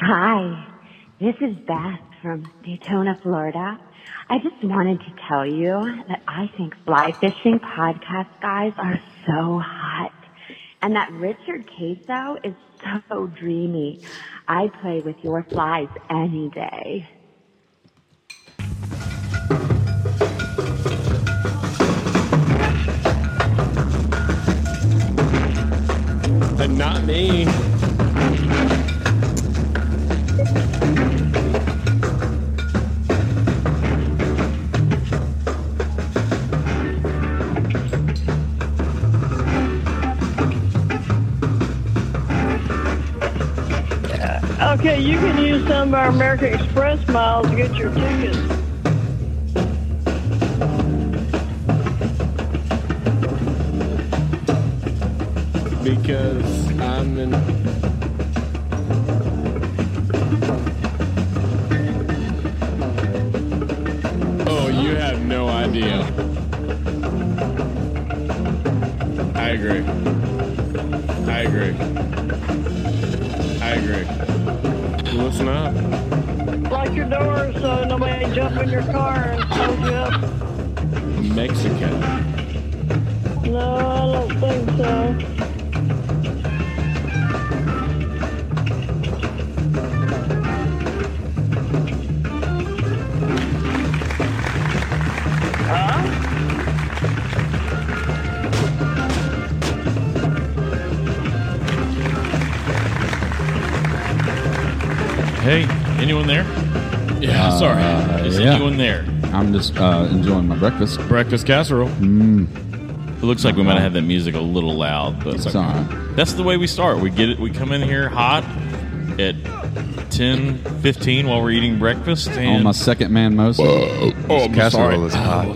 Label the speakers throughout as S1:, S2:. S1: Hi, this is Beth from Daytona, Florida. I just wanted to tell you that I think fly fishing podcast guys are so hot. And that Richard Queso is so dreamy. I play with your flies any day.
S2: And not me.
S3: Okay, you can use some of our American Express miles to get your tickets.
S2: Because I'm in. Oh, you have no idea. I agree. I agree. I agree. Listen up.
S3: Lock your doors so nobody jump in your car and close you up.
S2: Mexican.
S3: No, I don't think so.
S4: Hey, anyone there? Yeah, Uh, sorry. Is
S5: yeah.
S4: anyone there?
S5: I'm just uh, enjoying my breakfast.
S4: Breakfast casserole. It looks like we might have had that music a little loud, but it's
S5: It's uh,
S4: okay.
S5: all right.
S4: That's the way we start. We get it. We come in here hot at 10, 15 while we're eating breakfast.
S5: On
S4: And
S5: my second man most.
S2: Oh, I'm sorry. Oh.
S6: Casserole is hot.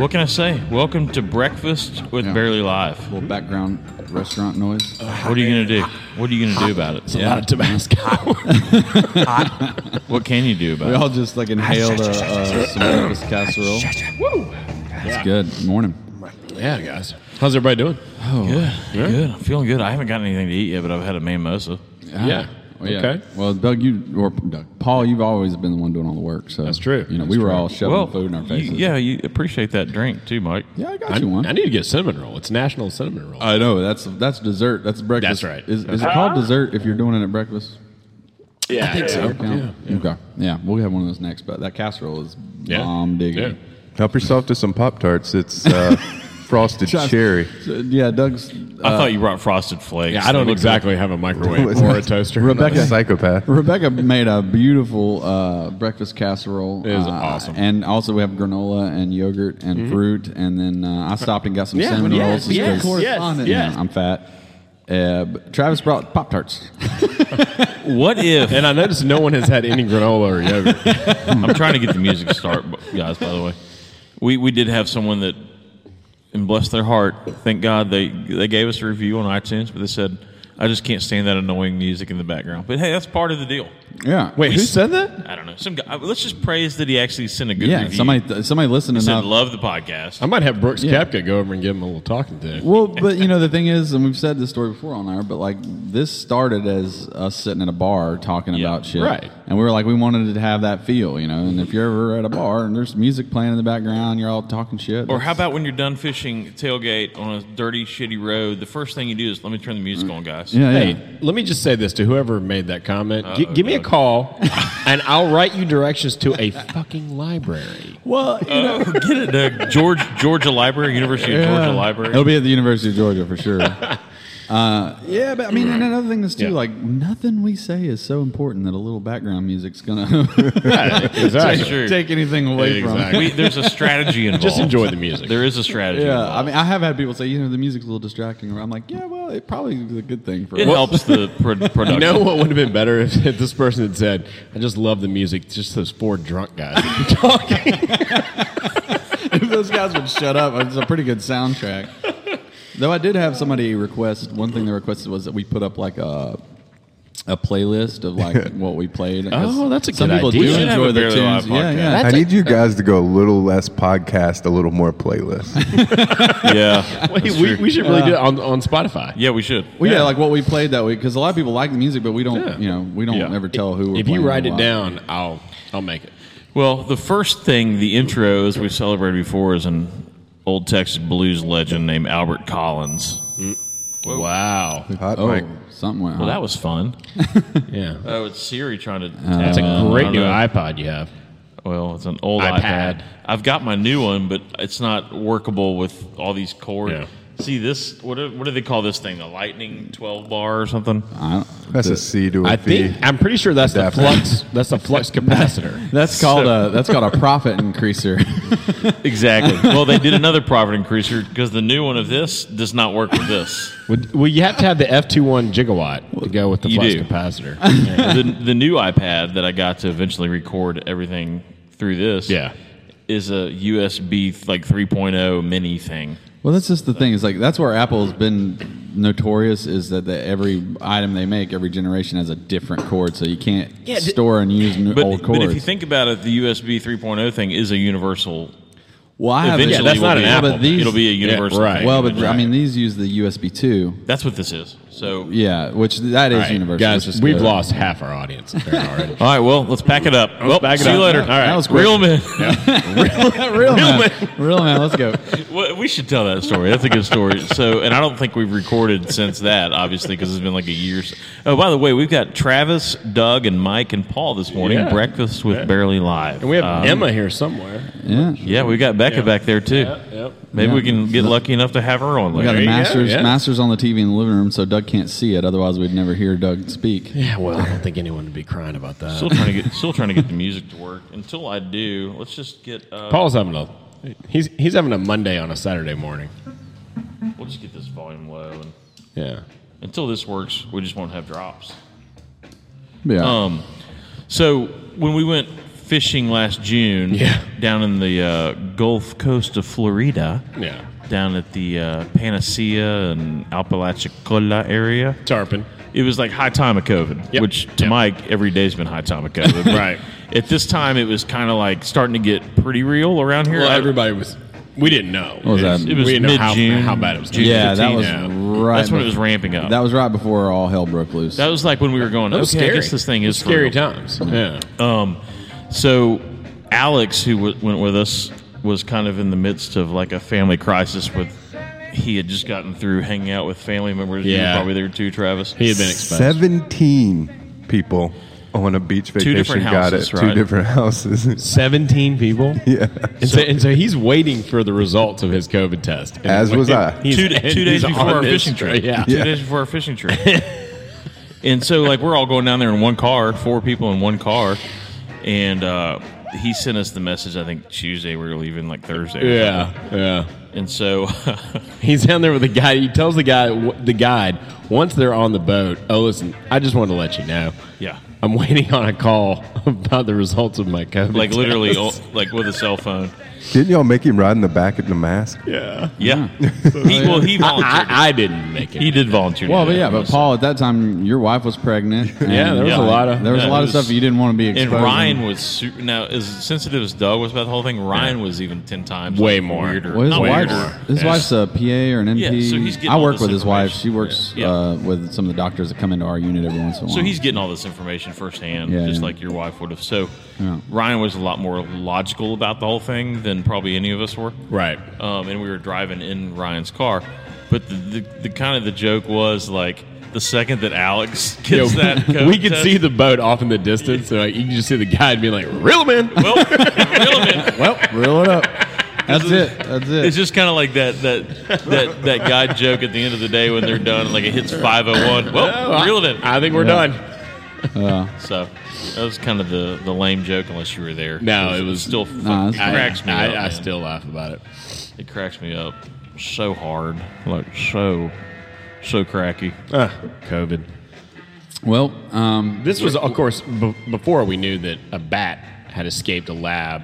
S4: what can I say? Welcome to breakfast with
S5: Yeah.
S4: Barely Live.
S5: Little background restaurant noise.
S6: Uh,
S4: What are you gonna do? What are you gonna do about it? Yeah.
S6: Tabasco.
S4: What can you do
S5: we
S4: about it?
S5: all just like inhaled uh, uh, some breakfast casserole. It's good. Morning.
S6: yeah, guys. How's everybody doing?
S4: Oh, Good. Good. I'm feeling good. I haven't got anything to eat yet, but I've had a mimosa.
S6: Yeah.
S5: Well, yeah.
S6: Okay.
S5: Well, Doug, you or Doug, Paul, you've always been the one doing all the work. So
S6: That's true.
S5: You know, we were all shoving
S4: well,
S5: food in our
S4: you-
S5: faces.
S4: yeah, you appreciate that drink too, Mike.
S5: Yeah, I got
S6: I,
S5: you one.
S6: I need to get a cinnamon roll. It's National Cinnamon Roll.
S5: I know that's that's dessert. That's breakfast.
S6: That's right.
S5: Is, is it called dessert if you're doing it at breakfast?
S6: yeah, I think so.
S5: Yeah. Okay. Yeah, we'll have one of those next. But that casserole is
S6: Yeah.
S5: bomb digging.
S6: Yeah.
S7: Help yourself to some Pop Tarts. It's uh, frosted
S5: Just-
S7: cherry.
S5: So, yeah, Doug's.
S4: I
S5: Uh,
S4: thought you brought frosted flakes.
S6: Yeah, I don't
S4: They look
S6: exactly have a microwave
S7: Looks
S6: or a
S7: like-
S6: toaster.
S5: Rebecca-
S7: A psychopath.
S5: Rebecca made a beautiful uh, breakfast casserole.
S6: It is
S5: uh,
S6: awesome. Mm-hmm.
S5: And also we have granola and yogurt and fruit. And then uh, I stopped and got some
S6: Yeah,
S5: cinnamon
S6: yes,
S5: rolls. just
S6: yes,
S5: 'cause,
S6: yes,
S5: you know,
S6: yes.
S5: I'm fat. Uh, but Travis brought Pop Tarts.
S4: What if
S6: And I noticed no one has had any granola or yogurt.
S4: I'm trying to get the music to start, but- guys? By the way, we we did have someone that, and bless their heart, thank God they they gave us a review on iTunes, but they said, "I just can't stand that annoying music in the background." But hey, that's part of the deal.
S5: Yeah.
S6: Wait, who said that?
S4: I don't know. Some guy. uh, Let's just praise that he actually sent a good
S5: Yeah.
S4: review.
S5: Somebody, th- somebody listened
S4: He said,
S5: enough.
S4: "Love the podcast."
S6: I might have Brooks
S5: Yeah.
S6: Koepka go over and give him a little talking to.
S5: Well, but you know the thing is, and we've said this story before on our, but like this started as us sitting at a bar talking
S4: Yeah,
S5: about shit,
S6: right.
S5: And we were like, we wanted to have that feel, you know. And if you're ever at a bar and there's music playing in the background, you're all talking shit.
S4: Or how
S5: that's-
S4: about when you're done fishing tailgate on a dirty, shitty road? The first thing you do is let me turn the music on, guys.
S5: Yeah, yeah.
S6: Hey, let me just say this to whoever made that comment. G-
S4: Uh-oh,
S6: give me a
S4: God.
S6: call, and I'll write you directions to a fucking library.
S5: well, you know,
S4: Get it, Doug. George, Georgia Library, University of Uh, Georgia Library.
S5: It'll be at the University of Georgia for sure. uh, yeah, but I mean, and another thing is too,
S6: Yeah.
S5: like nothing we say is so important that a little background music's gonna
S4: That's
S6: Exactly.
S4: true.
S5: take anything away from.
S6: Exactly.
S5: it.
S4: we, there's a strategy involved.
S6: Just enjoy the music.
S4: There is a strategy.
S5: Yeah,
S4: involved.
S5: I mean, I have had people say, you know, the music's a little distracting. Or I'm like, yeah, well, it probably is a good thing for
S4: it
S5: us.
S4: helps the pro- production.
S6: You know what would have been better if, if this person had said, "I just love the music." It's Just those four drunk guys that keep talking.
S5: if those guys would shut up, it's a pretty good soundtrack. Though I did have somebody request one thing they requested was that we put up like a a playlist of like what we played. 'Cause
S6: Oh, that's a
S5: some
S6: good
S5: people
S6: idea. We
S5: do
S6: should
S4: have
S5: enjoy
S4: a
S5: their
S4: Barely Live
S5: tunes. Yeah,
S4: podcast.
S5: yeah.
S6: That's
S7: I
S6: a-
S7: need you guys to go a little less podcast, a little more playlist.
S4: Yeah.
S6: Wait,
S4: that's
S6: we,
S4: true.
S6: we should really do it on, on Spotify.
S4: yeah, we should.
S5: Well, yeah, like what we played that week, because a lot of people like the music, but we don't,
S6: Yeah.
S5: you know, we don't
S4: Yeah.
S5: ever tell who. We're
S6: If you
S5: playing
S6: write
S5: a
S6: it
S5: lot.
S6: down, I'll I'll make it.
S4: Well, the first thing, the intro, as we've celebrated before, is an old Texas blues legend named Albert Collins.
S6: Wow.
S7: Hot
S5: oh,
S7: mic.
S5: something went.
S4: Well,
S5: off.
S4: that was fun.
S6: Yeah. Uh,
S4: Oh, it's Siri trying to.
S6: Oh, That's a great
S4: I don't
S6: new
S4: know.
S6: iPod you have.
S4: Well, it's an old
S6: iPad.
S4: iPad. I've got my new one, but it's not workable with all these cords.
S6: Yeah.
S4: See this? What do, what do they call this thing? The Lightning 12 bar or something?
S5: I don't-
S7: That's a C to a
S6: I
S7: V.
S6: think I'm pretty sure that's the
S7: Adapter.
S6: flux. That's the flux capacitor.
S5: that's called a that's called a profit increaser.
S4: Exactly. well, they did another profit increaser because the new one of this does not work with this.
S6: Would- Well, you have to have the F21 gigawatt to go with the
S4: You
S6: flux
S4: do.
S6: capacitor.
S4: the, the new iPad that I got to eventually record everything through this.
S6: Yeah.
S4: Is a USB like 3.0 mini thing.
S5: well, that's just the thing. Is like that's where Apple's been notorious is that the, every item they make, every generation has a different cord, so you can't
S6: Yeah, d-
S5: store and use new,
S4: But,
S5: old
S4: but
S5: cords.
S4: if you think about it, the USB 3.0 thing is a universal.
S5: well, I have
S4: eventually,
S5: this-
S4: that's not an
S5: Yeah, but
S4: Apple.
S5: these-
S4: It'll be a universal.
S6: right.
S4: thing.
S5: well, but I mean, these use the USB two.
S4: that's what this is. So
S5: Yeah, which that is
S6: All right,
S5: universal. which
S6: Guys,
S5: is
S6: we've
S5: good.
S6: lost half our audience there already.
S4: All right, well, let's pack it up. Well,
S6: pack it
S4: see
S6: up.
S4: you later.
S6: Yeah, that
S5: was quick.
S4: real men.
S5: real man. Real man, let's go.
S4: Well, we should tell that story. That's a good story. So, and I don't think we've recorded since that, obviously, because it's been like a year. Oh, by the way, we've got Travis, Doug, and Mike and Paul this morning.
S6: Yeah.
S4: Breakfast with Barely Live.
S6: And we have
S4: Um,
S6: Emma here somewhere.
S5: Yeah.
S4: Yeah, we got Becca back there too.
S6: Yep.
S4: Maybe
S5: Yeah.
S4: we can get lucky enough to have her on
S5: We got
S4: later.
S5: the
S6: you go,
S5: masters
S6: yeah.
S5: masters on the TV in the living room, so Doug can't see it. Otherwise, we'd never hear Doug speak.
S6: Yeah, well, I don't think anyone would be crying about that.
S4: Still trying to get still trying to get the music to work. Until I do, let's just get uh,
S6: Paul's having a he's he's having a Monday on a Saturday morning.
S4: we'll just get this volume low. And
S6: Yeah.
S4: until this works, we just won't have drops.
S5: Yeah.
S4: Um, so when we went fishing last June,
S6: Yeah.
S4: down in the uh, Gulf Coast of Florida,
S6: Yeah.
S4: down at the uh, Panacea and Apalachicola area,
S6: Tarpon.
S4: it was like high time of COVID,
S6: Yep.
S4: which to
S6: Yep.
S4: Mike every day's been high time of COVID. But
S6: Right.
S4: At this time, it was kind of like starting to get pretty real around here.
S6: Well,
S4: I-
S6: everybody was we didn't know.
S5: was
S6: It
S5: that?
S4: It was
S6: we didn't know how,
S4: mid-June.
S6: how bad it was.
S4: June
S5: yeah, that
S4: 15,
S5: was
S6: yeah.
S5: right.
S4: That's when it was
S5: before-
S4: ramping up.
S5: That was right before all hell broke loose.
S4: That was like when we were going.
S6: That was
S4: okay,
S6: scary.
S4: I guess this thing is for
S6: scary
S4: real."
S6: times. Yeah.
S4: Um, so Alex, who w- went with us, was kind of in the midst of like a family crisis. With he had just gotten through hanging out with family members. You were
S6: Yeah.
S4: probably there too, Travis.
S6: He had been exposed.
S7: Seventeen people on a beach vacation
S4: different
S7: got
S4: houses,
S7: it.
S4: right?
S7: Two different houses.
S6: 17 people.
S7: yeah.
S6: And so, and so he's waiting for the results of his COVID test. And
S7: As was I.
S6: he's-
S4: two, da-
S6: and
S4: two
S6: he's
S4: days before
S6: on
S4: our
S6: this
S4: fishing trip.
S6: Yeah.
S4: two days before our fishing trip. and so, like, we're all going down there in one car, four people in one car, and uh, he sent us the message. I think Tuesday we were leaving, like Thursday. or
S6: Yeah. Yeah.
S4: something. And so,
S6: He's down there with the guy. He tells the guy, the guide, once they're on the boat, oh, listen, I just wanted to let you know.
S4: yeah,
S6: I'm waiting on a call about the results of my COVID.
S4: like literally,
S6: test."
S4: all- like with a cell phone.
S7: Didn't y'all make him ride in the back of the mask?
S6: Yeah.
S4: Yeah. he, well, he
S6: Mm. I,
S4: volunteered.
S6: I, I didn't make it.
S4: he did volunteer. to
S5: well,
S4: do
S5: but
S4: that,
S5: yeah, but
S4: honestly.
S5: Paul, at that time, your wife was pregnant. and uh,
S6: Yeah, there was
S4: a lot of-
S5: there was
S4: yeah,
S5: a lot
S4: it
S5: of stuff
S4: was-
S5: you didn't want to be exposed.
S4: And Ryan was super, now as sensitive as Doug was about the whole thing. Ryan was even ten times
S6: Way
S4: like,
S6: more.
S4: Weirder,
S5: Well, his
S4: Way
S5: wife's,
S4: more.
S5: his
S4: Yeah.
S5: wife's a PA or an MP.
S4: Yeah, so he's getting
S5: I
S4: all
S5: work
S4: this
S5: with his wife.
S4: information.
S5: She works
S4: Yeah.
S5: Uh, with some of the doctors that come into our unit every once in a while.
S4: So he's getting all this information firsthand,
S5: Yeah,
S4: just
S5: yeah.
S4: like your wife would have. So
S5: Yeah.
S4: Ryan was a lot more logical about the whole thing than probably any of us were.
S6: Right.
S4: Um, and we were driving in Ryan's car, but the, the, the kind of the joke was like the second that Alex gets
S6: Yo,
S4: that, code
S6: we could
S4: test-
S6: see the boat off in the distance. So like, you can just see the guide being like, real man.
S4: Well, reel him in.
S5: well, reel it up. That's it. That's it.
S4: It's just kind of like that that that that guy joke at the end of the day when they're done, like it hits five oh one. Well, reeled it.
S6: I think we're
S5: Yeah.
S6: done.
S4: So that was kind of the the lame joke, unless you were there.
S6: No, it was-
S4: still
S5: Nah,
S4: fucking
S5: it's fine.
S4: cracks me
S6: I,
S4: up.
S6: I
S4: man.
S6: still laugh about it.
S4: it cracks me up so hard, like so so cracky.
S6: Uh, COVID.
S5: well, um,
S6: This was, of course, b- before we knew that a bat had escaped a lab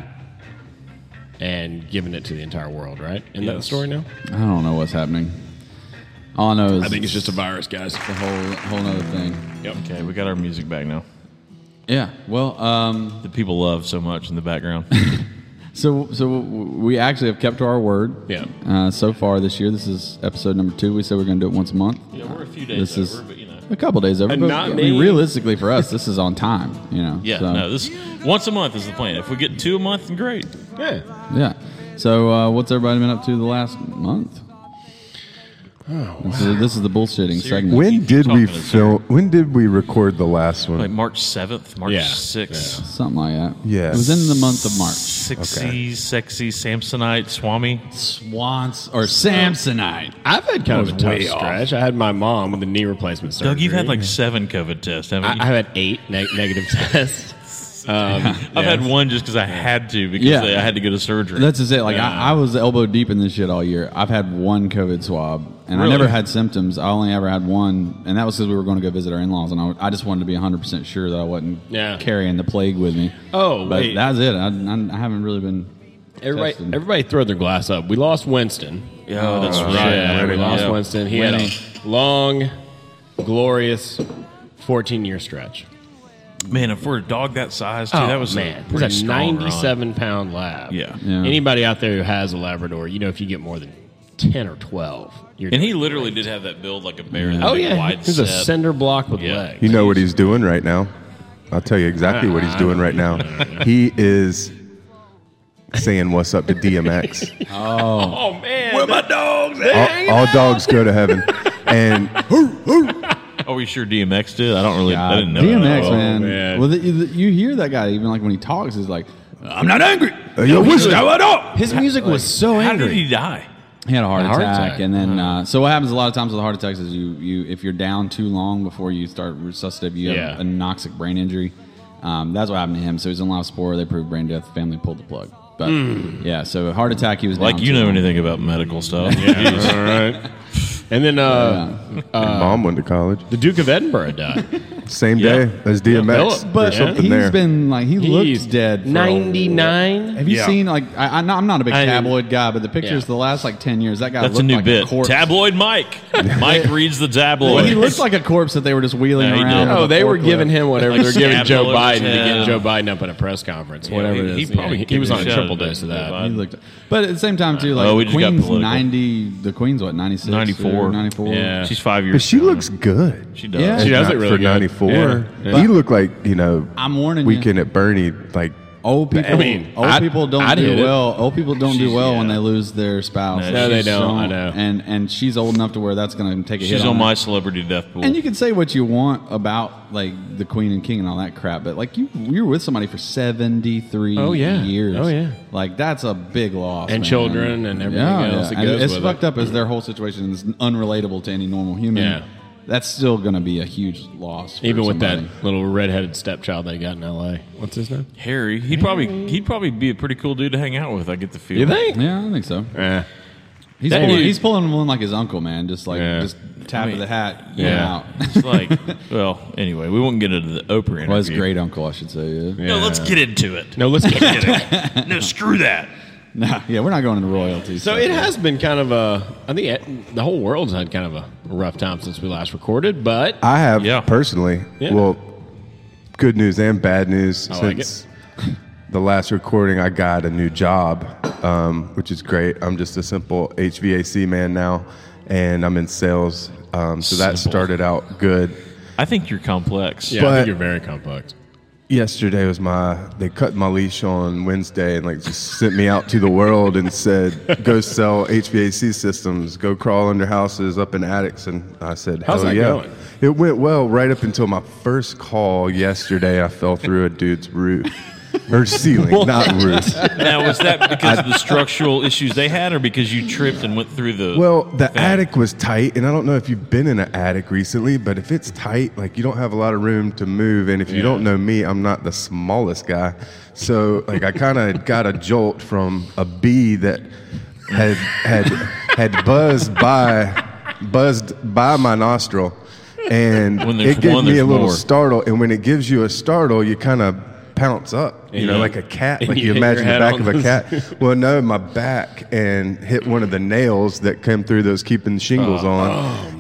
S6: and given it to the entire world, right? Isn't that the
S4: Yes.
S6: story now?
S5: I don't know what's happening. All I know is
S6: I think it's just a virus, guys.
S5: a whole whole nother thing.
S6: Yep.
S4: Okay, we got our music back now.
S5: Yeah. Well, um,
S4: That people love so much in the background.
S5: so so we actually have kept to our word.
S6: Yeah.
S5: Uh, so far this year, this is episode number two. We said we're going to do it once a month.
S4: yeah, we're a few
S5: This is a couple days over.
S6: And
S5: but
S6: not
S5: I mean,
S6: me.
S5: realistically for us, this is on time. You know.
S4: Yeah,
S5: So,
S4: no, this once a month is the plan. If we get two a month, then great.
S6: Yeah.
S5: yeah. So uh, what's everybody been up to the last month? This, is, this is the bullshitting segment.
S7: When did
S4: Talking
S7: we
S4: to
S7: film? When did we record the last
S4: Like
S7: one?
S4: March seventh, March
S6: Yeah,
S4: sixth.
S5: Something like that.
S7: Yeah.
S5: It was in the month of March.
S4: Sixty,
S7: Okay.
S4: sexy Samsonite Swami.
S5: Swans or Samsonite.
S6: I've had kind of a
S5: That was
S6: tough
S5: way off.
S6: stretch. I had my mom with a knee replacement surgery.
S4: Doug, you've had like seven COVID tests, haven't
S6: I,
S4: you?
S6: I had eight neg- negative tests. Um,
S4: I've
S6: yeah.
S4: had one just because I had to because
S5: Yeah.
S4: I had to go to surgery.
S5: That's just it. Like I, I was elbow deep in this shit all year. I've had one COVID swab, and I
S4: Really?
S5: never had symptoms. I only ever had one, and that was because we were going to go visit our in laws, and I, I just wanted to be 100 percent sure that I wasn't
S6: Yeah.
S5: carrying the plague with me.
S6: Oh,
S5: but
S6: wait.
S5: that's it. I, I, I haven't really been.
S6: Everybody,
S5: tested.
S6: everybody throw their glass up. We lost Winston.
S4: Yeah, Oh, that's right.
S6: Yeah, we
S4: Yeah.
S6: lost
S4: Yeah.
S6: Winston. He
S4: Winnie.
S6: had a long, glorious 14 year stretch. Oh,
S4: Man, if we're a dog that size, too, that was
S6: man.
S4: Oh, a
S6: It
S4: pretty
S6: was a
S4: strong run.
S6: 97 pound lab.
S4: Yeah.
S5: Yeah.
S6: Anybody out there who has a Labrador, you know, if you get more than 10 or 12, you're
S4: And he literally did have that build like a bear. that
S6: Oh,
S4: big
S6: yeah.
S4: wide
S6: It was a
S4: set.
S6: cinder block with
S4: Yeah.
S6: legs.
S7: You know what he's doing right now. I'll tell you exactly what he's doing right now. He is saying what's up to DMX.
S6: Oh, man. Where my dogs at?
S7: All, all dogs go to heaven. And
S4: Oh, we sure DMX did. I don't really. I didn't know. that.
S5: Uh, DMX,
S4: Oh,
S5: man.
S6: man.
S5: Well, the, the, you hear that guy even like when he talks, he's like, "I'm not angry."
S7: uh, yo, what's up?
S6: His music was so
S4: How did
S6: angry.
S4: he die?
S5: He had a heart,
S6: A heart
S5: attack,
S6: attack.
S5: and then
S4: Uh-huh.
S5: uh, so what happens a lot of times with heart attacks is you, you if you're down too long before you start resuscitative, you have
S6: Yeah.
S5: a anoxic brain injury. Um, that's what happened to him. So he was in Spore. They proved brain death. Family pulled the plug. But yeah, so heart attack. He was
S4: Hmm. Like
S5: down
S4: you
S5: too
S4: know
S5: long.
S4: anything about medical stuff?
S6: Yeah, all right. And then uh,
S7: Mom went to college.
S6: the Duke of Edinburgh died.
S7: Same
S4: Yeah.
S7: day as DMX.
S6: Yeah.
S5: But
S7: There's something
S5: he's
S7: there.
S5: been like he
S6: He's
S5: looked dead. for a-
S6: 99.
S5: Have you
S7: Yeah.
S5: seen like I, I, I'm not a big
S6: I-
S5: tabloid guy, but the pictures
S6: Yeah.
S5: the last like ten years that guy
S4: That's a
S5: looked
S4: new
S5: like
S4: bit.
S5: corpse.
S4: tabloid Mike. Mike reads the tabloid.
S5: He looks like a corpse that they were just wheeling
S4: Yeah, he
S5: around.
S4: did.
S5: with
S6: Oh,
S5: a
S6: they were
S5: forklift.
S6: giving him whatever
S4: Like
S6: they're giving
S4: stabbed
S6: Joe
S4: all over
S6: Biden
S4: his
S6: to get
S4: head.
S6: Joe Biden up at a press conference, whatever
S4: he-
S6: it
S4: he
S6: is.
S4: probably
S6: he,
S4: kicked
S6: was
S4: the
S6: on
S4: shit
S6: a
S4: out of
S6: triple
S4: Joe
S6: dose of that.
S4: Biden.
S5: He looked, but at the same time too, like
S4: Oh, we just got
S5: Queen's
S4: political.
S5: ninety. The Queen's what 96,
S4: 94.
S5: or 94.
S6: Yeah.
S4: She's five years.
S7: But she
S4: younger.
S7: looks good.
S4: She does.
S5: Yeah.
S6: She does
S7: Not
S6: it really
S7: for
S6: good.
S7: 94.
S6: Yeah. Yeah.
S7: He looked like, you know,
S5: I'm warning you.
S7: Weekend at Bernie, like
S5: Old people,
S6: I mean,
S5: old
S6: I'd-
S5: people don't
S6: I'd hit
S5: do
S6: it.
S5: well. Old people don't do well when
S6: yeah.
S5: they lose their spouse.
S4: No,
S6: they
S5: She's
S6: don't.
S5: so-
S6: I know.
S5: And and she's old enough to where that's going to take a hit.
S4: She's on
S5: her.
S4: my celebrity death pool.
S5: And you can say what you want about like the Queen and King and all that crap, but like you, you were with somebody for seventy three.
S6: Oh, yeah.
S5: years.
S6: Oh, yeah.
S5: Like that's a big loss.
S6: And
S5: man.
S6: children and everything else that
S5: And
S6: goes
S5: it's
S6: with
S5: fucked
S6: it.
S5: up as their whole situation is unrelatable to any normal human.
S6: Yeah.
S5: That's still going to be a huge loss. for
S6: Even with
S5: somebody.
S6: that little redheaded stepchild they got in L.A. What's his name?
S4: Harry, he'd probably he'd probably be a pretty cool dude to hang out with. I get the feeling.
S6: You think?
S5: Yeah, I think so.
S6: Eh.
S5: He's
S6: That
S5: pulling,
S6: dude-
S5: he's pulling one like his uncle, man. Just like
S6: Yeah.
S5: just tap of the hat,
S6: yeah.
S5: yeah. out.
S4: It's like, well, anyway, we won't get into the Oprah interview.
S5: well, his great uncle, I should say. Yeah. Yeah.
S4: No, let's get into it.
S6: No, let's get it.
S4: no, screw that.
S5: Nah, yeah, we're not going into royalties.
S6: So it has been kind of a. I think it, the whole world's had kind of a rough time since we last recorded, but
S7: I have
S4: Yeah.
S7: personally.
S6: Yeah.
S7: Well, good news and bad news.
S6: I like
S7: since the last recording, I got a new job, um, which is great. I'm just a simple HVAC man now, and I'm in sales. Um, so that
S4: Simple.
S7: started out good.
S4: I think you're complex.
S6: yeah, I think
S7: But-
S6: you're very complex.
S7: Yesterday was my. They cut my leash on Wednesday and like just sent me out to the world and said, "Go sell HVAC systems. Go crawl under houses, up in attics." And I said,
S6: How's
S7: "Hell
S6: that
S7: yeah!"
S6: going?
S7: It went well right up until my first call yesterday. I fell through a dude's roof or ceiling, not roof.
S4: Now, was that because of the structural issues they had, or because you tripped and went through the?
S7: Well, the attic was tight, and I don't know if you've been in an attic recently, but if it's tight, like you don't have a lot of room to move, and if you don't know me, I'm not the smallest guy, so like I kind of got a jolt from a bee that had had had buzzed by buzzed by my nostril, and
S4: When there's
S7: it gave
S4: one,
S7: me a
S4: there's
S7: little
S4: more.
S7: startle, and when it gives you a startle, you kind of pounce up, you
S6: And
S7: know,
S6: you-
S7: like a cat.
S6: and
S7: Like
S6: you
S7: you
S6: hit
S7: imagine
S6: your
S7: the
S6: head
S7: back
S6: on
S7: of a
S6: those-
S7: cat. Well, no, my back and hit one of the nails that came through those keeping shingles on,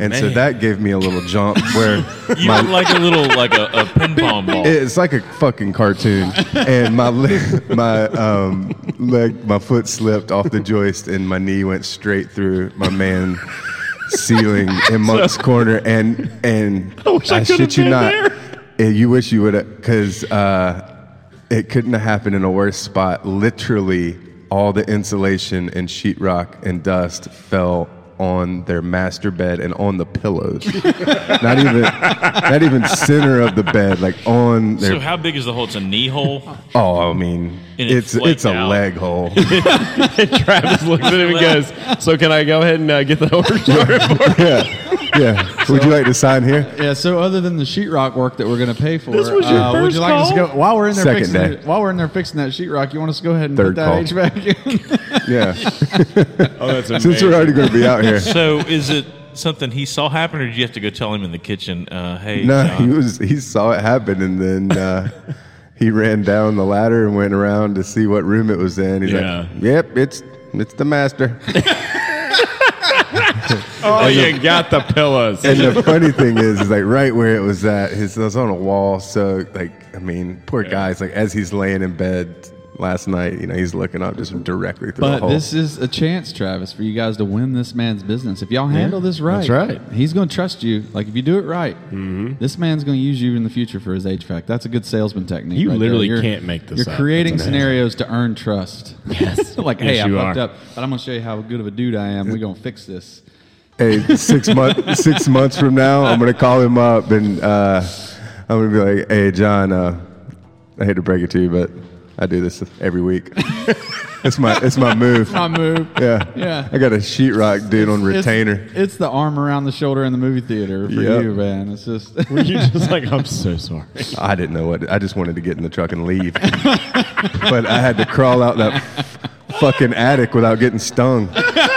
S7: and so
S6: man.
S7: that gave me a little jump where
S4: You
S7: my
S4: look like a little like a, a ping pong ball.
S7: it's like a fucking cartoon, and my le- my um, leg, my foot slipped off the joist, and my knee went straight through my man ceiling in Monk's Corner, and and I,
S6: wish I could've
S7: shit you
S6: been
S7: not,
S6: there.
S7: eh, you wish you would, have because uh, it couldn't have happened in a worse spot. Literally, all the insulation and sheetrock and dust fell. On their master bed and on the pillows, not even, not even center of the bed, like on their
S4: so how big is the hole? It's a knee hole.
S7: Oh, I mean,
S4: And it
S7: it's
S4: flaked
S7: it's a
S4: out.
S7: leg hole.
S6: Travis looks at him and goes, "So can I go ahead and uh, get the order started?" for you?"
S7: yeah, yeah. Would you like to sign here?
S5: Yeah, so other than the sheetrock work that we're going to pay for,
S6: This was your
S5: uh, would
S6: first
S5: you like us to
S6: call?
S5: go while we're in there
S7: Second
S5: fixing
S7: day.
S5: it- while we're in there fixing that sheetrock? You want us to go ahead and
S7: Third
S5: put
S7: call.
S5: that HVAC in?
S7: Yeah.
S6: Oh, that's amazing.
S7: Since we're already going to be out here.
S4: So is it something he saw happen, or did you have to go tell him in the kitchen? Uh, hey,
S7: No,
S4: John,
S7: he was he saw it happen and then uh, he ran down the ladder and went around to see what room it was in. He's
S6: Yeah.
S7: like, "Yep, it's it's the master."
S6: oh, you got the pillows.
S7: And the funny thing is, is like right where it was at, his, it was on a wall. So like, I mean, poor guy's like as he's laying in bed last night, you know, he's looking up just directly through the
S5: But
S7: hole.
S5: this is a chance, Travis, for you guys to win this man's business. If y'all handle this right,
S6: that's right.
S5: He's going to trust you. Like if you do it right,
S7: Mm-hmm.
S5: this man's going to use you in the future for his HVAC. That's a good salesman technique.
S6: You
S5: right
S6: literally
S5: there. You're-
S6: can't make this
S5: You're
S6: up.
S5: creating
S6: That's amazing.
S5: scenarios to earn trust.
S6: Yes.
S5: like,
S6: Yes,
S5: hey, I
S6: you
S5: fucked
S6: are.
S5: up, but I'm going to show you how good of a dude I am. We're going to fix this.
S7: hey, six month, six months from now, I'm gonna call him up and uh, I'm gonna be like, hey, John, uh, I hate to break it to you, but I do this every week. it's my, it's my move.
S5: I move.
S7: Yeah,
S5: Yeah.
S7: I got a sheetrock dude on
S5: It's-
S7: retainer.
S5: It's, the arm around the shoulder in the movie theater for
S7: Yep.
S5: you, man. It's just
S6: Were you just like, "I'm so sorry"?
S7: I didn't know what. I just wanted to get in the truck and leave, but I had to crawl out that fucking attic without getting stung.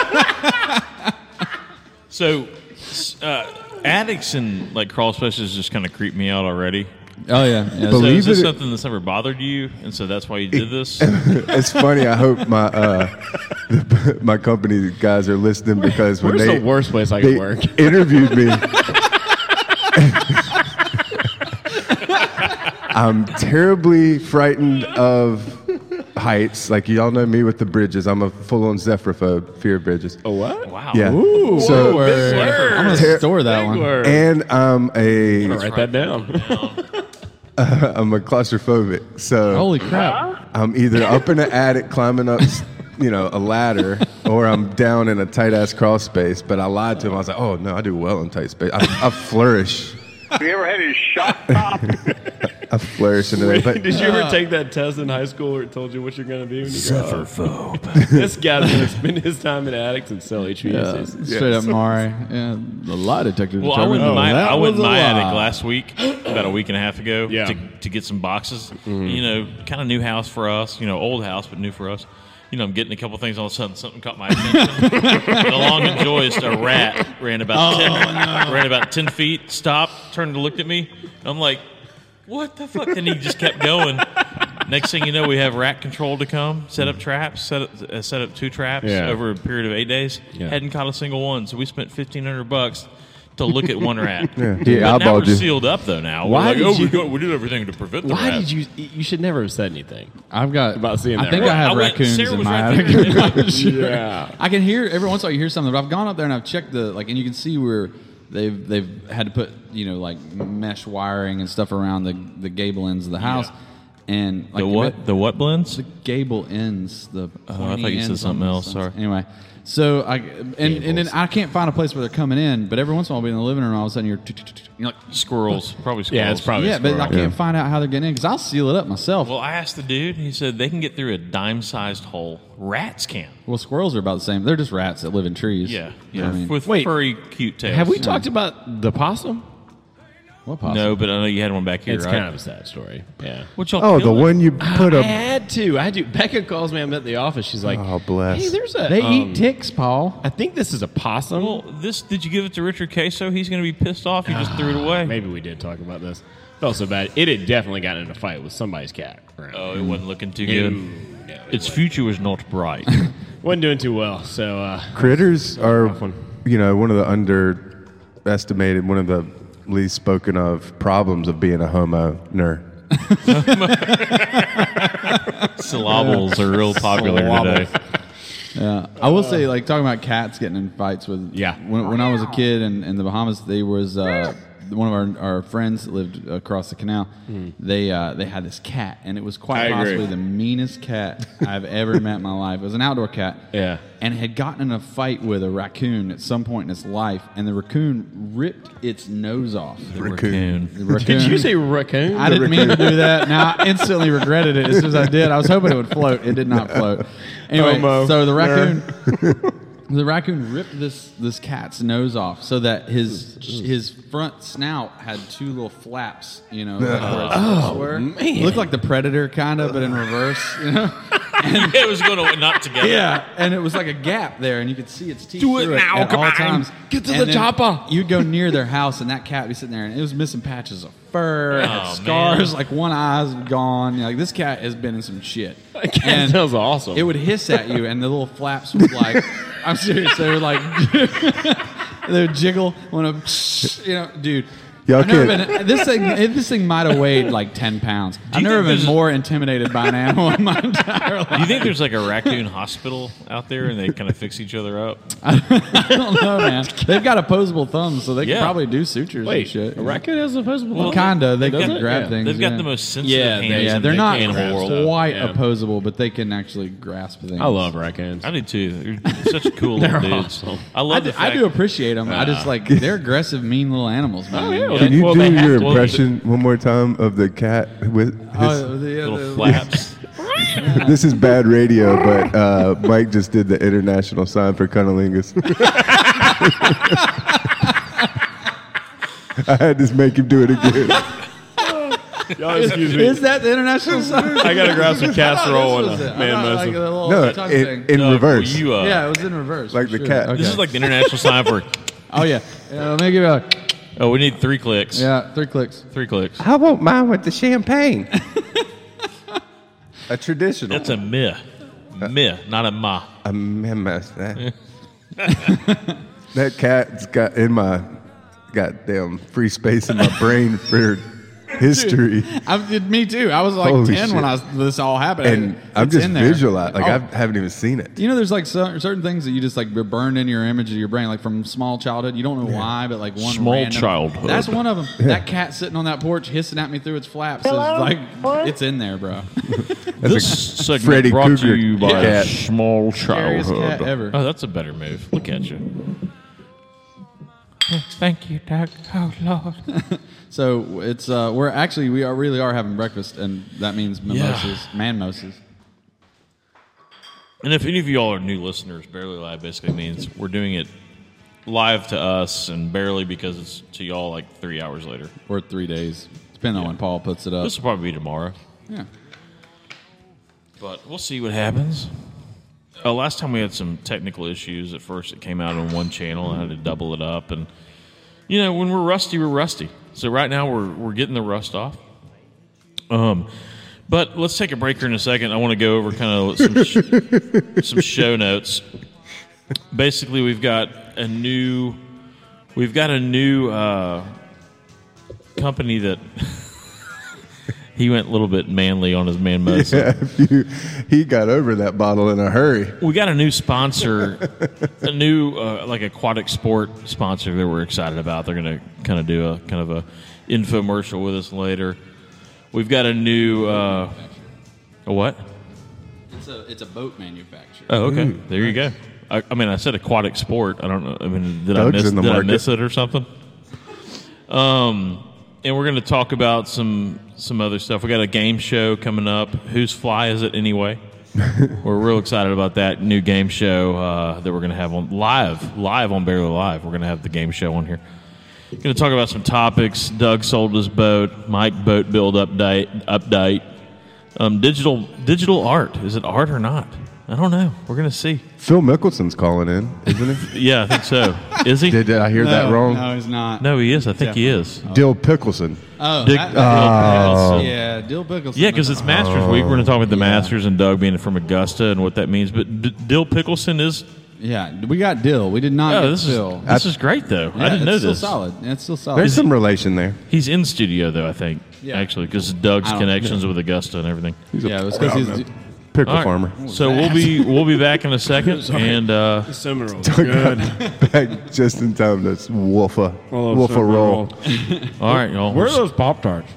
S4: So, s- uh, attics and like crawl spaces just kind of creep me out already.
S5: oh yeah. yeah
S4: So
S5: so-
S7: Believe
S4: is this
S7: it-
S4: something that's never bothered you, and so that's why you did this?
S7: it's funny. I hope my uh, the, my company guys are listening because when
S6: where's
S7: they
S6: the worst place I could
S7: they
S6: work?
S7: interviewed me. I'm terribly frightened of heights. Like y'all know me with the bridges. I'm a full-on zephyrophobe. Fear of bridges.
S6: Oh, what?
S4: wow.
S7: Yeah.
S5: Ooh,
S7: So-
S5: whoa, word.
S4: word.
S5: I'm
S7: Ter-
S5: gonna store that one.
S7: And I'm a
S6: Write that down.
S7: I'm a claustrophobic. So
S6: Oh,
S5: Holy crap!
S7: I'm either up in an attic climbing up, you know, a ladder, or I'm down in a tight ass crawl space. But I lied to him. I was like, oh no, I do well in tight space. I, I flourish.
S8: Have you ever had any shock top?
S7: I flourish in there. But
S6: Did you ever take that test in high school where it told you what you're going to be when you grow up? this guy's going to spend his time in attics and sell HVACs.
S5: Straight up Mari. Yeah, the lie detector.
S4: Well, I went
S5: determined
S4: in my
S5: that
S4: I went in
S5: was a
S4: my
S5: lie.
S4: attic last week, about a week and a half ago,
S6: Yeah.
S4: to, to get some boxes.
S5: Mm-hmm.
S4: You know, kind of new house for us. You know, old house but new for us. You know, I'm getting a couple things. All of a sudden, something caught my attention. and along the joist, a rat ran
S5: Oh,
S4: about ten ran about ten feet, stopped, turned and looked at me. I'm like, "What the fuck?" And he just kept going. Next thing you know, we have rat control to come, set
S5: Mm.
S4: up traps, set up uh, set up two traps
S6: Yeah.
S4: over a period of eight days.
S6: Yeah.
S4: Hadn't caught a single one, so we spent fifteen hundred bucks to look at one rat.
S7: he
S4: But now we're
S7: eyeballed you.
S4: sealed up though. Now
S6: Why
S4: we're like,
S6: did
S4: oh,
S6: you-
S4: we, got, we did everything to prevent the
S6: Why
S4: rat.
S6: did you? You should never have said anything.
S5: I've got.
S6: About seeing
S5: I
S6: that
S5: think
S6: rat.
S5: I have
S4: I went-
S5: raccoons
S4: Sarah
S5: in
S4: was
S5: my
S4: right
S5: attic.
S4: there.
S6: Yeah.
S5: I can hear every once in a while you hear something, but I've gone up there and I've checked the like, and you can see where they've they've had to put you know like mesh wiring and stuff around the the gable ends of the house, and like
S4: The what? The what blends?
S5: the gable ends the
S4: Oh, I
S5: pointy
S4: thought you said
S5: ends on
S4: something
S5: those
S4: else,
S5: things.
S4: sorry.
S5: anyway so i and, and then i can't find a place where they're coming in but every once in a while i'll be in the living room and all of a sudden you're, you're like
S4: Squirrels, probably squirrels.
S6: Yeah, it's probably.
S5: yeah but i
S6: squirrel.
S5: can't find out how they're getting in because i'll seal it up myself
S4: Well,
S5: well,
S4: I asked the dude, and he said they can get through a dime-sized hole. Rats can.
S5: squirrels are about the same they're just rats that live in trees
S4: Yeah, yeah,
S5: I mean,
S4: with
S6: Wait.
S4: furry, cute tails.
S6: Have we talked about the possum?
S5: What possible?
S4: No, but I know you had one back here,
S6: It's
S4: right?
S6: kind of a sad story. Yeah.
S4: what y'all
S7: Oh, the
S4: killing?
S7: one you put
S6: I
S7: up.
S6: had to. I do. Becca calls me. I'm at the office. She's like,
S7: Oh, bless.
S6: Hey, there's a.
S5: They
S6: um,
S5: eat ticks, Paul.
S6: I think this is a possum.
S4: Well, this did you give it to Richard Queso? He's going to be pissed off. You just threw it away.
S6: Ah, Maybe we did talk about this. Felt so bad. It had definitely gotten in a fight with somebody's cat. around.
S4: Oh, it wasn't looking too
S6: Ooh,
S4: good.
S6: no, it
S4: Its future was not bright.
S6: wasn't doing too well. So uh,
S7: Critters are,
S6: one.
S7: you know, one of the underestimated, one of the least spoken of problems of being a homo nerd.
S4: Syllables are real popular today.
S5: Yeah, I will say, like talking about cats getting in fights with.
S6: Uh, Yeah.
S5: When, when I was a kid in, in the Bahamas, they was uh, one of our, our friends that lived across the canal.
S6: Mm.
S5: They uh, they had this cat, and it was quite
S2: I agree.
S5: possibly the meanest cat I've ever met in my life. It was an outdoor cat.
S6: Yeah.
S5: And it had gotten in a fight with a raccoon at some point in its life, and the raccoon ripped its nose off.
S4: Raccoon.
S5: The raccoon.
S6: did you say raccoon?
S5: I didn't mean to do that. Now I instantly regretted it as soon as I did. I was hoping it would float. It did not float. Anyway,
S6: Homo.
S5: so the raccoon, the raccoon ripped this this cat's nose off so that his his front snout had two little flaps. You know, like where its lips were.
S6: man.
S5: looked like the predator kind of, but in reverse. You know,
S4: it was going to not together.
S5: yeah, and it was like a gap there, and you could see its teeth.
S6: Do it
S5: through
S6: now,
S5: at
S6: come
S5: all
S6: on.
S5: times.
S6: Get to
S5: And
S6: the
S5: then
S6: chopper.
S5: You'd go near their house, and that cat would be sitting there, and it was missing patches of fur, it had
S4: Oh,
S5: scars,
S4: man.
S5: like one eye's gone. You're like this cat has been in some shit.
S6: That cat sounds awesome.
S5: It would hiss at you, and the little flaps would like. I'm serious. They were like. they would jiggle when a, you know, dude.
S7: Y'all
S5: I've never
S7: kid-
S5: been, this thing, this thing might have weighed like ten pounds. I've
S4: you
S5: never
S4: think
S5: been
S4: there's a-
S5: more intimidated by an animal in my entire life.
S4: Do you think there's like a raccoon hospital out there and they kind of fix each other up?
S5: I don't know, man. They've got opposable thumbs, so they
S4: Yeah.
S5: can probably do sutures
S6: Wait,
S5: and shit.
S6: a raccoon has a possible.
S5: Well, kinda. They
S6: Does
S5: can
S6: it?
S5: grab
S6: Yeah.
S5: things.
S4: They've got
S5: yeah.
S4: the most sensitive
S6: Yeah,
S4: hands.
S6: they-
S5: Yeah,
S4: in
S5: they're
S4: the
S5: not
S4: animal world.
S5: quite
S6: Yeah.
S5: opposable, but they can actually grasp things.
S6: I love raccoons.
S4: I do too. They're such cool little
S6: They're
S4: dudes.
S6: awesome.
S4: I love
S5: I
S4: the
S5: do,
S4: fact.
S5: I do appreciate them. I just like they're aggressive, mean little animals. Man.
S6: Oh, yeah.
S7: Can you
S6: Well,
S7: do
S6: they have
S7: your
S6: to-
S7: impression one more time of the cat with his?
S5: Oh, the- the-
S4: little flaps.
S7: This is bad radio, but uh, Mike just did the international sign for cunnilingus. I had to make him do it again.
S6: Y'all excuse me.
S5: Is that the international sign?
S6: I gotta grab some casserole and
S5: This was it.
S6: a
S5: I
S6: man
S5: thought,
S6: mimosa.
S5: like, the little
S7: No,
S5: tongue
S7: in,
S5: thing.
S7: in
S4: Uh,
S7: reverse.
S4: were you, uh,
S5: yeah, it was in reverse.
S7: Like
S5: for
S7: the
S5: sure.
S7: cat.
S5: Okay.
S4: This is like the international sign for.
S5: oh yeah, yeah let me give you a
S4: Oh, we need three clicks.
S5: yeah three clicks.
S4: Three clicks.
S7: I want mine with the champagne. a traditional.
S4: That's a meh. Meh, not a ma.
S7: I miss that. that cat's got in my goddamn free space in my brain for history.
S5: I did me too. I was like
S7: Holy
S5: ten
S7: shit.
S5: when I was, this all happened,
S7: And I'm
S5: It's
S7: just
S5: in there.
S7: visualizing. Like,
S5: Oh.
S7: I haven't even seen it.
S5: You know, there's like cer- certain things that you just like were burned into your image of your brain, like from small childhood. You don't know why, but like one
S4: Small
S5: random-
S4: childhood.
S5: That's one of them. That cat sitting on that porch hissing at me through its flaps is
S3: Hello?
S5: like
S3: What?
S5: it's in there, bro.
S4: This segment
S7: Freddy
S4: brought to
S7: Krueger
S4: you by
S7: cat.
S4: Small
S5: Scariest
S4: Childhood.
S5: cat ever.
S4: Oh, that's a better move. Look at you.
S9: Thank you, Doc. Oh, Lord.
S5: So it's uh, we're actually we are really are having breakfast, and that means mimosas, man mimosas.
S4: And if any of y'all are new listeners, Barely Live basically means we're doing it live to us and barely because it's to y'all like three hours later.
S5: or three days, depending on when Paul puts it up.
S4: This will probably be tomorrow,
S5: Yeah.
S4: but we'll see what happens. Uh, last time we had some technical issues. At first, it came out on one channel. I had to double it up, and you know, when we're rusty, we're rusty. So right now, we're we're getting the rust off. Um, but let's take a break here in a second. I want to go over kind of some sh- some show notes. Basically, we've got a new we've got a new uh, company that he went a little bit manly on his man mode. So
S7: If you- he got over that bottle in a hurry.
S4: we got a new sponsor, a new uh, like aquatic sport sponsor that we're excited about. They're going to kind of do a kind of a infomercial with us later. We've got a new uh, a what?
S5: It's a it's a boat manufacturer.
S4: Oh, okay. there you go. I, I mean, I said aquatic sport. I don't know. I mean, did
S7: Doug's
S4: I miss
S7: in the
S4: did I
S7: market.
S4: miss it or something? Um, and we're going to talk about some some other stuff. We got a game show coming up. Whose fly is it anyway? we're real excited about that new game show uh, that we're going to have on live live on Barely Live. We're going to have the game show on here. Going to talk about some topics. Doug sold his boat. Mike boat build update. Update. Um, digital digital art. Is it art or not? I don't know. We're going to see.
S7: Phil Mickelson's calling in, isn't he?
S4: Yeah, I think so. Is he?
S7: Did, did I hear that wrong?
S5: No, he's not.
S4: No, he is. I think he is.
S7: Dill Pickleson.
S5: Oh,
S4: Dick-
S5: that-
S4: Oh.
S5: yeah, Dill Pickles.
S4: Yeah, because it's Masters Week. We're going to talk
S5: Oh,
S4: about the Masters and Doug being from Augusta and what that means. But D- Dill Pickleson is.
S5: yeah. We got Dill. We did not.
S4: Oh,
S5: get
S4: this is
S5: Phil.
S4: this is great though. I
S5: Yeah,
S4: didn't know
S5: it's
S4: this.
S5: Still solid. Yeah, It's still solid.
S7: Oh, There's some relation there.
S4: He's in studio though. I think
S5: Yeah.
S4: actually because Doug's
S5: I don't
S4: connections with Augusta and everything.
S5: yeah, it was because he's.
S7: Pickle
S4: All right.
S7: farmer.
S4: So we'll be we'll be back in a second, and uh,
S6: Seminole.
S7: Good. Back just in time to woofa,
S4: Oh,
S7: woofa roll
S4: all right, y'all.
S2: Where are those Pop Tarts?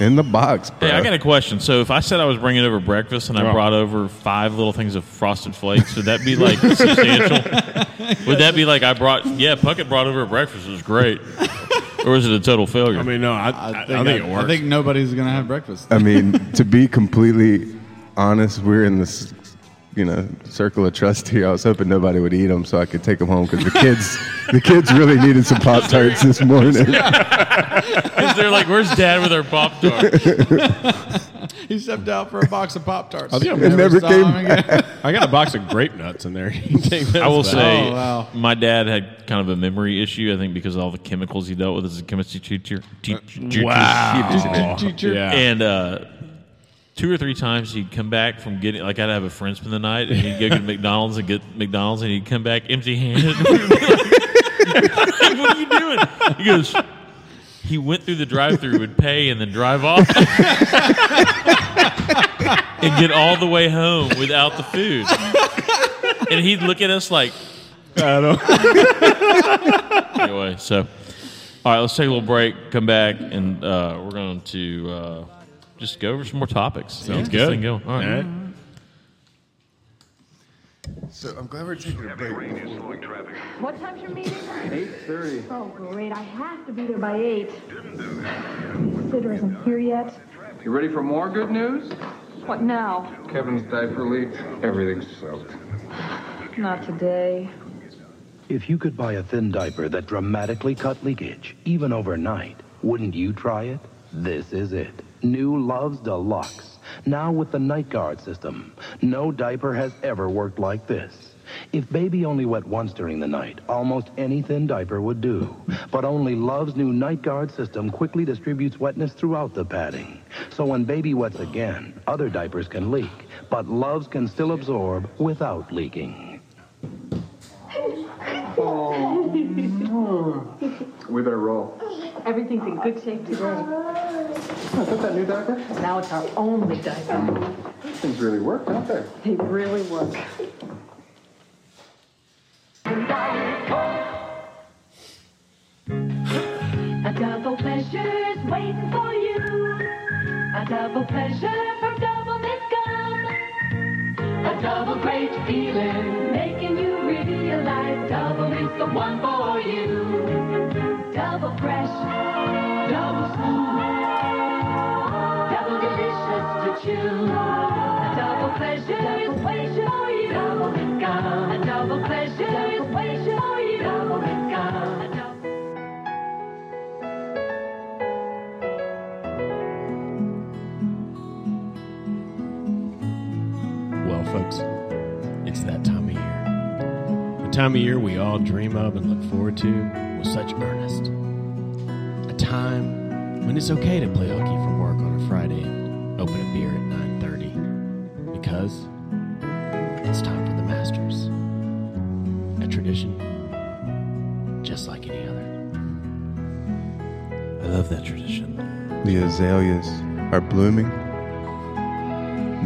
S7: in the box, bro.
S4: Hey, I got a question. So if I said I was bringing over breakfast and I
S2: Yeah.
S4: brought over five little things of frosted flakes, would that be like substantial? Would that be like I brought? Yeah, Puckett brought over breakfast. It was great. Or is it a total failure?
S2: I mean, no, I, I, I think, it works.
S5: I think nobody's gonna have breakfast.
S7: I mean, to be completely honest, we're in this, you know, circle of trust here. I was hoping nobody would eat them so I could take them home because the kids, the kids really needed some pop tarts this morning.
S4: Because they're like, "Where's Dad with our pop tart?"
S5: he stepped out for a box of Pop Tarts.
S6: I think I'm
S7: It never
S5: saw
S7: came
S5: him again.
S6: I got a box of grape nuts in there. You can take those
S4: I will
S6: back.
S4: say,
S5: Oh, wow.
S4: my dad had kind of a memory issue. I think because of all the chemicals he dealt with as a chemistry teacher. teacher
S2: wow.
S6: yeah.
S4: And uh, two or three times he'd come back from getting like I'd have a friend spend the night, and he'd go to McDonald's and get McDonald's, and he'd come back empty-handed. what are you doing? He goes. He went through the drive-through, would pay, and then drive off, and get all the way home without the food. And he'd look at us like,
S6: I don't.
S4: anyway, so all right, let's take a little break, come back, and uh, we're going to uh, just go over some more topics. Sounds
S6: good.
S4: Thing going. All right.
S7: So I'm glad we're taking a break.
S10: What time's your meeting? 8.30. Oh, great. I have to be there by 8. Sidra isn't here yet.
S11: You ready for more good news?
S10: What now?
S11: Kevin's diaper leak. Everything's soaked.
S10: Not today.
S12: If you could buy a thin diaper that dramatically cut leakage, even overnight, wouldn't you try it? This is it. New Love's Deluxe. Now with the night guard system. No diaper has ever worked like this. If baby only wet once during the night, almost any thin diaper would do. But only Love's new night guard system quickly distributes wetness throughout the padding. So when baby wets again, other diapers can leak, but Love's can still absorb without leaking.
S11: We better roll.
S10: Everything's in good shape today.
S11: Is that that new diaper?
S10: Now it's our only diaper.
S11: Things really work, don't they?
S10: They really work. A double pleasure's waiting for you. A double pleasure from Double Mint Gum. A double great feeling, making you realize Double Mint's the one for you. Double fresh, double smooth, double delicious to chew. A double pleasure is waiting for you. Double Mint Gum. A double pleasure is waiting for you. Double Mint Gum. A double-
S6: Well, folks, it's that time of year. The time of year we all dream of and look forward to with such earnest. A time when it's okay to play hockey from work on a Friday and open a beer at 9.30 because it's time for the Masters. A tradition just like any other. I love that tradition.
S7: The azaleas are blooming.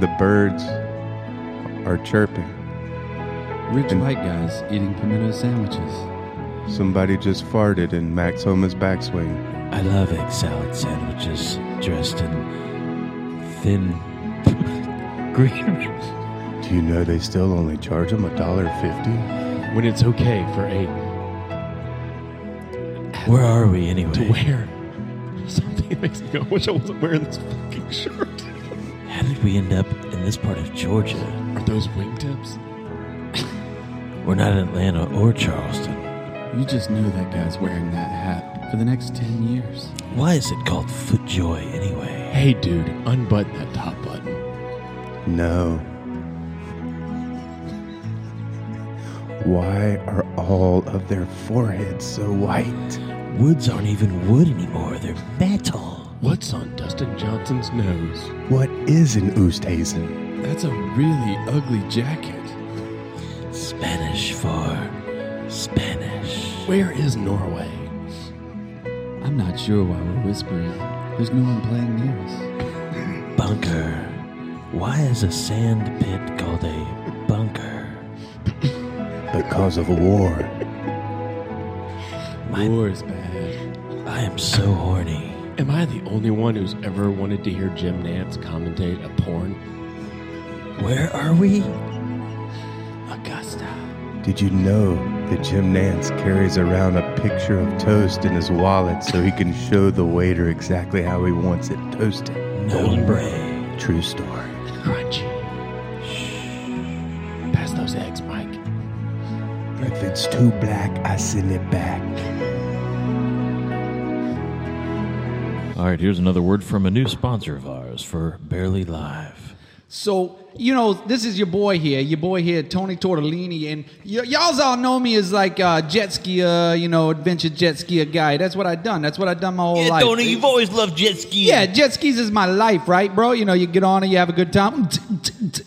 S7: The birds are chirping.
S5: Rich white guys eating pimento sandwiches.
S7: Somebody just farted in Max Homa's backswing.
S2: I love egg salad sandwiches dressed in thin green.
S7: Do you know they still only charge them a dollar fifty?
S6: When it's okay for a
S2: Where are we anyway?
S6: to wear something that makes me go, I wish I wasn't wearing this fucking shirt.
S2: How did we end up in this part of Georgia?
S6: Are those wingtips?
S2: We're not in Atlanta or Charleston.
S5: You just knew that guy's wearing that hat for the next 10 years.
S2: Why is it called Footjoy anyway?
S6: Hey, dude, unbutton that top button.
S7: No. Why are all of their foreheads so white?
S2: Woods aren't even wood anymore, they're metal.
S6: What's on Dustin Johnson's nose?
S7: What is an Oosthuizen?
S5: That's a really ugly jacket.
S2: Spanish for Spanish.
S6: Where is Norway?
S5: I'm not sure why we're whispering. There's no one playing near us.
S2: Bunker. Why is a sand pit called a bunker?
S7: Because of war.
S6: War is bad.
S2: I am so horny.
S6: Am I the only one who's ever wanted to hear Jim Nance commentate a porn?
S2: Where are we?
S6: Augusta.
S7: Did you know that Jim Nance carries around a picture of toast in his wallet so he can show the waiter exactly how he wants it toasted?
S2: No way.
S7: True story.
S6: Crunchy. Pass those eggs, Mike.
S7: If it's too black, I send it back.
S2: All right, here's another word from a new sponsor of ours for Barely Live.
S5: So, you know, this is your boy here, your boy here, Tony Tortellini, and y- y'all all know me as like uh, jet skier, you know, adventure jet skier guy. That's what i done. That's what i done my whole life.
S2: always loved jet skiing.
S5: Yeah, jet skis is my life, right, bro? You know, you get on it, you have a good time.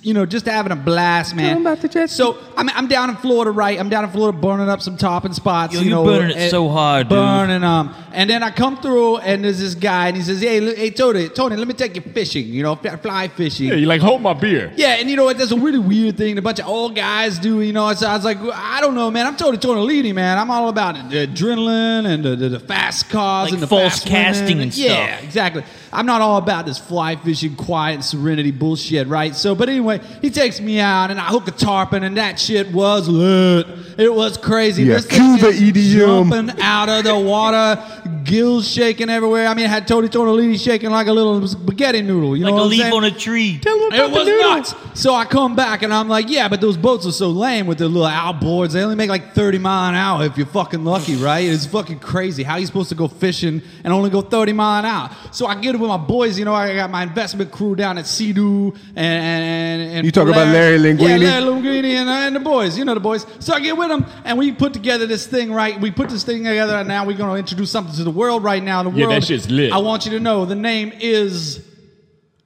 S5: You know, just having a blast, man. about the jet So I'm, I'm down in Florida, right? I'm down in Florida burning up some topping spots.
S2: Yo,
S5: you
S2: you
S5: know,
S2: burning it
S5: and-
S2: so hard, dude.
S5: burning um. And then I come through, and there's this guy, and he says, "Hey, l- hey, Tony, Tony, let me take you fishing. You know, fly- fly fishing."
S6: Yeah, you like hold my beer.
S5: Yeah, and you know what? That's a really weird thing. that A bunch of old guys do. You know, so I was like, I don't know, man. I'm totally Tortellini, man. I'm all about the adrenaline and the, the, the fast cars
S2: Like
S5: and the
S2: false
S5: fast
S2: casting
S5: women.
S2: and
S5: Yeah,
S2: stuff.
S5: exactly. I'm not all about this fly fishing, quiet serenity bullshit, right? So, but anyway, he takes me out, and I hook a tarpon, and that shit was lit. It was crazy.
S7: Yeah,
S5: This thing
S7: cue the
S5: is
S7: EDM.
S5: Jumping out of the water, gills shaking everywhere. I mean, it had Tony Tortellini shaking like a little spaghetti noodle. You know, what I'm saying?
S2: a tree.
S5: It was nuts. So I come back and I'm like, yeah, but those boats are so lame with the little outboards. They only make like 30 mile an hour if you're fucking lucky, right? It's fucking crazy. How you supposed to go fishing and only go 30 mile an hour? So I get it with my boys. You know, I got my investment crew down at Sea-Doo and and and, and
S7: You talking about
S5: Blair.
S7: Larry Linguini?
S5: Yeah, Larry Linguini and, uh, and the boys. You know the boys. So I get with them and we put together this thing, right? We put this thing together and now we're gonna introduce something to the world right now. The
S6: Yeah, that
S5: world.
S6: shit's lit.
S5: I want you to know the name is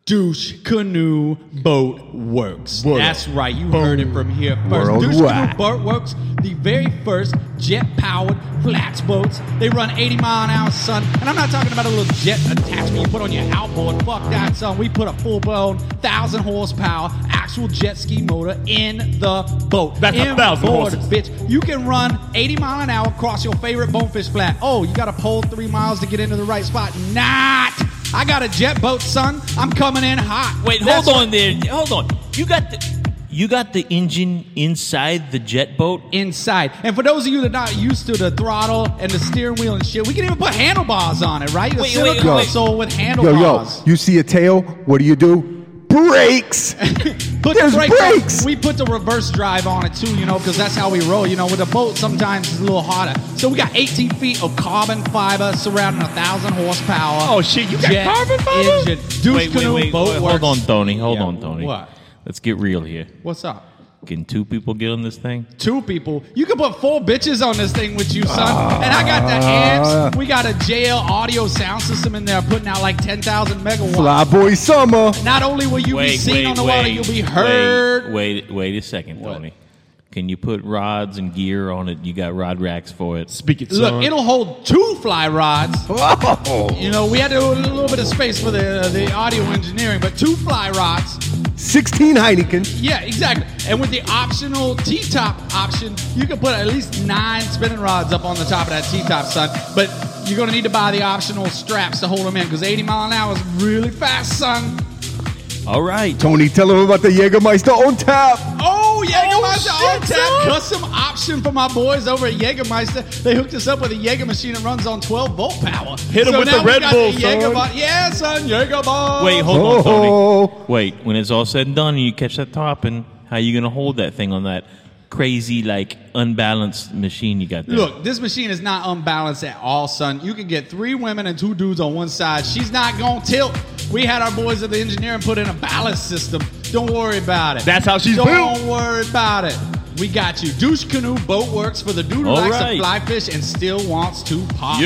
S5: Douche Canoe Boat Works.
S6: World.
S5: That's right, you heard it from here first. Douche Canoe
S7: Worldwide.
S5: Boat Works, the very first jet-powered flats boats. They run 80 mile an hour, son. And I'm not talking about a little jet attachment you put on your outboard. Fuck that, son. We put a full-blown thousand horsepower actual jet ski motor in the boat.
S6: That's a
S5: Inboard,
S6: 1,000 horses.
S5: bitch. You can run 80 mile an hour across your favorite bonefish flat. Oh, you got to pole three miles to get into the right spot. Not. I got a jet boat, son. I'm coming in hot.
S2: Wait,
S5: That's
S2: hold on there. Hold on. You got the you got the engine inside the jet boat.
S5: inside. And for those of you that are not used to the throttle and the steering wheel and shit, we can even put handlebars on it, right? The
S2: Wait,
S5: center
S2: wait, wait.
S5: console with
S7: Yo, yo,
S5: handlebars.
S7: you see a tail? What do you do? Brakes!
S5: Put
S7: There's
S5: the brakes. on.
S7: brakes!
S5: We put the reverse drive on it too, you know, because that's how we roll. You know, with a boat, sometimes it's a little harder. So we got 18 feet of carbon fiber surrounding a thousand horsepower.
S6: Oh, shit, you got
S5: jet
S6: carbon fiber?
S5: Engine. Deuce canoe boat
S4: hold
S5: works.
S4: on, Tony. Hold
S5: Yeah.
S4: on, Tony.
S5: What?
S4: Let's get real here.
S5: What's up?
S4: Can two people get on this thing?
S5: two people. You can put four bitches on this thing with you, son. and I got
S6: Uh,
S5: the amps. We got a JL audio sound system in there putting out like 10,000 megawatts.
S7: Flyboy Summer!
S5: Not only will you be seen on the water, you'll be heard.
S4: Wait, wait, wait a second,
S5: What?
S4: Tony. Can you put rods and gear on it? You got rod racks for it.
S6: Speak it,
S5: Look,
S6: son.
S5: it'll hold two fly rods. You know, we had to do a little bit of space for the the audio engineering, but two fly rods.
S7: 16 Heineken.
S5: Yeah, exactly. And with the optional T top option, you can put at least nine spinning rods up on the top of that T top, son. But you're going to need to buy the optional straps to hold them in because 80 mile an hour is really fast, son.
S4: All right.
S7: Tony, tell him about the Jägermeister on tap!
S5: Oh, Jägermeister
S6: shit,
S5: on tap. Custom option for my boys over at Jägermeister. They hooked us up with a Jäger machine that runs on 12 volt power.
S6: Hit 'em with
S5: now
S6: the
S5: we
S6: Red
S5: got
S6: Bull,
S5: the
S6: son.
S5: Jäger Bo- Yeah, son, Jäger Bomb.
S4: Wait, hold on, Tony.
S7: Oh,
S4: Wait, when it's all said and done and you catch that top, and how you going to hold that thing on that crazy, like unbalanced machine you got there.
S5: Look, this machine is not unbalanced at all, son. You can get three women and two dudes on one side. She's not gonna tilt. We had our boys at the engineering put in a balance system. Don't worry about it.
S13: That's how she's
S5: Don't
S13: built.
S5: worry about it. We got you. Douche canoe boat works for the dude who
S7: All
S5: likes
S7: right.
S5: to fly fish and still wants to pop.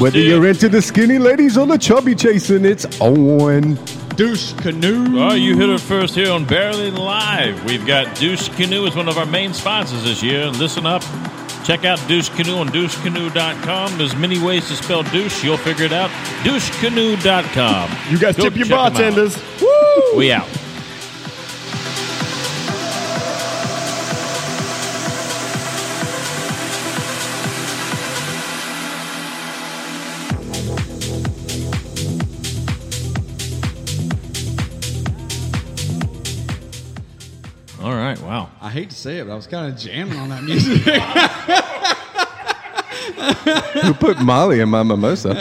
S7: Whether you're into the skinny ladies or the chubby chasing, it's on.
S5: Douche canoe.
S4: Well, you hit it first here on Barely Live. We've got Deuce Canoe as one of our main sponsors this year. Listen up. Check out Deuce Canoe on deucecanoe.com. There's many ways to spell douche. You'll figure it out. Douchecanoe.com.
S13: You guys
S4: Go
S13: tip your
S4: check 'em out.
S13: bartenders. Woo!
S4: We out. All right, wow.
S5: I hate to say it, but I was kind of jamming on that music.
S7: Who put Molly in my mimosa?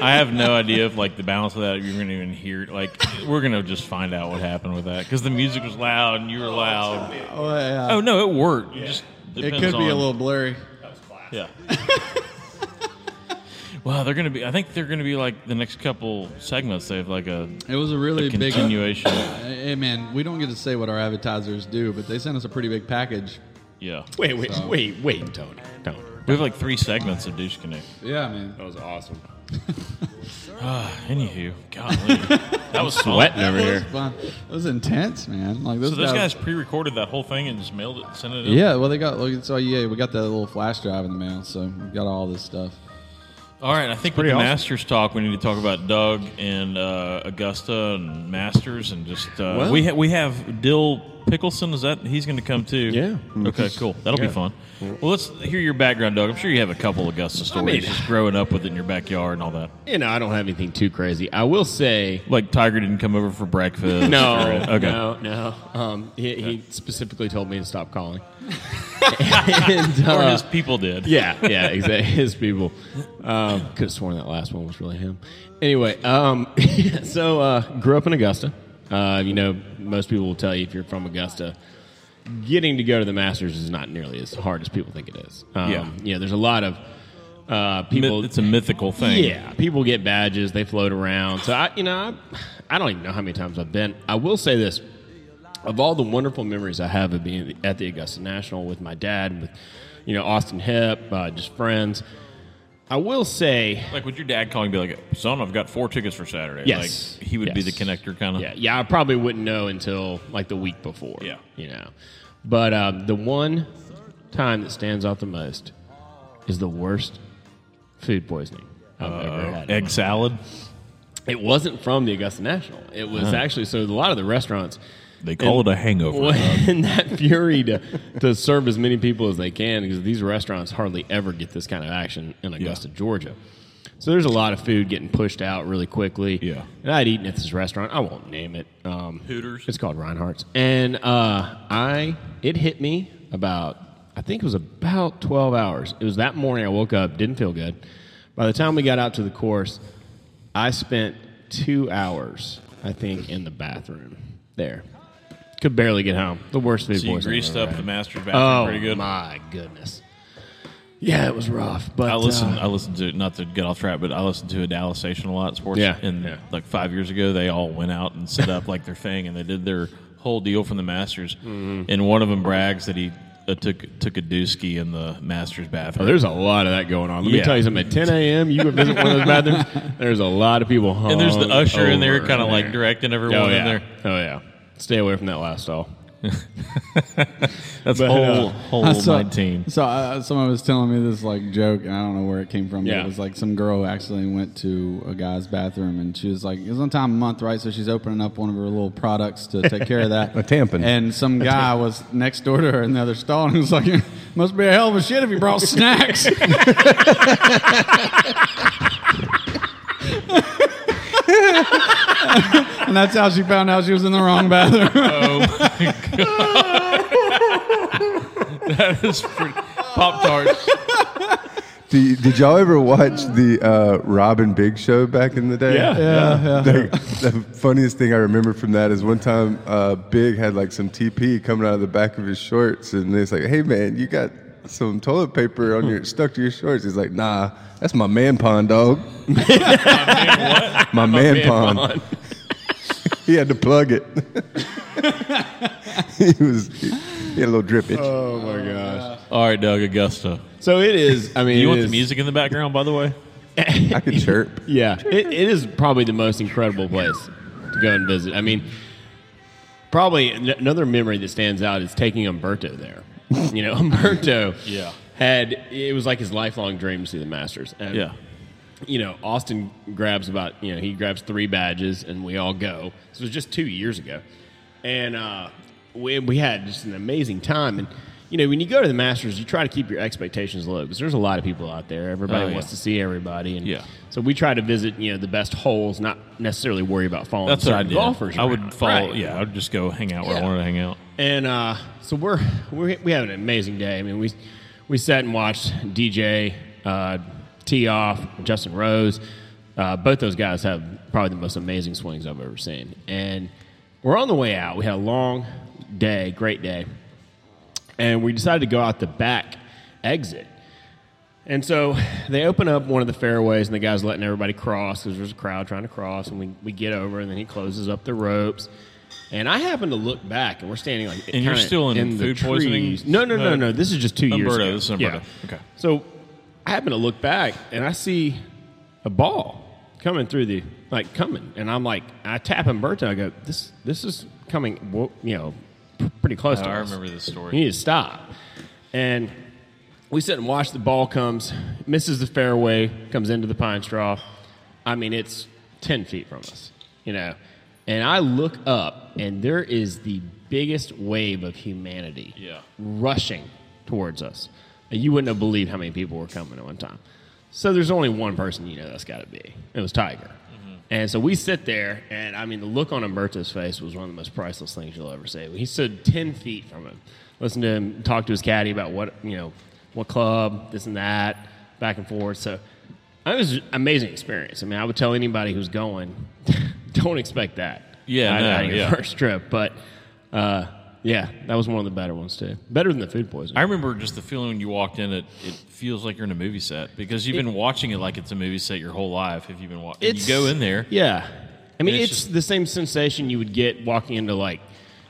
S4: I have no idea if like the balance of that you're gonna even hear. it. Like we're gonna just find out what happened with that because the music was loud and you were loud.
S5: Oh, yeah.
S4: Oh, no, it worked. It just
S5: it
S4: depends
S5: could be a
S4: on-
S5: little blurry.
S4: Yeah. Wow, they're gonna be. I think they're gonna be like the next couple segments. They have like a.
S5: It was a really big
S4: continuation.
S5: Hey man, we don't get to say what our advertisers do, but they sent us a pretty big package.
S4: Yeah.
S6: Wait, wait,
S5: So-
S6: wait, wait, Tony. Tony.
S4: We have like three segments of Douche Connect.
S5: Yeah, man.
S6: That was awesome.
S4: Uh, anywho, golly, that was fun.
S5: That was fun. It was intense, man. Like those,
S4: so those
S5: guys.
S4: guys pre-recorded that whole thing and just mailed it, sent it. In?
S5: Yeah, well, they got. Like, so yeah, we got that little flash drive in the mail, so we got all this stuff.
S4: All right, I think with
S5: pretty
S4: the
S5: awesome.
S4: Masters talk, we need to talk about Doug and uh, Augusta and Masters and just uh,
S6: Well-
S4: we ha- we have Dill Pickleson. Is that he's going to come too? Yeah.
S6: Mm-hmm.
S4: Okay. Cool. That'll
S6: Yeah.
S4: be fun. Well, let's hear your background, Doug. I'm sure you have a couple Augusta stories,
S6: mean-
S4: just growing up with it in your backyard and all that.
S6: You know, I don't have anything too crazy. I will say,
S4: like Tiger didn't come over for breakfast.
S6: No,
S4: or- okay.
S6: no, no. Um, he, he specifically told me to stop calling. and, uh,
S4: Or his people did.
S6: Yeah, yeah, exactly. His people. Um, could have sworn that last one was really him. Anyway, um, so uh, grew up in Augusta. Uh, you know, most people will tell you if you're from Augusta, getting to go to the Masters is not nearly as hard as people think it is. Um,
S4: Yeah.
S6: you know, there's a lot of uh, people.
S4: Myth- it's a mythical thing.
S6: Yeah, people get badges. They float around. So I, you know, I, I don't even know how many times I've been. I will say this: of all the wonderful memories I have of being at the Augusta National with my dad, and with you know Austin Hep, uh, just friends. I will say,
S4: Like, would your dad call and be like, "Son, I've got four tickets for Saturday."
S6: Yes.
S4: Like, he would be the
S6: Yes.
S4: connector kind of.
S6: yeah, yeah, I probably wouldn't know until like the week before. Yeah, you know, but um, the one time that stands out the most is the worst food poisoning I've ever had.
S4: Egg salad.
S6: It wasn't from the Augusta National. It was
S4: Huh.
S6: actually so a lot of the restaurants.
S4: They call it a hangover,
S6: Well,
S4: Doug.
S6: In that fury to, to serve as many people as they can, because these restaurants hardly ever get this kind of action in Augusta, Georgia. So there's a lot of food getting pushed out really quickly. Yeah. And I'd eaten at this restaurant. I won't name it. Um, Hooters. It's called Reinhardt's. And uh, I it hit me about I think it was about 12 hours. It was that morning I woke up, didn't feel good. By the time we got out to the course, I spent two hours, I think, in the bathroom there. Could barely get home. The worst food
S4: So you
S6: poisoning I've
S4: greased
S6: ever
S4: up
S6: had.
S4: the Masters bathroom
S6: Oh,
S4: pretty good.
S6: My goodness. Yeah, it was rough. But
S4: I listened.
S6: uh,
S4: I listened to not to get off track, but I listened to a Dallas station a lot. Sports.
S6: Yeah,
S4: And like five years ago, they all went out and set up like their thing, and they did their whole deal from the Masters.
S6: Mm-hmm.
S4: And one of them brags that he uh, took took a dooski in the Masters bathroom.
S6: Oh, there's a lot of that going on. Let me
S4: Yeah.
S6: tell you something. At 10 a.m., you go visit one of those bathrooms. There's a lot of people.
S4: And there's the
S6: hung
S4: usher in there
S6: over
S4: kinda, like,
S6: there.
S4: directing everyone
S6: oh,
S4: in
S6: yeah.
S4: there.
S6: Oh yeah. Stay away from that last stall.
S4: That's
S6: But,
S4: whole
S6: uh,
S4: whole
S5: I saw-
S4: nineteen.
S5: So uh, someone was telling me this like joke, and I don't know where it came from. But
S6: Yeah.
S5: it was like some girl who actually went to a guy's bathroom, and she was like, "It was on time of month, right?" So she's opening up one of her little products to take care of that.
S7: A tampon.
S5: And some guy was next door to her in the other stall, and he was like, "Must be a hell of a shit if you brought snacks." and that's how she found out she was in the wrong bathroom.
S4: that is pretty. Pop tarts.
S7: Do you- did y'all ever watch the uh, Robin Big Show back in the day?
S5: Yeah. Yeah, yeah.
S7: Like, the funniest thing I remember from that is one time uh, Big had like some TP coming out of the back of his shorts, and it's like, "Hey man, you got some toilet paper on your stuck to your shorts." He's like, "Nah, that's my man pond, dog. my man, pond." he had to plug it. he was he had a little drippage.
S6: Oh my gosh.
S4: All right, Doug Augusta.
S6: So it is. I mean,
S4: you
S6: it
S4: want
S6: is-
S4: the music in the background, by the way?
S7: I could chirp.
S6: Yeah, it, it is probably the most incredible place to go and visit. I mean, probably an- another memory that stands out is taking Umberto there. You know, Umberto
S4: Yeah.
S6: had it was like his lifelong dream to see the Masters. And,
S4: Yeah.
S6: You know, Austin grabs about you know he grabs three badges and we all go. This was just two years ago, and uh, we we had just an amazing time. And you know, when you go to the Masters, you try to keep your expectations low because there's a lot of people out there. Everybody
S4: Oh, yeah.
S6: wants to see everybody, and
S4: Yeah.
S6: so we try to visit, you know, the best holes, not necessarily worry about following
S4: That's what I
S6: certain
S4: did.
S6: golfers.
S4: I would
S6: around.
S4: follow.
S6: Right.
S4: Yeah, I would just go hang out where I
S6: Yeah.
S4: wanted to hang out.
S6: And uh, so we're, we're we have an amazing day. I mean, we we sat and watched DJ uh, tee off Justin Rose. Uh, both those guys have probably the most amazing swings I've ever seen. And we're on the way out. We had a long day, great day, and we decided to go out the back exit. And so they open up one of the fairways, and the guy's letting everybody cross because there's a crowd trying to cross. And we, we get over, and then he closes up the ropes. And I happen to look back, and we're standing like
S4: And you're
S6: kinda
S4: still in
S6: the
S4: food poisoning?
S6: trees. No, no, no,
S4: No.
S6: no, This is just two years.
S4: Umberto,
S6: ago.
S4: this is Umberto. Okay.
S6: So I happen to look back, and I see a ball coming through the like coming, and I'm like, I tap Umberto. I go, this this is coming, wo- you know, p- pretty close.
S4: Oh,
S6: to
S4: I
S6: us.
S4: remember this story.
S6: You need to stop. And we sit and watch the ball comes, misses the fairway, comes into the pine straw. I mean, it's 10 feet from us, you know. And I look up, and there is the biggest wave of humanity
S4: Yeah.
S6: rushing towards us. And you wouldn't have believed how many people were coming at one time. So there's only one person you know that's got to be. It was Tiger.
S4: Mm-hmm.
S6: And so we sit there, and I mean, the look on Umberto's face was one of the most priceless things you'll ever see. He stood 10 feet from him, listened to him talk to his caddy about what, you know, what club, this and that, back and forth. So it was an amazing experience. I mean, I would tell anybody who's going, don't expect that.
S4: Yeah,
S6: out-
S4: no,
S6: out of your
S4: yeah.
S6: first trip. But uh, yeah, that was one of the better ones, too. Better than the food poisoning.
S4: I remember just the feeling when you walked in. It it feels like you're in a movie set because you've been watching it like it's a movie set your whole life. If you've been watching, you
S6: It's-
S4: go in there.
S6: Yeah. I mean,
S4: And
S6: it's,
S4: it's just-
S6: the same sensation you would get walking into, like,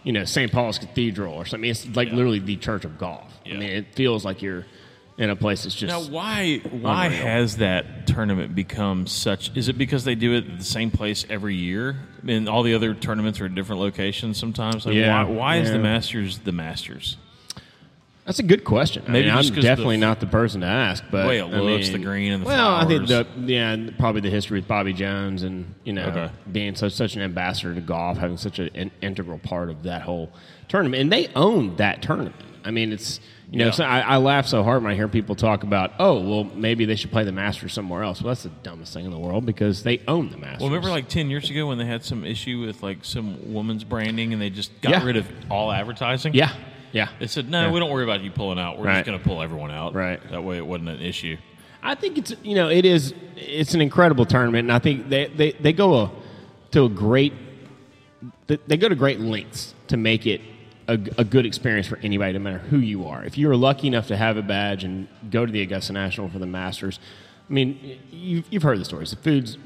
S6: you know, St. Paul's Cathedral or something. It's like literally the Church of Golf. I
S4: Yeah.
S6: mean, it feels like you're in a place that's just.
S4: Now, why why
S6: Unreal.
S4: has that tournament become such? Is it because they do it at the same place every year, and all the other tournaments are at different locations sometimes? Like,
S6: Yeah.
S4: Why, why is the
S6: Yeah.
S4: Masters the Masters?
S6: That's a good question. I
S4: Maybe
S6: mean,
S4: just
S6: I'm
S4: 'cause the
S6: definitely
S4: f-
S6: not the person to ask, but
S4: way it
S6: I
S4: looks,
S6: mean,
S4: the green and the
S6: well, I
S4: flowers.
S6: think the yeah, and probably the history with Bobby Jones and you know
S4: Okay.
S6: being such such an ambassador to golf, having such an in- integral part of that whole tournament, and they own that tournament. I mean, it's you know,
S4: Yeah.
S6: so I, I laugh so hard when I hear people talk about, oh, well, maybe they should play the Masters somewhere else. Well, that's the dumbest thing in the world because they own the Masters.
S4: Well, remember like ten years ago when they had some issue with like some woman's branding, and they just got
S6: Yeah.
S4: rid of all advertising.
S6: yeah, yeah.
S4: They said, no,
S6: Yeah.
S4: we don't worry about you pulling out. We're just
S6: Right.
S4: going to pull everyone out.
S6: Right.
S4: That way it wasn't an issue.
S6: I think it's you know it is it's an incredible tournament, and I think they they, they go a, to a great they, they go to great lengths to make it a, g- a good experience for anybody, no matter who you are. If you are lucky enough to have a badge and go to the Augusta National for the Masters, I mean you've, you've heard the stories. The food's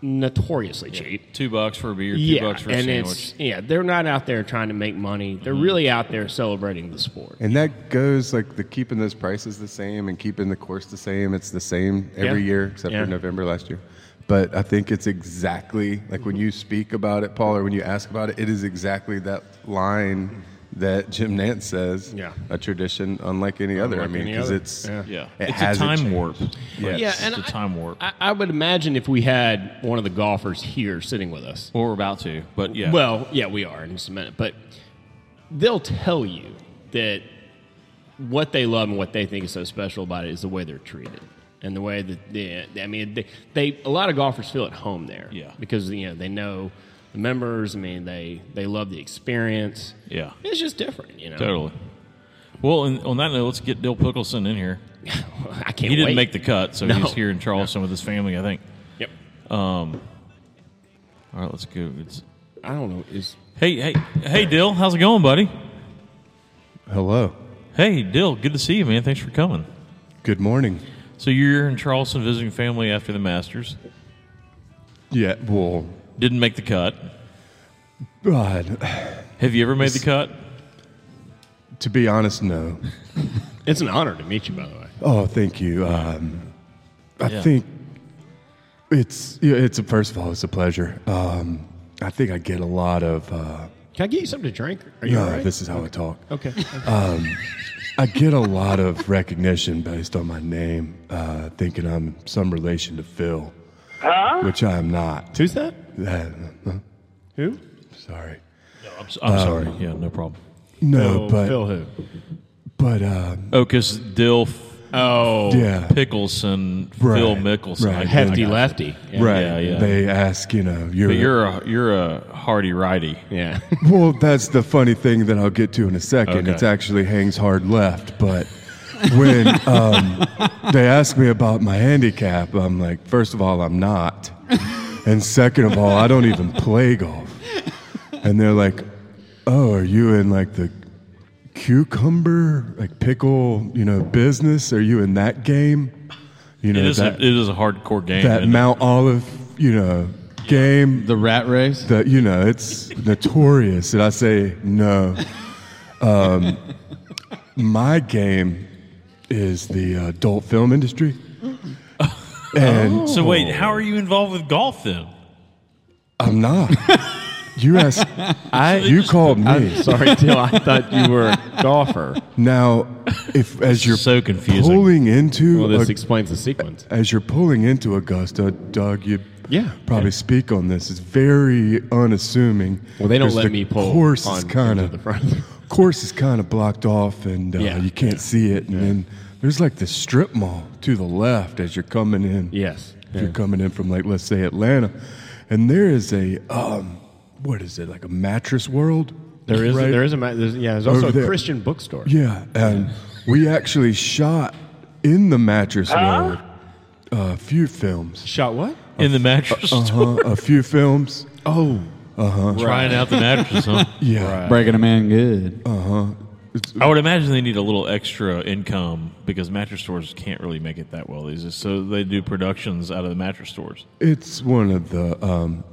S6: notoriously cheap
S4: Two bucks for a beer, two bucks for a
S6: and
S4: sandwich.
S6: it's
S4: Mm-hmm.
S6: yeah they're not out there trying to make money. They're really out there celebrating the sport.
S7: And that goes like the keeping those prices the same and keeping the course the same. It's the same every
S6: Yeah.
S7: year except
S6: Yeah.
S7: for November last year. But I think it's exactly like
S6: Mm-hmm.
S7: when you speak about it, Paul, or when you ask about it, it is exactly that line that Jim Nance says.
S6: Yeah.
S7: A tradition unlike any other. I
S6: Unlike
S7: mean,
S6: any
S7: because
S6: other.
S7: it's
S6: Yeah.
S4: Yeah.
S7: it
S4: it's a
S7: hasn't
S4: time
S7: changed.
S4: warp.
S7: Yes.
S6: Yeah,
S4: It's
S6: and
S4: a
S6: I-
S4: time warp.
S6: I, I would imagine if we had one of the golfers here sitting with us,
S4: well, we're about to, but yeah.
S6: Well, yeah, we are in just a minute, but they'll tell you that what they love and what they think is so special about it is the way they're treated and the way that they, I mean, they, they a lot of golfers feel at home there,
S4: Yeah.
S6: because you know they know the members. I mean, they they love the experience.
S4: yeah.
S6: It's just different, you know.
S4: Totally. Well, and on that note, let's get Dale Pickleson in here.
S6: I
S4: He
S6: can't.
S4: didn't
S6: wait.
S4: make the cut, so
S6: No.
S4: he's here in Charleston with his family, I think.
S6: Yep.
S4: Um. All right, let's go. It's,
S6: I don't know. Is
S4: hey, hey, hey, Dill, how's it going, buddy?
S7: Hello.
S4: Hey, Dill, good to see you, man. Thanks for coming.
S7: Good morning.
S4: So you're in Charleston visiting family after the Masters.
S7: Yeah, well,
S4: Didn't make the cut.
S7: God.
S4: Have you ever made the cut?
S7: To be honest, no.
S6: It's an honor to meet you, by the way.
S7: Oh, thank you. Um, I
S6: Yeah.
S7: think it's yeah, it's a, first of all, it's a pleasure. Um, I think I get a lot of. Uh,
S6: Can I get you something to drink? Are you
S7: no,
S6: all right?
S7: this is how I talk.
S6: Okay. Okay.
S7: Um, I get a lot of recognition based on my name, uh, thinking I'm some relation to Phil, which I am not. Uh,
S6: Who's that? Who?
S7: Sorry.
S4: No, I'm, s-
S6: Uh,
S4: I'm
S7: Um,
S4: sorry. Yeah, no problem.
S6: Phil-
S7: No, Oh, but
S6: Oh, Phil who?
S7: But um,
S4: Oh, because Dill. Oh,
S7: Yeah.
S4: Pickleson, Phil
S7: Right,
S4: Mickelson,
S7: right.
S4: I-
S7: Hefty
S4: I got
S6: lefty.
S4: you.
S7: right.
S4: Yeah, yeah.
S7: They ask, you know, you're
S4: but you're a you're a hardy righty. Yeah.
S7: well, that's the funny thing that I'll get to in a second.
S4: Okay.
S7: It's actually hangs hard left, but when um, they ask me about my handicap, I'm like, first of all, I'm not, and second of all, I don't even play golf. And they're like, oh, are you in like the cucumber, like pickle, you know, business? Are you in that game? You know,
S4: it is
S7: that,
S4: a, it is a hardcore game.
S7: that
S4: and
S7: Mount Olive, you know, game.
S5: The rat race.
S7: The, you know, it's notorious. And I say no. Um, my game is the adult film industry.
S6: Oh.
S7: And
S4: so wait, how are you involved with golf then?
S7: I'm not. You asked. I, you called me.
S4: I'm sorry, Till, I
S6: thought you were a golfer.
S7: Now, if as you're
S4: so confusing,
S7: pulling into
S6: Well, this
S7: a-
S6: explains the sequence.
S7: As you're pulling into Augusta, Doug, you
S6: Yeah.
S7: probably speak on this. It's very unassuming.
S6: Well, they don't
S7: 'cause
S6: let
S7: the
S6: me pull
S7: Course
S6: on
S7: is
S6: into
S7: kind of
S6: the front.
S7: Course is kind of blocked off, and uh,
S6: Yeah.
S7: you can't see it. And then there's like the strip mall to the left as you're coming in.
S6: Yes.
S7: if
S6: Yeah.
S7: you're coming in from like let's say Atlanta, and there is a um, what is it like a mattress world?
S6: There is
S7: right?
S6: there is a ma- there's, yeah. There's also
S7: Over
S6: a
S7: there.
S6: Christian bookstore.
S7: Yeah, and we actually shot in the mattress world a few films.
S6: Shot what?
S4: In the mattress
S7: Uh-huh, a few films.
S6: Oh.
S7: Uh huh.
S4: Trying out the mattresses, huh?
S7: Yeah.
S5: Breaking a man good.
S7: Uh huh.
S4: I would imagine they need a little extra income because mattress stores can't really make it that well these days. So they do productions out of the mattress stores.
S7: It's one of the um,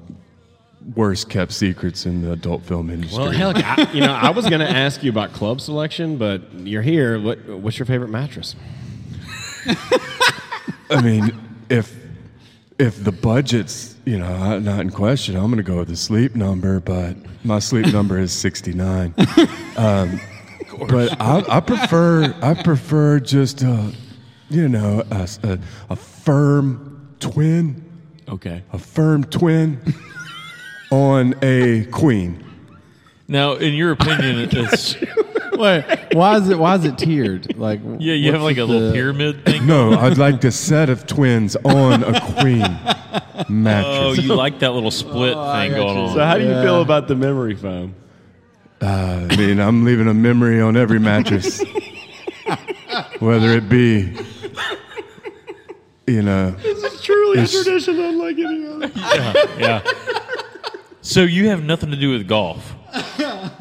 S7: worst kept secrets in the adult film industry.
S6: Well, hell, I, you know, I was going to ask you about club selection, but you're here. What What's your favorite mattress?
S7: I mean, if if the budget's you know not in question, I'm going to go with the sleep number. But my sleep number is 69. Um, but I, I prefer I prefer just a, you know a, s- a- a firm twin.
S6: Okay.
S7: A firm twin on a queen.
S4: Now, in your opinion, it's
S5: Wait, why is it why is it tiered? Like
S4: yeah, you have
S5: what's
S4: like a little
S5: the-
S4: pyramid thing.
S7: No, I'd like the set of twins on a queen mattress.
S4: Oh, you like that little split thing going on?
S6: So, how do you
S7: Yeah.
S6: feel about the memory foam?
S7: Uh, I mean, I'm leaving a memory on every mattress, whether it be, you know,
S6: This is truly
S7: a It's-
S6: tradition unlike any other.
S4: yeah. So you have nothing to do with golf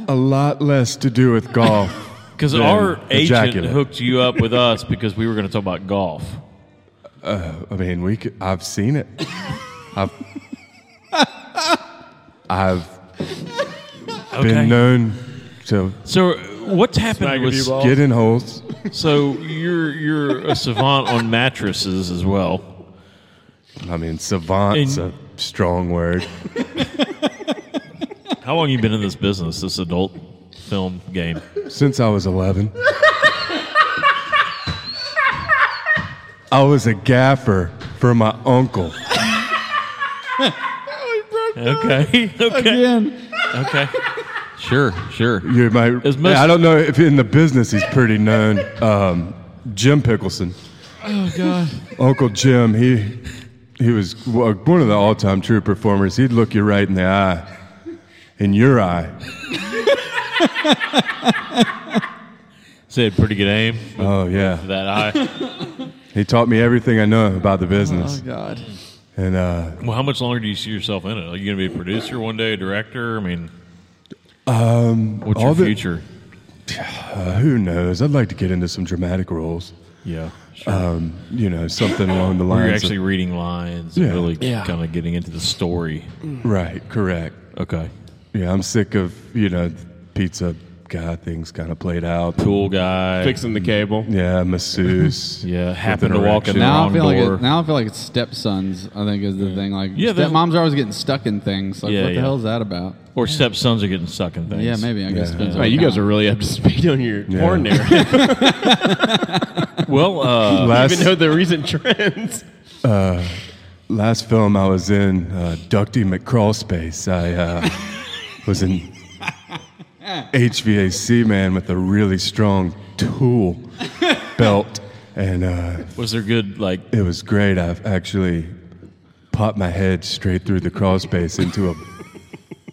S7: a lot less to do with golf.
S4: because
S7: than
S4: our agent
S7: ejaculate.
S4: hooked you up with us because we were going to talk about golf.
S7: Uh, I mean, we. Could, I've seen it. I've. I've
S4: Okay.
S7: been known to
S4: So what's happened
S6: Smack a
S4: with
S6: few balls.
S7: get in holes.
S4: So you're you're a savant on mattresses as well.
S7: I mean, savant's
S4: And-
S7: a strong word.
S4: How long you been in this business, this adult film game?
S7: Since I was 11, I was a gaffer for my uncle.
S4: Okay. Okay.
S5: Again.
S4: Okay. Sure. Sure.
S7: You might.
S4: As most-
S7: I don't know if in the business he's pretty known. Um, Jim Pickleson,
S5: Oh god.
S7: Uncle Jim. He he was wa- one of the all-time true performers. He'd look you right in the eye, in your eye.
S4: Is said pretty good aim.
S7: Oh yeah.
S4: That eye.
S7: He taught me everything I know about the business.
S4: Oh, God.
S7: And uh,
S4: well, how much longer do you see yourself in it? Are you going to be a producer one day, a director? I mean,
S7: um,
S4: What's
S7: all
S4: your
S7: the-
S4: future?
S7: Uh, who knows? I'd like to get into some dramatic roles.
S4: Yeah,
S7: Um, you know, something along the
S4: where
S7: lines.
S4: you're
S7: of-
S4: actually reading lines and
S7: Yeah.
S4: really
S7: Yeah.
S4: kind of getting into the story.
S6: Mm.
S7: Right. Correct.
S4: Okay.
S7: Yeah, I'm sick of you know pizza guy things kind of played out.
S4: Pool guy
S6: Fixing the cable.
S7: Yeah, masseuse.
S4: yeah,
S5: Happen now I feel Like it, now I feel like it's stepsons. I think is the thing. Like
S4: Yeah, there's-
S5: stepmoms are always getting stuck in things. Like
S4: Yeah,
S5: what the
S4: yeah.
S5: hell is that about?
S4: Or stepsons are getting stuck in things.
S5: Yeah, maybe, I guess Yeah. depends on
S6: Right, you guys are really up to speed on your porn narrative.
S4: well,
S7: uh, Last-
S6: even know the recent trends.
S7: Uh, last film I was in, uh, Ducty McCrawlspace. I uh, was in HVAC man with a really strong tool belt, and uh,
S4: was there good like?
S7: It was great. I actually popped my head straight through the crawl space into a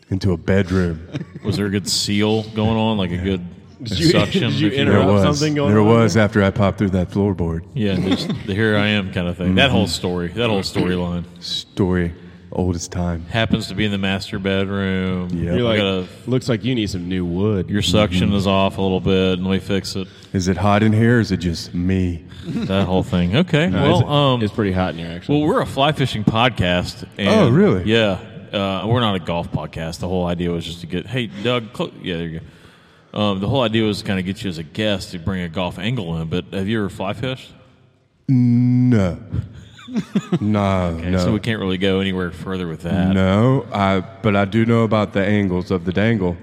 S7: into a bedroom.
S4: Was there a good seal going on? Like a good
S6: Did you-
S4: suction?
S6: did you
S4: if will?
S7: there was there
S4: on
S7: was after I popped through that floorboard.
S4: Yeah, just the here I am kind of thing.
S6: Mm-hmm.
S4: That whole story, that whole storyline
S7: Story old as time.
S4: happens to be in the master bedroom.
S7: Yeah.
S4: You
S6: You're like, Mm-hmm.
S4: gotta-
S6: looks like you need some new wood.
S4: your suction is off a little bit, and let me fix it.
S7: Is it hot in here? Or is it just me?
S4: That whole thing. Okay.
S7: No,
S4: well,
S7: it's-
S4: um,
S6: it's pretty hot in here actually.
S4: Well, we're a fly fishing podcast. And
S7: Oh, really?
S4: Yeah. Uh, we're not a golf podcast. The whole idea was just to get, hey, Doug, cl-. yeah, there you go. Um, the whole idea was to kind of get you as a guest to bring a golf angle in. But have you ever fly fished?
S7: No. no.
S4: Okay,
S7: no.
S4: So we can't really go anywhere further with that.
S7: No, I but I do know about the angles of the dangle.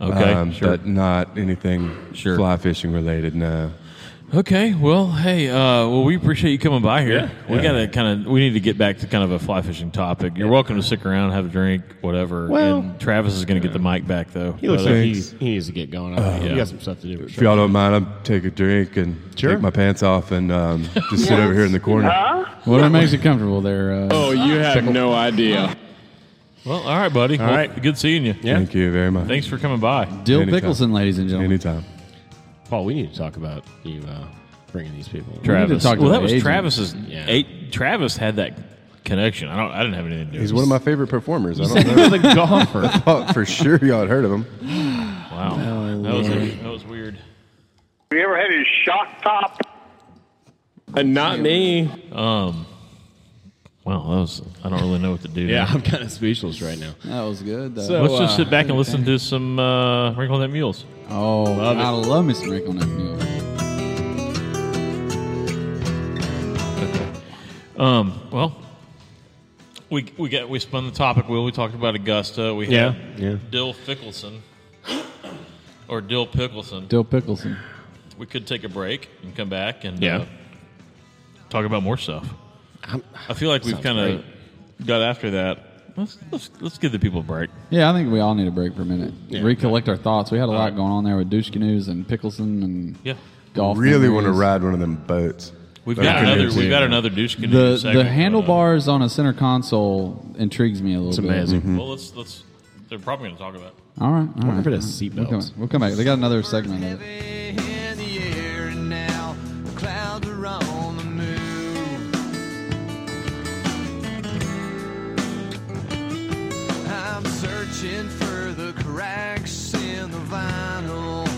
S7: Um,
S4: Okay, sure.
S7: But not anything fly fishing related. No.
S4: Okay. Well, hey, uh, well, we appreciate you coming by here. we
S7: Yeah.
S4: got to kind of, we need to get back to kind of a fly fishing topic. You're welcome to stick around, have a drink, whatever.
S6: Well-
S4: and Travis is going to get the mic back, though.
S6: He looks
S4: But,
S6: like
S4: uh,
S6: he's, he needs to get going. I think
S4: Uh,
S6: You
S4: yeah.
S6: got some stuff to do. for
S7: If
S6: sure.
S7: y'all don't mind, I'll take a drink and take my pants off and um, just sit over here in the corner.
S6: Huh?
S5: Whatever makes you comfortable there. Uh,
S6: Oh, you have
S5: Pickle.
S6: no idea.
S4: Well, all right, buddy.
S6: All
S4: Well,
S6: right.
S4: Good seeing you.
S7: Thank you very much.
S4: Thanks for coming by.
S5: Dill Pickleson, ladies and gentlemen.
S7: Anytime.
S6: Paul, we need to talk about you uh, bringing these people.
S4: Travis. well, that was Travis's.
S6: Yeah.
S4: Eight, Travis had that connection. I don't. I didn't have anything to do.
S7: He's one of my favorite performers. I
S4: He's
S7: don't know.
S4: a golfer.
S7: I thought for sure y'all had heard of him.
S4: Wow. that was a, that was weird.
S8: Have you ever had his shock top?
S6: And not me.
S4: Um. Wow. That was. I don't really know what to do.
S6: Yeah,
S4: now.
S6: I'm kind of speechless right now.
S5: That was good. Though.
S6: So,
S4: Let's just
S6: uh,
S4: sit back and listen to some uh, Wrinkle Nut Mules.
S5: Oh,
S4: Love it.
S5: I love Mr. Rick on that mule.
S4: Um. Well. We, we got we spun the topic wheel. We talked about Augusta. We
S6: Yeah,
S4: had
S6: yeah.
S4: Dill Fickelson or Dill Pickleson.
S5: Dill Pickleson.
S4: We could take a break and come back and
S5: Yeah.
S4: uh, talk about more stuff. I feel like we've
S5: Sounds
S4: kind of got after that. Let's, let's let's give the people a break.
S5: Yeah, I think we all need a break for a minute.
S4: Yeah.
S5: Recollect our thoughts. We had a lot going on there with douche canoes and Pickleson and
S4: Yeah.
S5: golf.
S7: really want to
S5: memories.
S7: ride one of them boats.
S4: We've
S7: Those
S4: got
S7: canoes,
S4: another. We've
S7: yeah.
S4: got another douche canoe.
S5: The the
S4: segment.
S5: handlebars on a center console intrigues me a little bit.
S4: Well, let's let's. They're probably going to talk about. it.
S5: All right. All
S6: I wonder
S5: right.
S6: if it has
S5: All right. We'll come
S6: seatbelts.
S5: back. We'll come back. They got another segment of it.
S10: Clouds are on the move. I'm searching for the cracks in the vinyl.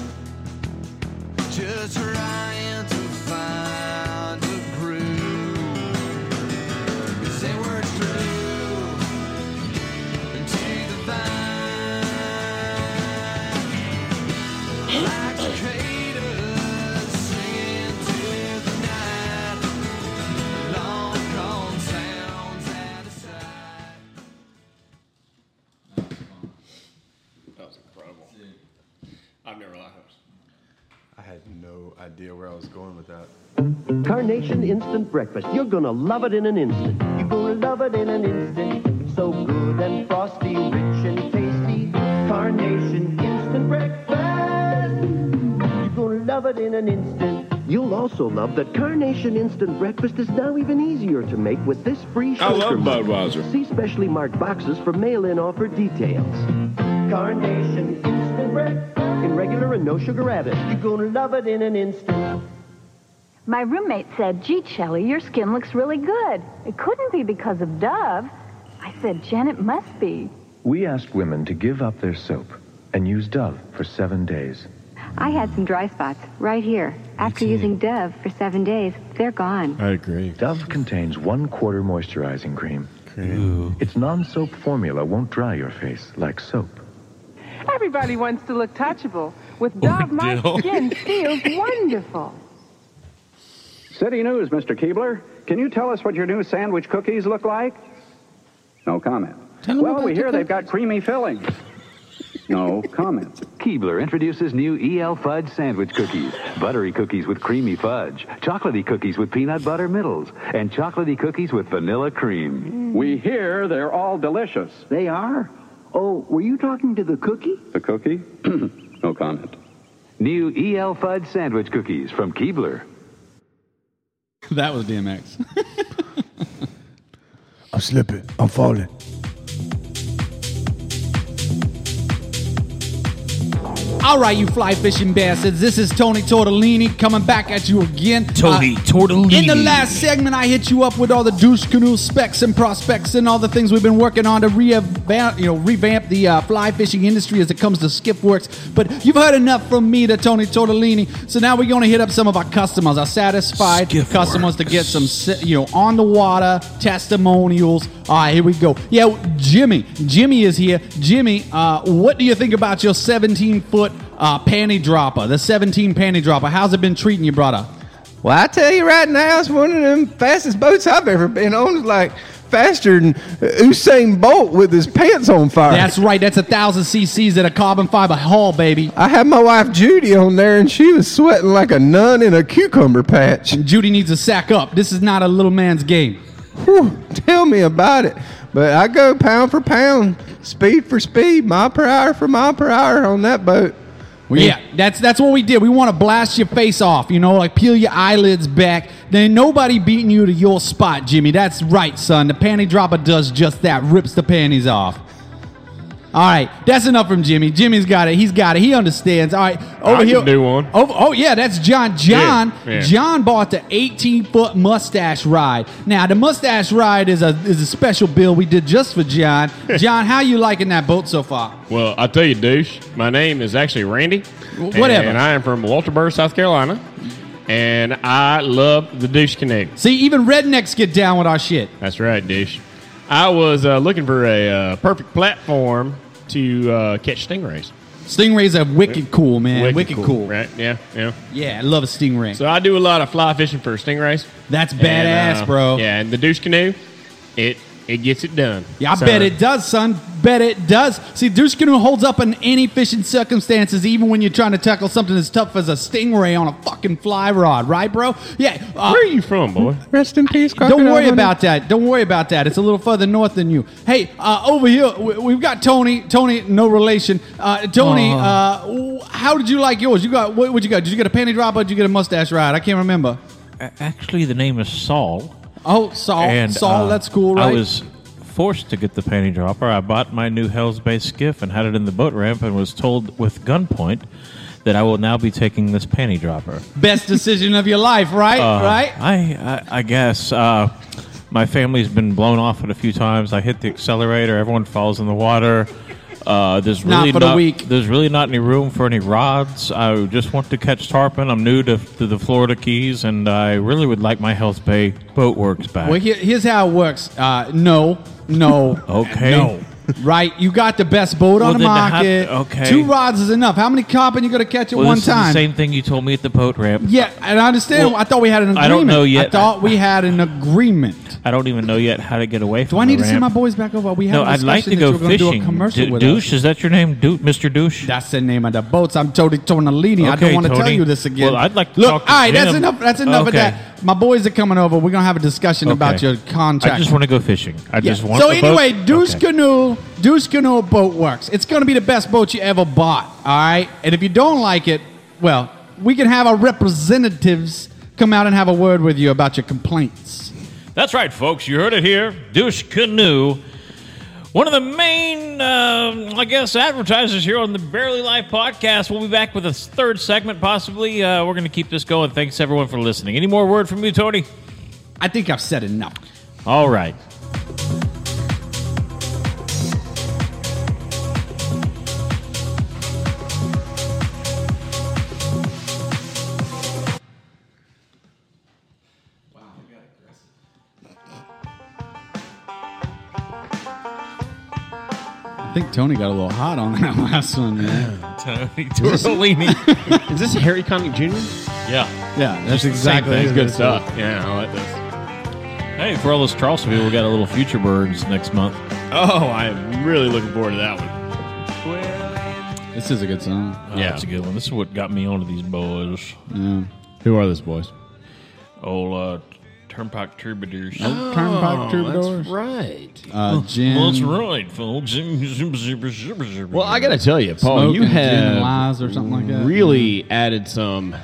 S10: Just trying to find a groove. 'Cause they were through into the vine. Like cicadas singing to the night. Long gone sounds out of sight.
S6: That was incredible. I've never liked
S7: I had no idea where I was going with that.
S13: Carnation instant breakfast. You're gonna love it in an instant. You're gonna love it in an instant. So good and frosty, rich and tasty. Carnation instant breakfast. You're gonna love it in an instant. You'll also love that Carnation Instant Breakfast is now even easier to make with this free
S6: I
S13: sugar.
S6: love
S13: mug.
S6: Budweiser.
S13: See specially marked boxes for mail-in offer details. Carnation Instant Breakfast. American regular and no sugar rabbit. You're gonna love it in an instant.
S10: My roommate said, Gee, Shelley, your skin looks really good. It couldn't be because of Dove. I said, Jen, it must be.
S14: We asked women to give up their soap and use Dove for seven days.
S1: I had some dry spots right here. After using Dove for seven days, they're gone.
S14: I agree. Dove contains one quarter moisturizing cream. Its non soap formula won't dry your face like soap.
S15: Everybody wants to look touchable. With Dove, my
S14: Dill.
S15: skin feels wonderful.
S16: City News, Mr. Keebler. Can you tell us what your new sandwich cookies look like? No comment. well, we hear they've got creamy fillings. No comment.
S17: Keebler introduces new EL Fudge sandwich cookies. Buttery cookies with creamy fudge, chocolatey cookies with peanut butter middles, and chocolatey cookies with vanilla cream.
S16: We hear they're all delicious.
S18: They are? Oh, were you talking to the cookie?
S16: The cookie? no comment.
S17: New EL Fudge sandwich cookies from Keebler.
S5: that was DMX.
S12: I'm slipping. I'm falling.
S5: All right, you fly fishing bastards. This is Tony Tortellini coming back at you again. Uh,
S19: Tony Tortellini.
S5: In the last segment, I hit you up with all the douche canoe specs and prospects and all the things we've been working on to revamp, you know, revamp the uh, fly fishing industry as it comes to skiff works. But you've heard enough from me to Tony Tortellini. So now we're going to hit up some of our customers, our satisfied customers, to get some, si- you know, on the water testimonials. All right, here we go. Yeah, Jimmy. Jimmy is here. Jimmy, uh, what do you think about your 17 foot uh, panty dropper? The 17 panty dropper. How's it been treating you, brother?
S7: Well, I tell you right now, it's one of them fastest boats I've ever been on. It's like faster than Usain Bolt with his pants on fire.
S5: That's right. That's a thousand cc's at a carbon fiber hull, baby.
S7: I had my wife Judy on there, and she was sweating like a nun in a cucumber patch.
S5: Judy needs a sack up. This is not a little man's game.
S7: tell me about it. But I go pound for pound, speed for speed, mile per hour for mile per hour on that boat.
S5: Well, yeah, that's that's what we did. We want to blast your face off, you know, like peel your eyelids back. Then nobody beating you to your spot, Jimmy. That's right, son. The panty dropper does just that. Rips the panties off. All right, that's enough from Jimmy. Jimmy's got it. He's got it. He understands. All right, over
S6: I
S5: here.
S6: can do one.
S5: Over, oh yeah, that's John. John.
S6: yeah.
S5: John bought the 18 foot mustache ride. Now the mustache ride is a is a special bill we did just for John. John, how you liking that boat so far?
S6: Well, I tell you, douche. My name is actually Randy.
S5: W- whatever.
S6: And I am from Walterboro, South Carolina. And I love the douche connect.
S5: See, even rednecks get down with our shit.
S6: That's right, douche. I was uh, looking for a uh, perfect platform to uh, catch stingrays.
S5: Stingrays are wicked cool, man. Wicked, cool.
S6: right? Yeah, yeah.
S5: Yeah, I love a stingray.
S6: So I do a lot of fly fishing for stingrays.
S5: That's badass, bro.
S6: Yeah, and the douche canoe, it it gets it done.
S5: Yeah, I
S6: So-
S5: bet it does, son. Bet it does. See, douche canoe holds up in any fishing circumstances, even when you're trying to tackle something as tough as a stingray on a fucking fly rod, right, bro? Yeah. uh,
S6: Where are you from, boy?
S7: Rest in peace,
S5: Don't worry about that. Don't worry about that. It's a little further north than you. Hey, uh, over here, we- we've got Tony. Tony, no relation. Uh, Tony,
S20: Oh.
S5: uh, w- how did you like yours? You got what? What you got? Did you get a panty drop or did you get a mustache ride? I can't remember.
S4: Actually, the name is Saul.
S5: Oh, Saul. Saul,
S4: uh,
S5: that's cool, right?
S4: I was forced to get the panty dropper. I bought my new Hell's Bay skiff and had it in the boat ramp and was told with gunpoint that I will now be taking this panty dropper.
S5: best decision of your life, right?
S4: Uh,
S5: right?
S4: I, I, I guess. Uh, my family's been blown off it a few times. I hit the accelerator. Everyone falls in the water. Uh, there's
S5: Not
S4: really
S5: for the weak.
S4: There's really not any room for any rods. I just want to catch tarpon. I'm new to, to the Florida Keys, and I really would like my Health Bay boat works back.
S5: Well, here, here's how it works. Uh, no, no,
S4: Okay.
S5: no. Right, you got the best boat
S4: Well,
S5: on the
S4: then how-
S5: market.
S4: okay.
S5: two rods is enough. How many carbon you gonna catch at
S4: Well,
S5: one
S4: this is the
S5: time?
S4: same thing you told me at the boat ramp.
S5: Yeah, and I understand.
S4: Well,
S5: I thought we had an agreement.
S4: I don't know yet.
S5: I thought we had an agreement.
S4: I don't even know yet how to get away from
S5: Do I need
S4: the
S5: to send my
S4: ramp.
S5: boys back over? We had
S4: No,
S5: a
S4: I'd like to
S5: discussion
S4: go
S5: that you were gonna
S4: fishing.
S5: Do a commercial
S4: Du-
S5: with
S4: douche,
S5: us.
S4: is that your name, du- Mr. Douche?
S5: That's the name of the boats. I'm Tony Tornellini. I don't
S4: Okay,
S5: want to tell
S4: Tony.
S5: you this again.
S4: Well, I'd like to
S5: Look,
S4: talk to
S5: all right, that's
S4: Jim.
S5: enough. That's
S4: Okay.
S5: enough of that. My boys are coming over. We're gonna have a discussion about
S4: Okay.
S5: your contract.
S4: I just want to go fishing. I
S5: Yeah.
S4: just want.
S5: so
S4: the boat.
S5: anyway, Deuce
S4: Okay.
S5: Canoe, Deuce Canoe Boat Works. It's going to be the best boat you ever bought. All right, and if you don't like it, well, we can have our representatives come out and have a word with you about your complaints.
S4: That's right, folks. You heard it here. Douche Canoe One of the main, uh, I guess, advertisers here on the Barely Life podcast. We'll be back with a third segment, possibly. Uh, we're going to keep this going. Thanks, everyone, for listening. Any more word from you, Tony?
S5: I think I've said enough.
S4: All right.
S5: I think Tony got a little hot on that last one, man.
S4: Tony
S5: Tortellini.
S6: is this Harry Connick Jr.?
S4: Yeah.
S5: Yeah, that's
S6: Same
S5: exactly
S6: thing.
S5: his
S6: good
S5: good
S6: stuff.
S5: stuff.
S6: Yeah, I like this.
S4: Hey, for all those Charleston people, we got a little Future Birds next month.
S6: Oh, I'm really looking forward to that one.
S5: This is a good song.
S4: yeah, Uh, that's a good one. This is what got me onto these boys.
S6: Who are those boys?
S4: Old uh, Turnpike Troubadours.
S5: Oh, Turnpike Troubadours.
S6: right.
S5: Uh, Jim.
S4: Well, that's right, Phil. Jim, Jim, Jim, Jim, Jim.
S6: Well, I got to tell you, Paul,
S5: Smoke
S6: you
S5: and gin and
S6: have
S5: lies or something like that.
S6: really added some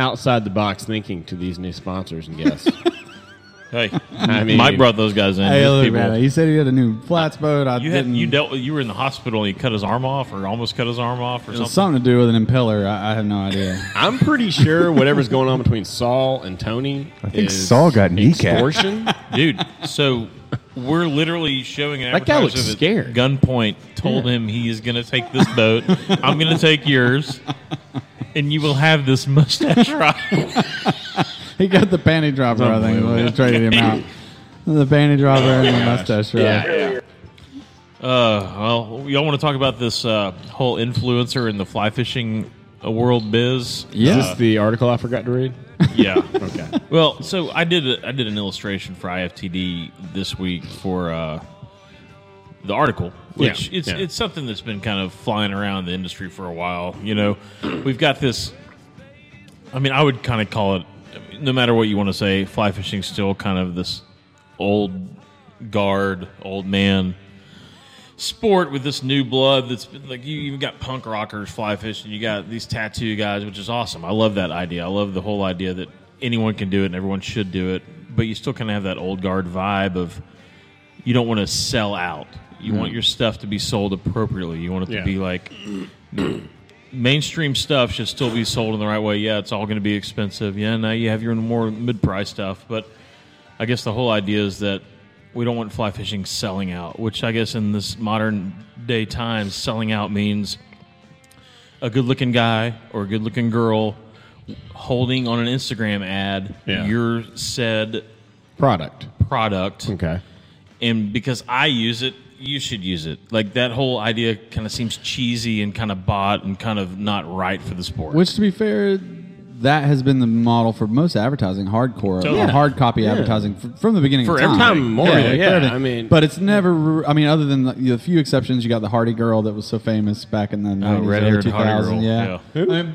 S6: outside the box thinking to these new sponsors and guests.
S4: Hey,
S6: I mean-
S4: Mike brought those guys in.
S5: Hey,
S4: These
S5: look,
S4: people-
S5: man. He said he had a new flats boat. I
S4: You had
S5: didn't.
S4: you dealt with you were in the hospital. and You cut his arm off, or almost cut his arm off, or
S5: it was
S4: something.
S5: something to do with an impeller. I, I have no idea.
S6: I'm pretty sure whatever's going on between Saul and Tony. I
S7: think Saul got kneecapped.
S6: Extortion.
S4: Dude, so we're literally showing an
S6: That guy
S4: advertiser
S6: looks scared.
S4: Gunpoint told him he is going to take this boat. I'm going to take yours, and you will have this mustache ride.
S5: he got the panty dropper. I think when they traded him out. The panty dropper and the mustache. Right?
S4: Uh, well, y'all want to talk about this uh, whole influencer in the fly fishing uh, world
S6: Is
S4: biz? Uh,
S6: this the article I forgot to read?
S4: yeah.
S6: Okay.
S4: Well, so I did a, I did an illustration for IFTD this week for uh, the article, which
S6: Yeah,
S4: it's
S6: yeah.
S4: it's something that's been kind of flying around the industry for a while. You know, we've got this. I mean, I would kind of call it, no matter what you want to say, fly fishing's still kind of this old guard, old man sport with this new blood that's been like you even got punk rockers fly fishing you got these tattoo guys which is awesome i love that idea i love the whole idea that anyone can do it and everyone should do it but you still kind of have that old guard vibe of you don't want to sell out you want your stuff to be sold appropriately you want it
S6: Mm. Yeah.
S4: to be like mainstream stuff should still be sold in the right way yeah it's all going to be expensive yeah now you have your more mid-price stuff but I guess the whole idea is that we don't want fly fishing selling out, which I guess in this modern day times, selling out means a good looking guy or a good looking girl holding on an Instagram ad
S6: Yeah.
S4: your said
S6: Product. Hmm.
S4: product.
S6: Okay.
S4: And because I use it, you should use it. Like that whole idea kind of seems cheesy and kind of bought and kind of not right for the sport.
S5: Which, to be fair, that has been the model for most advertising, hardcore,
S4: Totally.
S5: or hard copy
S4: Yeah.
S5: advertising f- from the beginning
S6: For
S5: of time.
S6: everything. Time more, yeah,
S5: for everything.
S6: I mean-
S5: but it's never. I mean, other than the, the few exceptions, you got the Hardy Girl that was so famous back
S4: Oh,
S5: in the nineties, early
S4: red-haired
S5: two
S4: Hardy
S5: thousand.
S4: Girl,
S5: Yeah, I mean,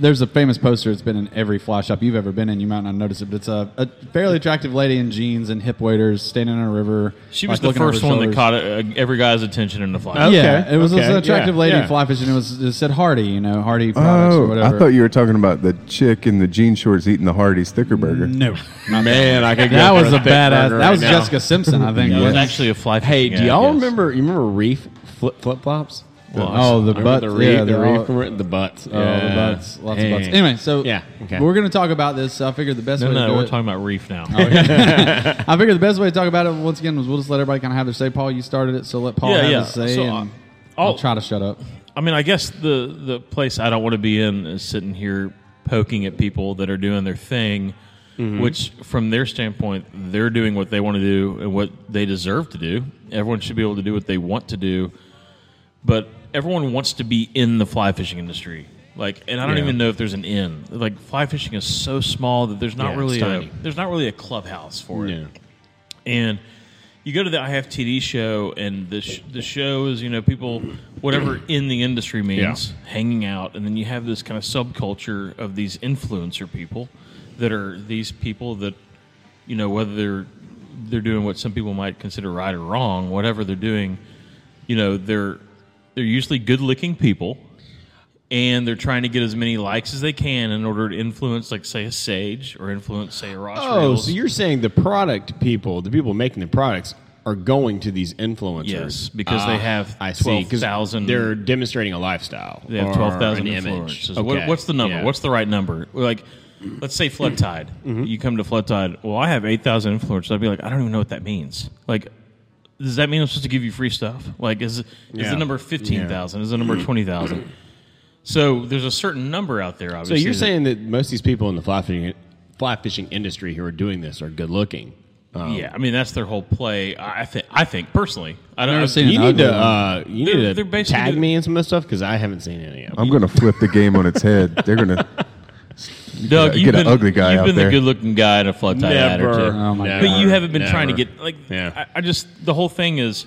S5: there's a famous poster. It's been in every fly shop you've ever been in. You might not notice it, but it's a, a fairly attractive lady in jeans and hip waders standing in a river.
S4: she was
S5: like,
S4: the
S5: looking over
S4: first
S5: her
S4: one that
S5: shoulders. Oh,
S4: caught uh, every guy's attention in the fly.
S5: Yeah, it was
S6: okay,
S5: an attractive
S6: yeah,
S5: lady
S6: yeah.
S5: fly fishing. It was it said Hardy, you know, Hardy products or
S7: Oh,
S5: whatever.
S7: I thought you were talking about the chick in the jean shorts eating the Hardee's thicker burger.
S5: No,
S6: Man, I could.
S5: That
S6: go for
S5: was a
S6: thick
S5: badass.
S6: burger
S5: that
S6: right
S5: was
S6: now.
S5: Jessica Simpson, I think.
S4: It was
S5: wasn't it?
S4: actually a fly
S6: Hey,
S4: fishing
S6: do
S4: ad,
S6: y'all
S4: yes.
S6: remember? You remember Reef flip flip flops?
S5: oh, the
S6: Remember
S5: butt.
S6: the reef,
S5: yeah,
S6: the
S5: they're all-
S6: reef, the butts.
S5: Oh, the
S6: Yeah.
S5: butts. Lots of butts.
S6: Hey.
S5: Anyway, so
S6: yeah, okay.
S5: we're going to talk about this. So I figured the best
S4: No,
S5: way to
S4: no,
S5: do
S4: we're
S5: it.
S4: talking about Reef now.
S5: Oh, I figured the best way to talk about it once again was we'll just let everybody kind of have their say. Paul, you started it, so oh. let Paul
S4: Yeah,
S5: have
S4: yeah.
S5: his say.
S4: So,
S5: and
S4: uh,
S5: I'll,
S4: I'll-
S5: try to shut up.
S4: I mean, I guess the the place I don't want to be in is sitting here poking at people that are doing their thing,
S6: Mm-hmm.
S4: which from their standpoint, they're doing what they want to do and what they deserve to do. Everyone should be able to do what they want to do, but everyone wants to be in the fly fishing industry. Like, and I don't
S6: Yeah.
S4: even know if there's an in. Like, fly fishing is so small that there's not
S6: Yeah, it's
S4: really
S6: tiny.
S4: a, there's not really a clubhouse for it.
S6: Yeah.
S4: And you go to the IFTD show, and the sh- the show is you know people whatever in the industry means hanging out, and then you have this kind of subculture of these influencer people that are these people that you know whether they're they're doing what some people might consider right or wrong, whatever they're doing, you know they're they're usually good looking people. And they're trying to get as many likes as they can in order to influence, like, say, a Sage or influence, say, a Ross
S6: Oh,
S4: Reynolds.
S6: so you're saying the product people, the people making the products,
S21: are going to these influencers.
S4: Yes, because they
S21: Ah,
S4: have
S21: I see, 'cause
S4: 12,000
S21: They're demonstrating a lifestyle.
S4: They have
S21: or
S4: twelve thousand
S21: an image.
S4: influencers. What, what's the number?
S21: yeah. Mm-hmm.
S4: What's the right number? Like, let's say Flood Tide. You come to Flood Tide. Well, I have eight thousand influencers. I'd be like, I don't even know what that means. Like, does that mean I'm supposed to give you free stuff? Like, is is
S21: Yeah.
S4: the number fifteen thousand? Is the number twenty thousand? So there's a certain number out there.
S21: So
S4: Obviously,
S21: you're
S4: that-
S21: saying that most of these people in the fly fishing fly fishing industry who are doing this are good looking. Um,
S4: yeah, I mean that's their whole play. I think. I think personally, I don't.
S21: You
S4: I,
S21: need to uh, you need
S4: They're-
S21: to
S4: they're basically
S21: tag
S4: doing-
S21: me in some of this stuff because I haven't seen any of it.
S7: I'm going to flip the game on its head. They're going to
S4: Doug,
S7: get
S4: you've
S7: an
S4: been,
S7: ugly guy
S4: You've
S7: out
S4: been
S7: there.
S4: the good-looking guy in a flood tide ad or two.
S21: Never. Oh, my
S4: But
S21: God.
S4: you haven't been trying to
S21: Never.
S4: get like. I, I just the whole thing is,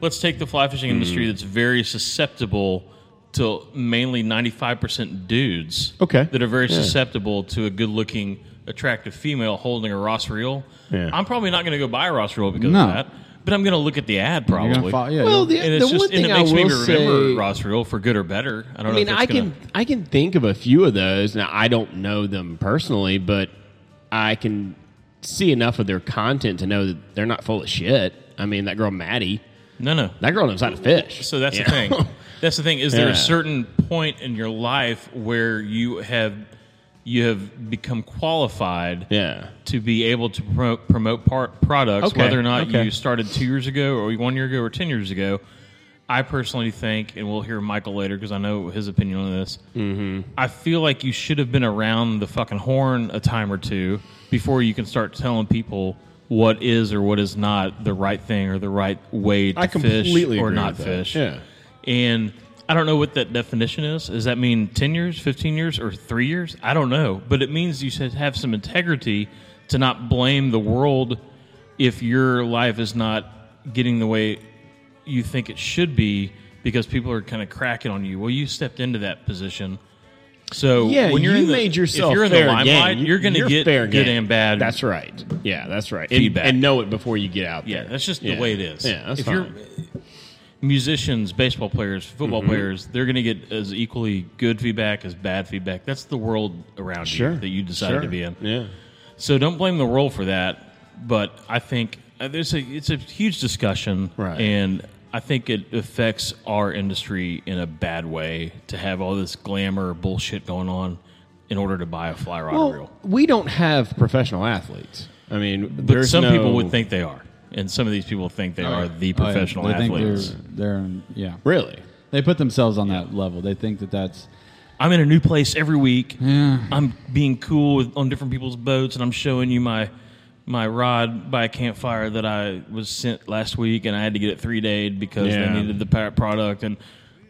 S4: let's take the fly fishing
S21: Hmm.
S4: industry that's very susceptible to mainly ninety-five percent dudes.
S21: Okay.
S4: That are very
S21: Yeah.
S4: susceptible to a good-looking, attractive female holding a Ross reel.
S21: Yeah.
S4: I'm probably not going to go buy a Ross reel because
S21: No.
S4: of that. But I'm going to look at the ad
S21: You're gonna
S4: probably.
S21: fo- yeah, Well, you'll-
S5: Oh,
S21: the-
S4: and it's
S21: the
S4: just,
S21: one
S4: and it
S21: thing I
S4: makes me
S21: will
S4: remember
S21: say-
S4: Ross reel for good or better. I don't
S21: I
S4: know.
S21: mean,
S4: if that's
S21: I
S4: gonna-
S21: can I can think of a few of those. Now I don't know them personally, but I can see enough of their content to know that they're not full of shit. I mean, that girl Maddie.
S4: No, no,
S21: that girl knows how to fish.
S4: So that's
S21: you
S4: the thing.
S21: know?
S4: That's the thing. Is there
S21: Yeah.
S4: a certain point in your life where you have you have become qualified to be able to promote, promote part, products,
S21: Okay,
S4: whether or not
S21: okay.
S4: you started two years ago or one year ago or ten years ago? I personally think, and we'll hear Michael later because I know his opinion on this. Mm-hmm. I feel like you should have been around the fucking horn a time or two before you can start telling people what is or what is not the right thing or the right way to
S21: I completely
S4: fish or
S21: agree with
S4: not
S21: that.
S4: fish.
S21: Yeah.
S4: And I don't know what that definition is. Does that mean 10 years, 15 years, or three years? I don't know. But it means you should have some integrity to not blame the world if your life is not getting the way you think it should be because people are kind of cracking on you. Well, you stepped into that position. So
S21: yeah,
S4: when you're
S21: you
S4: in the,
S21: made yourself
S4: if you're in the
S21: fair
S4: limelight,
S21: game.
S4: you're going to get
S21: fair
S4: good
S21: game.
S4: and bad.
S21: That's right. Yeah, that's right.
S4: Feedback.
S21: And, and know it before you get out
S4: Yeah,
S21: there.
S4: that's just
S21: Yeah.
S4: the way it is.
S21: Yeah, that's
S4: if
S21: fine.
S4: you're musicians, baseball players, football
S21: Mhm.
S4: players, they're going to get as equally good feedback as bad feedback. That's the world around
S21: Sure.
S4: you that you decided
S21: Sure.
S4: to be in.
S21: Yeah.
S4: So don't blame the world for that. But I think uh, there's a it's a huge discussion, right. and I think it affects our industry in a bad way to have all this glamour bullshit going on in order to buy a fly rod reel.
S21: well, we don't have professional athletes. I mean,
S4: But
S21: there's
S4: some people
S21: no-
S4: would think they are, and some of these people think they
S21: Oh,
S4: are
S21: yeah.
S4: the
S21: Oh, yeah.
S4: professional
S21: They think
S4: athletes.
S5: They're in- yeah.
S21: Really?
S5: They put themselves on that level. They think that that's
S4: I'm in a new place every week. I'm being cool with, on different people's boats, and I'm showing you my my rod by a campfire that I was sent last week, and I had to get it three dayed because
S21: Yeah. Mm-hmm.
S4: they needed the par- product and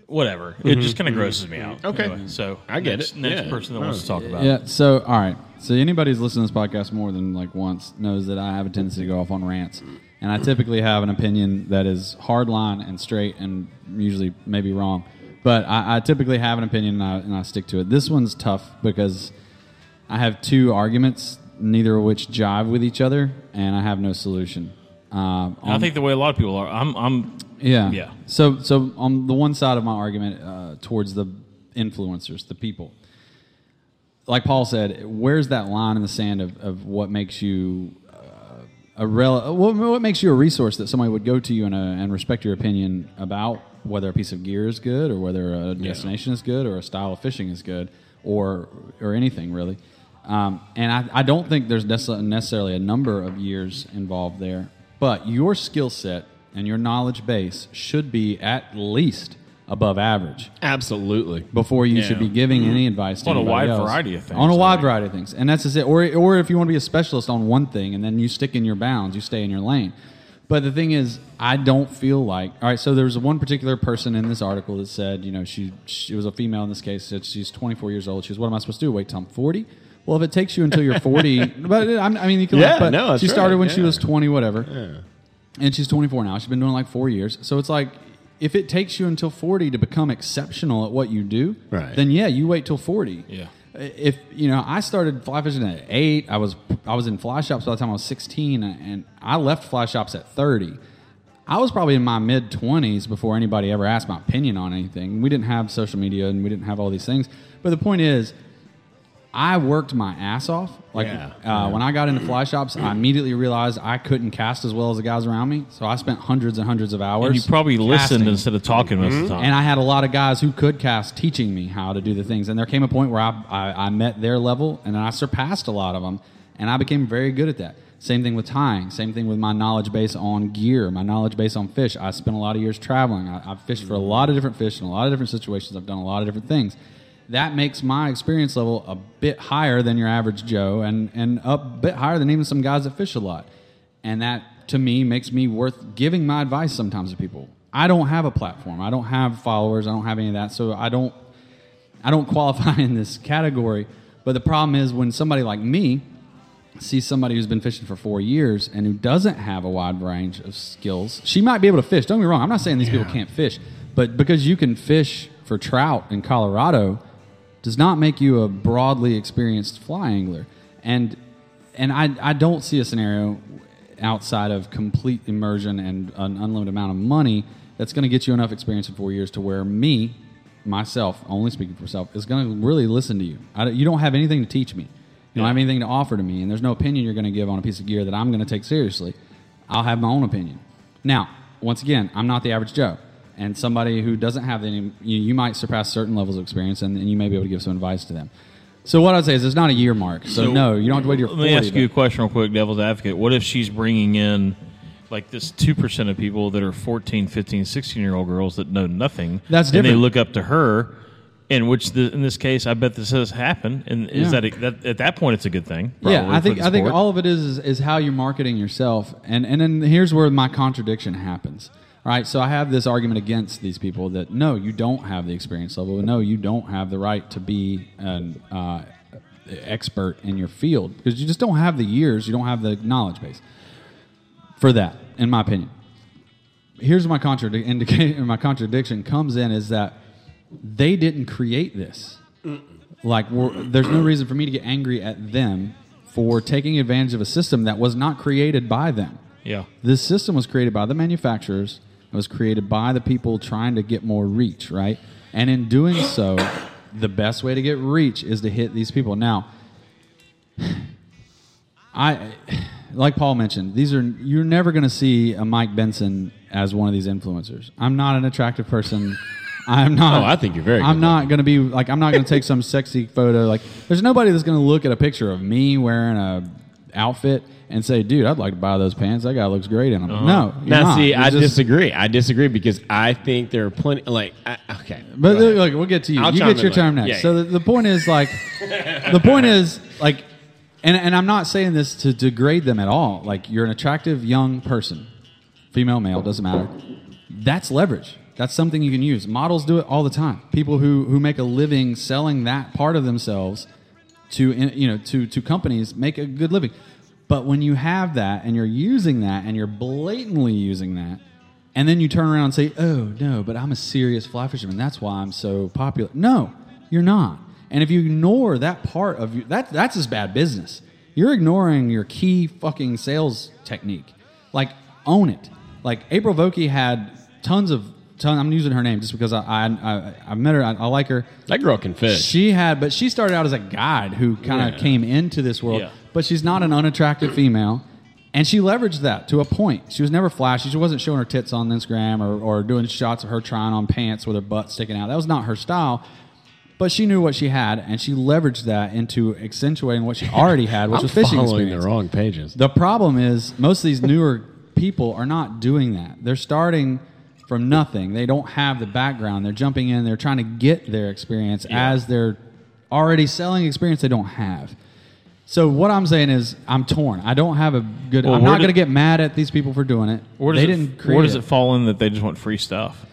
S4: whatever. It just kind of grosses me out.
S21: Okay.
S4: Anyway, so
S21: I get
S4: next,
S21: it.
S4: Next
S21: Yeah. Oh.
S4: person that wants to talk about
S5: Yeah.
S4: it.
S5: So, all right. So, anybody who's listened to this podcast more than like once knows that I have a tendency to go off on rants, and I typically have an opinion that is hard line and straight, and usually maybe wrong. But I, I typically have an opinion and I, and I stick to it. This one's tough because I have two arguments, neither of which jive with each other, and I have no solution. Um,
S4: And I think the way a lot of people are, I'm, I'm
S5: yeah.
S4: yeah.
S5: So, so on the one side of my argument uh, towards the influencers, the people, like Paul said, where's that line in the sand of, of what makes you uh, a rel- what, what makes you a resource that somebody would go to you and, uh, and respect your opinion about whether a piece of gear is good or whether a destination is good or a style of fishing is good or or anything really. Um, and I, I don't think there's nece- necessarily a number of years involved there, but your skill set and your knowledge base should be at least above average.
S21: Absolutely.
S5: Before you
S21: Yeah.
S5: should be giving any
S21: Mhm.
S5: advice to
S21: On a
S5: anybody
S21: wide
S5: else.
S21: variety of things,
S5: On a
S21: I
S5: wide variety of things, and that's just it. Or, or if you want to be a specialist on one thing, and then you stick in your bounds, you stay in your lane. But the thing is, I don't feel like all right. So there was one particular person in this article that said, you know, she she was a female in this case. Said she's 24 years old. She was, what am I supposed to do? Wait till I'm 40? Well, if it takes you until you're 40, but I'm- I mean, you can.
S21: Yeah,
S5: laugh, but
S21: no, that's
S5: she
S21: right,
S5: started when she
S21: yeah.
S5: was 20, whatever and she's 24 now. She's been doing it like four years. So it's like if it takes you until 40 to become exceptional at what you do,
S21: Right.
S5: then yeah, you wait till 40.
S4: Yeah.
S5: If you know, I started fly fishing at eight. I was I was in fly shops by the time I was 16, and I left fly shops at 30. I was probably in my mid 20s before anybody ever asked my opinion on anything. We didn't have social media and we didn't have all these things. But the point is, I worked my ass off. Like
S21: Yeah.
S5: uh, when I got into fly shops, I immediately realized I couldn't cast as well as the guys around me. So I spent hundreds and hundreds of hours.
S2: And you probably listened
S5: casting.
S2: instead of talking most
S21: Mm-hmm.
S2: of the time.
S5: And I had a lot of guys who could cast teaching me how to do the things. And there came a point where I, I, I met their level and then I surpassed a lot of them. And I became very good at that. Same thing with tying. Same thing with my knowledge base on gear, my knowledge base on fish. I spent a lot of years traveling. I, I've fished for a lot of different fish in a lot of different situations. I've done a lot of different things. That makes my experience level a bit higher than your average Joe and, and a bit higher than even some guys that fish a lot. And that to me makes me worth giving my advice sometimes to people. I don't have a platform. I don't have followers. I don't have any of that. So I don't I don't qualify in this category. But the problem is when somebody like me sees somebody who's been fishing for four years and who doesn't have a wide range of skills, she might be able to fish. Don't get me wrong. I'm not saying these people can't fish, but because you can fish for trout in Colorado does not make you a broadly experienced fly angler. And and I, I don't see a scenario outside of complete immersion and an unlimited amount of money that's going to get you enough experience in four years to where me, myself, only speaking for myself, is going to really listen to you. I, don't- you don't have anything to teach me. You don't have anything to offer to me, and there's no opinion you're going to give on a piece of gear that I'm going to take seriously. I'll have my own opinion. Now, once again, I'm not the average Joe. And somebody who doesn't have any, you, you might surpass certain levels of experience and, and you may be able to give some advice to them. So, what I'd say is it's not a year mark. So, no, you don't have to wait your
S2: Let
S5: 40.
S2: me ask
S5: to-
S2: you a question real quick, devil's advocate. What if she's bringing in like this 2% of people that are 14, 15, 16 year old girls that know nothing?
S5: That's
S2: And they
S5: different.
S2: look up to her, in which the, in this case, I bet this has happened. And is
S5: Yeah.
S2: that, a, that at that point, it's a good thing? probably,
S5: yeah, I
S2: for
S5: think
S2: the
S5: I think
S2: sport.
S5: all of it is, is is how you're marketing yourself, and and then here's where my contradiction happens. Right, so I have this argument against these people that no, you don't have the experience level, and no, you don't have the right to be an uh, expert in your field because you just don't have the years, you don't have the knowledge base for that, in my opinion. Here's my contradic- indica- my contradiction comes in is that they didn't create this. Like, we're, there's no reason for me to get angry at them for taking advantage of a system that was not created by them.
S2: Yeah.
S5: This system was created by the manufacturers. It was created by the people trying to get more reach, right? And in doing so, the best way to get reach is to hit these people. Now, I like Paul mentioned, these are you're never going to see a Mike Benson as one of these influencers. I'm not an attractive person. I'm not.
S21: Oh, I think you're very
S5: I'm
S21: good
S5: not going to be like. I'm not going to take some sexy photo. Like, there's nobody that's going to look at a picture of me wearing a outfit and say, "Dude, I'd like to buy those pants. That guy looks great in them." No, you're
S21: Uh-huh. now
S5: not.
S21: see,
S5: You're
S21: I
S5: just-
S21: disagree. I disagree because I think there are plenty. Like, I, okay,
S5: But look, look, we'll get to you.
S21: I'll
S5: you
S21: chime
S5: get
S21: in
S5: your
S21: later.
S5: time next.
S21: Yeah,
S5: so The, the point is like, the point is like, and and I'm not saying this to degrade them at all. Like you're an attractive young person, female, male, doesn't matter. That's leverage. That's something you can use. Models do it all the time. People who who make a living selling that part of themselves to in- you know to to companies make a good living. But when you have that and you're using that and you're blatantly using that, and then you turn around and say, "Oh no, but I'm a serious fly fisherman. That's why I'm so popular." No, you're not. And if you ignore that part of you, that that's just bad business. You're ignoring your key fucking sales technique. Like own it. Like April Vokey had tons of ton. I'm using her name just because I I, I, I met her. I, I like her.
S21: That girl can fish.
S5: She had, but she started out as a guide who kind of
S21: Yeah.
S5: came into this world.
S21: Yeah.
S5: But she's not an unattractive female. And she leveraged that to a point. She was never flashy. She wasn't showing her tits on Instagram or, or doing shots of her trying on pants with her butt sticking out. That was not her style. But she knew what she had, and she leveraged that into accentuating what she already had, which
S21: I'm
S5: was fishing
S21: following
S5: experience.
S21: the wrong pages.
S5: The problem is most of these newer people are not doing that. They're starting from nothing. They don't have the background. They're jumping in. They're trying to get their experience as their already selling experience they don't have. So what I'm saying is I'm torn. I don't have a good.
S2: Well,
S5: I'm
S2: where
S5: not
S2: did-
S5: going to get mad at these people for doing it.
S2: Where does
S5: they
S2: it,
S5: didn't create
S2: where does
S5: it.
S2: it. fall in that they just want free stuff?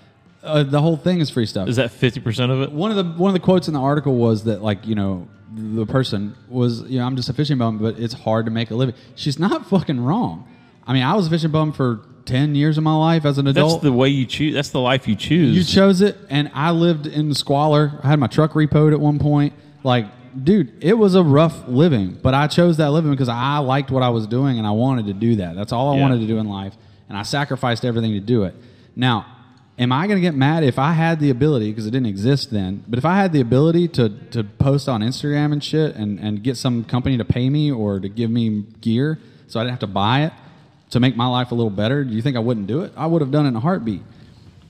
S5: Uh, the whole thing is free stuff.
S2: Is that 50% of it?
S5: One of the one of the quotes in the article was that like you know the person was you know I'm just a fishing bum, but it's hard to make a living. She's not fucking wrong. I mean, I was a fishing bum for ten years of my life as an
S2: That's
S5: adult.
S2: the way you choose. That's the life you choose.
S5: you chose it, and I lived in squalor. I had my truck repoed at one point. Like, dude, it was a rough living, but I chose that living because I liked what I was doing and I wanted to do that. That's all I
S21: Yeah.
S5: wanted to do in life, and I sacrificed everything to do it. Now, am I going to get mad if I had the ability because it didn't exist then? But if I had the ability to to post on Instagram and shit and and get some company to pay me or to give me gear so I didn't have to buy it to make my life a little better, do you think I wouldn't do it? I would have done it in a heartbeat.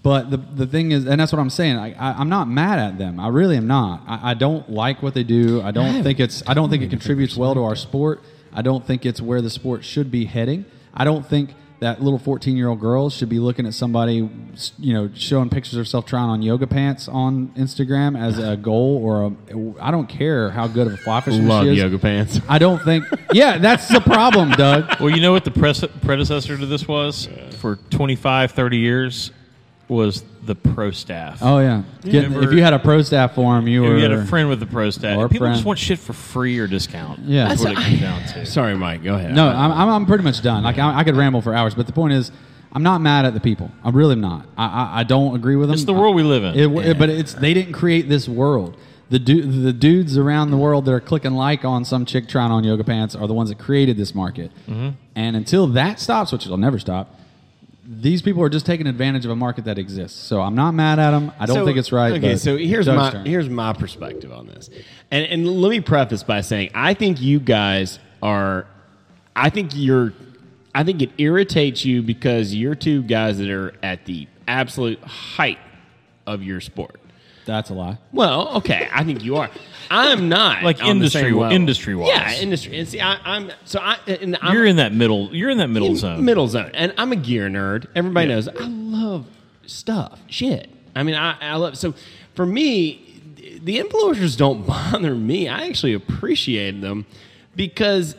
S5: But the, the thing is, and that's what I'm saying. I, I, I'm not mad at them. I really am not. I, I don't like what they do. I don't
S22: haven't
S5: think it's. I don't think it contributes well to our sport. I don't think it's where the sport should be heading. I don't think that little 14 year old girls should be looking at somebody, s- you know, showing pictures of herself trying on yoga pants on Instagram as a goal or a. I don't care how good of a fly fisher
S6: Love
S5: she is.
S6: yoga pants.
S5: I don't think. Yeah, that's the problem, Doug.
S4: Well, you know what the pres- predecessor to this was for 25, 30 years was the pro staff.
S5: Oh yeah, Get- if
S4: Remember-
S5: you had a pro staff form, you
S4: if
S5: were.
S4: you had a friend with the pro staff,
S5: or a
S4: people just
S5: friend.
S4: want shit for free or discount.
S5: Yeah.
S4: that's what it
S5: That's-
S4: comes down to.
S6: Sorry, Mike. Go ahead.
S5: No, I'm, I'm, I'm pretty much done. Like I, I could ramble for hours, but the point is, I'm not mad at the people. I really am not. I, I, I don't agree with them.
S4: It's the world we live in.
S5: It, it- but it's they didn't create this world. The du- the dudes around the world that are clicking like on some chick trying on yoga pants are the ones that created this market.
S4: Mm-hmm.
S23: Mhm.
S5: And until that stops, which it'll never stop, these people are just taking advantage of a market that exists. So I'm not mad at them. I don't
S6: So-
S5: think it's right.
S6: Okay,
S5: but
S6: so here's
S5: Doug's
S6: my
S5: turn.
S6: here's my perspective on this, and and let me preface by saying I think you guys are, I think you're, I think it irritates you because you're two guys that are at the absolute height of your sport.
S5: That's a lie.
S6: Well, okay, I think you are. I'm not
S4: Like
S6: on the same
S4: industry-
S6: level.
S4: industry-wise.
S6: Yeah, industry. And see, I, I'm so I and I'm,
S4: you're in that middle. You're in that middle
S6: in
S4: zone.
S6: Middle zone. And I'm a gear nerd. Everybody knows I love stuff. Shit. I mean, I, I love so for me, th- the influencers don't bother me. I actually appreciate them because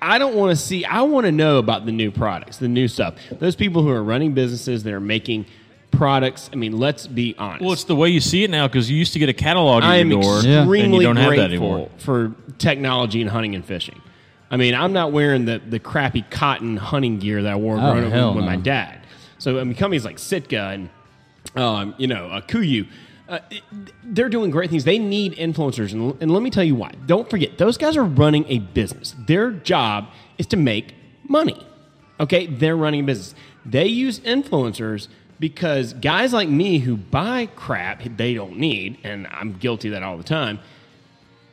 S6: I don't want to see I want to know about the new products, the new stuff. Those people who are running businesses that are making products. I mean, let's be honest.
S4: Well, it's the way you see it now because you used to get a catalog at
S6: I am
S4: your door,
S6: extremely
S4: and you don't have
S6: grateful
S4: that anymore.
S6: for technology and hunting and fishing. I mean, I'm not wearing the, the crappy cotton hunting gear that I wore
S5: Oh,
S6: growing up
S5: hell
S6: with my
S5: no.
S6: dad. So, I mean, companies like Sitka and, um, you know, uh, Kuyu, uh, it- they're doing great things. They need influencers. And, and let me tell you why. Don't forget, those guys are running a business. Their job is to make money. Okay? They're running a business. They use influencers because guys like me who buy crap they don't need, and I'm guilty of that all the time,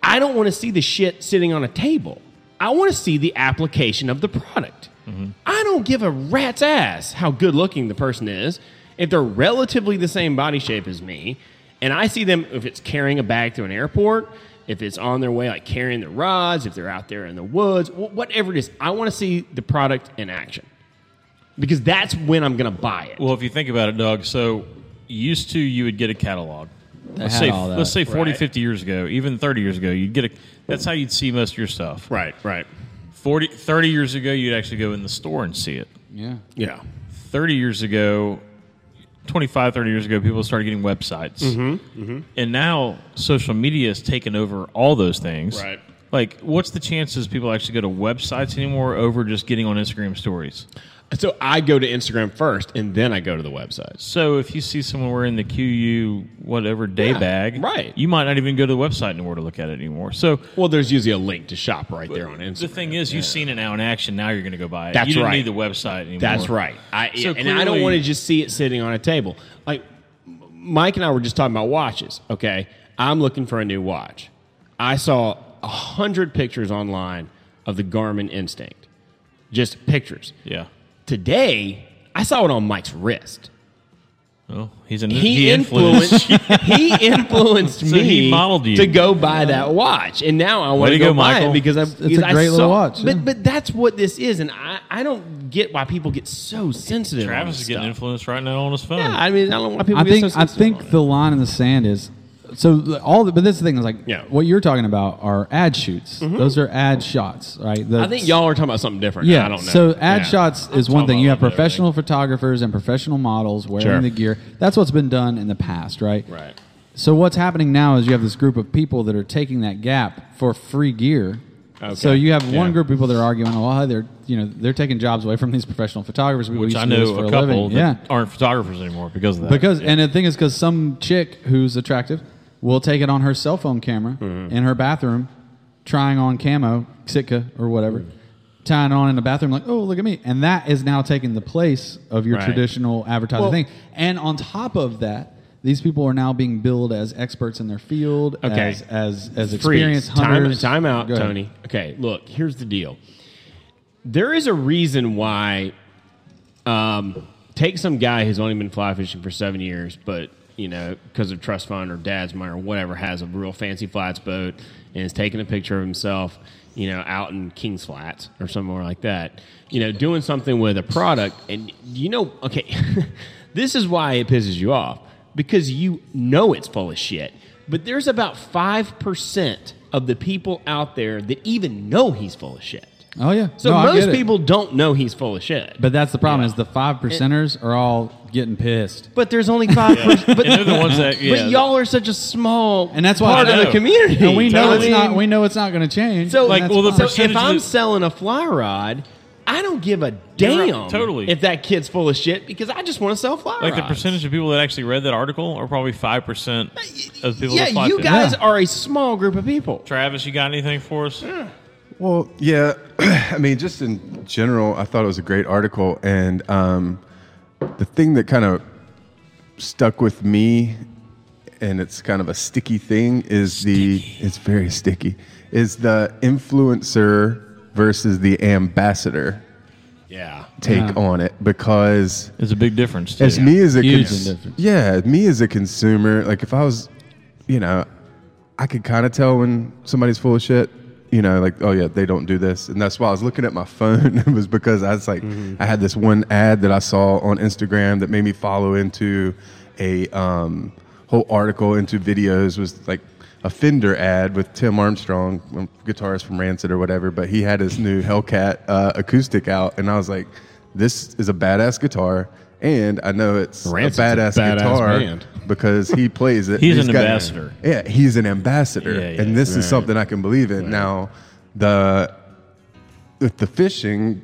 S6: I don't want to see the shit sitting on a table. I want to see the application of the product. I don't give a rat's ass how good looking the person is. If they're relatively the same body shape as me, and I see them, if it's carrying a bag through an airport, if it's on their way, like carrying the rods, if they're out there in the woods, wh- whatever it is, I want to see the product in action because that's when I'm going to buy it.
S4: Well, if you think about it, Doug, so used to you would get a catalog.
S6: They
S4: Let's
S6: had
S4: say,
S6: all that.
S4: let's say 40,
S6: Right.
S4: 50 years ago, even 30 years ago, you'd get a, that's how you'd see most of your stuff.
S6: Right, right.
S4: 40, 30 years ago, you'd actually go in the store and see it.
S5: Yeah.
S6: Yeah.
S4: 30 years ago, 25, 30 years ago, people started getting websites.
S6: Mhm, mhm.
S4: And now social media has taken over all those things.
S6: Right.
S4: Like, what's the chances people actually go to websites anymore over just getting on Instagram stories?
S6: So I go to Instagram first and then I go to the website.
S4: So if you see someone wearing the QU whatever day
S6: Yeah,
S4: bag,
S6: right.
S4: you might not even go to the website anymore to look at it anymore. So
S6: Well, there's usually a link to shop right there on Instagram.
S4: the thing is, you've seen it now in action. Now you're going to go buy it.
S6: That's
S4: you didn't
S6: right.
S4: need the website anymore.
S6: That's right. I,
S4: So
S6: and I don't
S4: clearly-
S6: want to just see it sitting on a table. Like Mike and I were just talking about watches. Okay, I'm looking for a new watch. I saw a hundred pictures online of the Garmin Instinct, just pictures.
S4: Yeah.
S6: Today, I saw it on Mike's wrist.
S4: Oh, he's an
S6: He,
S4: he influenced.
S6: influenced. he influenced
S4: So
S6: me.
S4: he modeled you.
S6: to go buy that watch, and now I want
S4: Way
S6: to
S4: to
S6: go,
S4: go,
S6: buy
S4: Michael.
S6: it because I'm.
S4: It's a
S6: because I
S4: great little
S6: saw-
S4: watch,
S6: But but that's what this is, and I, I don't get why people get so sensitive. on
S4: Travis
S6: this
S4: is getting
S6: stuff.
S4: influenced right now on his phone.
S6: Yeah, I mean, I don't know why people
S5: I
S6: get
S5: think
S6: so
S5: I
S6: sensitive.
S5: think the line in the sand is so th- all the but this thing is like what you're talking about are ad shoots.
S6: Mhm.
S5: Those are ad shots, right? The-
S6: I think y'all are talking about something different.
S5: Yeah.
S6: I don't know.
S5: So ad
S6: Yeah.
S5: shots is one thing. You have professional photographers and professional models wearing
S6: Sure.
S5: the gear. That's what's been done in the past, right?
S6: Right.
S5: So what's happening now is you have this group of people that are taking that gap for free gear.
S6: Okay.
S5: So you have one
S6: Yeah.
S5: group of people that are arguing, oh, they're you know they're taking jobs away from these professional photographers. people who
S4: which
S5: used
S4: I
S5: to do this
S4: know
S5: for
S4: a
S5: living."
S4: couple that
S5: yeah.
S4: aren't photographers anymore because of that.
S5: Because and the thing is, because some chick who's attractive will take it on
S6: Mm-hmm.
S5: her
S6: Mm-hmm.
S5: cell phone camera in her bathroom, trying on camo Sitka or whatever, tying on in the bathroom, like, oh, look at me. And that is now taking the place of your
S24: Right.
S5: traditional advertising
S24: Well-
S5: thing. And on top of that, these people are now being billed as experts in their field,
S6: Okay.
S5: as as, as
S6: Freeze.
S5: experienced
S6: Time-
S5: hunters.
S6: Time, out,
S5: Go ahead.
S6: Tony. Okay, look, here's the deal. There is a reason why. Um, take some guy who's only been fly fishing for seven years, but you know, because of trust fund or dad's money or whatever, has a real fancy flats boat and is taking a picture of himself, you know, out in King's Flats or somewhere like that. You know, doing something with a product, and you know, okay, this is why it pisses you off because you know it's full of shit. But there's about 5% of the people out there that even know he's full of shit.
S5: Oh yeah.
S6: So
S5: No, I
S6: most
S5: get it.
S6: people don't know he's full of shit.
S5: But that's the problem is the five percenters are all getting pissed.
S6: But there's only five.
S5: Yeah.
S6: percent. But
S5: And they're the ones that- yeah.
S6: But y'all are such a small
S5: And that's why
S6: part of the community.
S5: And we know it's
S6: I
S5: not
S6: mean,
S5: we know it's not going to change.
S6: So,
S5: and
S6: like,
S5: that's
S6: well,
S5: fine.
S6: the so if I'm selling a fly rod, I don't give a
S4: You're right,
S6: damn.
S4: totally.
S6: If that kid's full of shit, because I just want to sell fly
S4: Like the
S6: rods.
S4: percentage of people that actually read that article are probably five percent of people. that
S6: yeah,
S4: fly
S6: you
S4: fish.
S6: guys are a small group of people.
S4: Travis, you got anything for us?
S7: Well, yeah. I mean, just in general, I thought it was a great article. And um, the thing that kind of stuck with me, and it's kind of a sticky thing, is the, it's very sticky, is the influencer versus the ambassador
S6: Yeah.
S7: take on it because
S4: it's a big difference. too.
S7: As me as a
S4: Huge
S7: cons-
S4: difference.
S7: yeah, me as a consumer, like if I was, you know, I could kind of tell when somebody's full of shit. You know, like oh yeah, they don't do this, and that's why I was looking at my phone. it was because I was like, I had this one ad that I saw on Instagram that made me follow into a um, whole article into videos was like a Fender ad with Tim Armstrong, um, guitarist from Rancid or whatever, but he had his new Hellcat uh, acoustic out, and I was like, this is a badass guitar, and I know it's
S6: Rancid's
S7: a
S6: a
S7: badass,
S6: badass
S7: guitar
S6: band.
S7: because he plays it.
S4: He's an ambassador.
S7: Yeah, he's an ambassador,
S4: yeah,
S7: and this
S4: right.
S7: is something I can believe in. Now, the with the fishing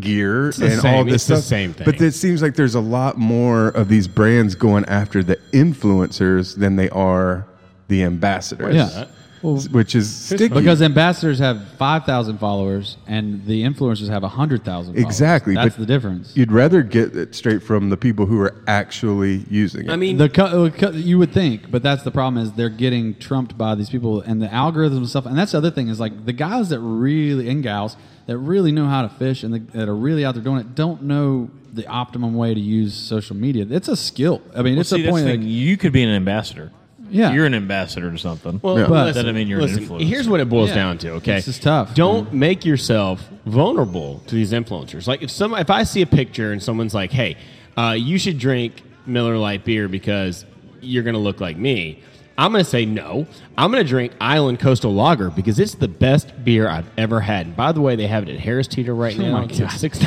S7: gear
S6: It's the
S7: and all
S6: same-
S7: this
S6: it's the
S7: stuff,
S6: same thing.
S7: but it seems like there's a lot more of these brands going after the influencers than they are the ambassadors.
S5: Yeah. Well,
S7: which is sticky.
S5: because ambassadors have five thousand followers and the influencers have hundred thousand.
S7: exactly
S5: That's
S7: but
S5: the difference.
S7: You'd rather get it straight from the people who are actually using it.
S5: the co- uh, co- you would think, but that's the problem is they're getting trumped by these people and the algorithms and stuff. And that's the other thing is like the guys that really and gals that really know how to fish and the, that are really out there doing it don't know the optimum way to use social media. It's a skill. I mean,
S4: Well,
S5: it's
S4: see,
S5: a
S4: that's
S5: point.
S4: the
S5: Like,
S4: thing. you could be an ambassador.
S5: Yeah.
S4: you're an ambassador to something.
S6: Well,
S4: but
S6: listen,
S4: doesn't mean you're
S6: listen,
S4: an influencer.
S6: Here's what it boils
S4: Yeah.
S6: down to. Okay,
S4: This
S5: is tough.
S6: Don't make yourself vulnerable to these influencers. Like if some, if I see a picture and someone's like, "Hey, uh, you should drink Miller Lite beer because you're going to look like me." I'm going to say no. I'm going to drink Island Coastal Lager because it's the best beer I've ever had. And by the way, they have it at Harris Teeter right
S5: Oh
S6: now.
S5: my
S6: It's at
S5: God.
S6: six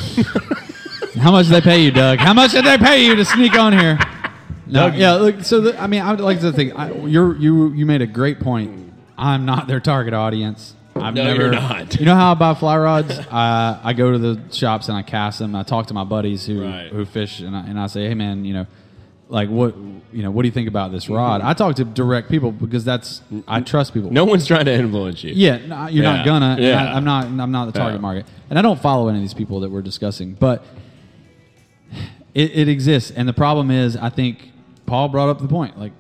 S5: how much did they pay you, Doug? How much did they pay you to sneak on here? No,
S6: Doug-
S5: yeah. Look, so the, I mean, I would like to think I, you're you you made a great point. I'm not their target audience. I've
S6: No,
S5: never.
S6: you're not.
S5: You know how I buy fly rods? uh, I go to the shops and I cast them. I talk to my buddies who who fish, and I, and I say, hey man, you know, like what you know, what do you think about this rod? I talk to direct people because that's I trust people.
S6: No one's trying to influence you.
S5: Yeah, no, you're
S6: Yeah.
S5: not gonna. and
S6: Yeah.
S5: I, am not. I'm not the target
S6: Yeah.
S5: market, and I don't follow any of these people that we're discussing. But it, it exists, and the problem is, I think Paul brought up the point. Like,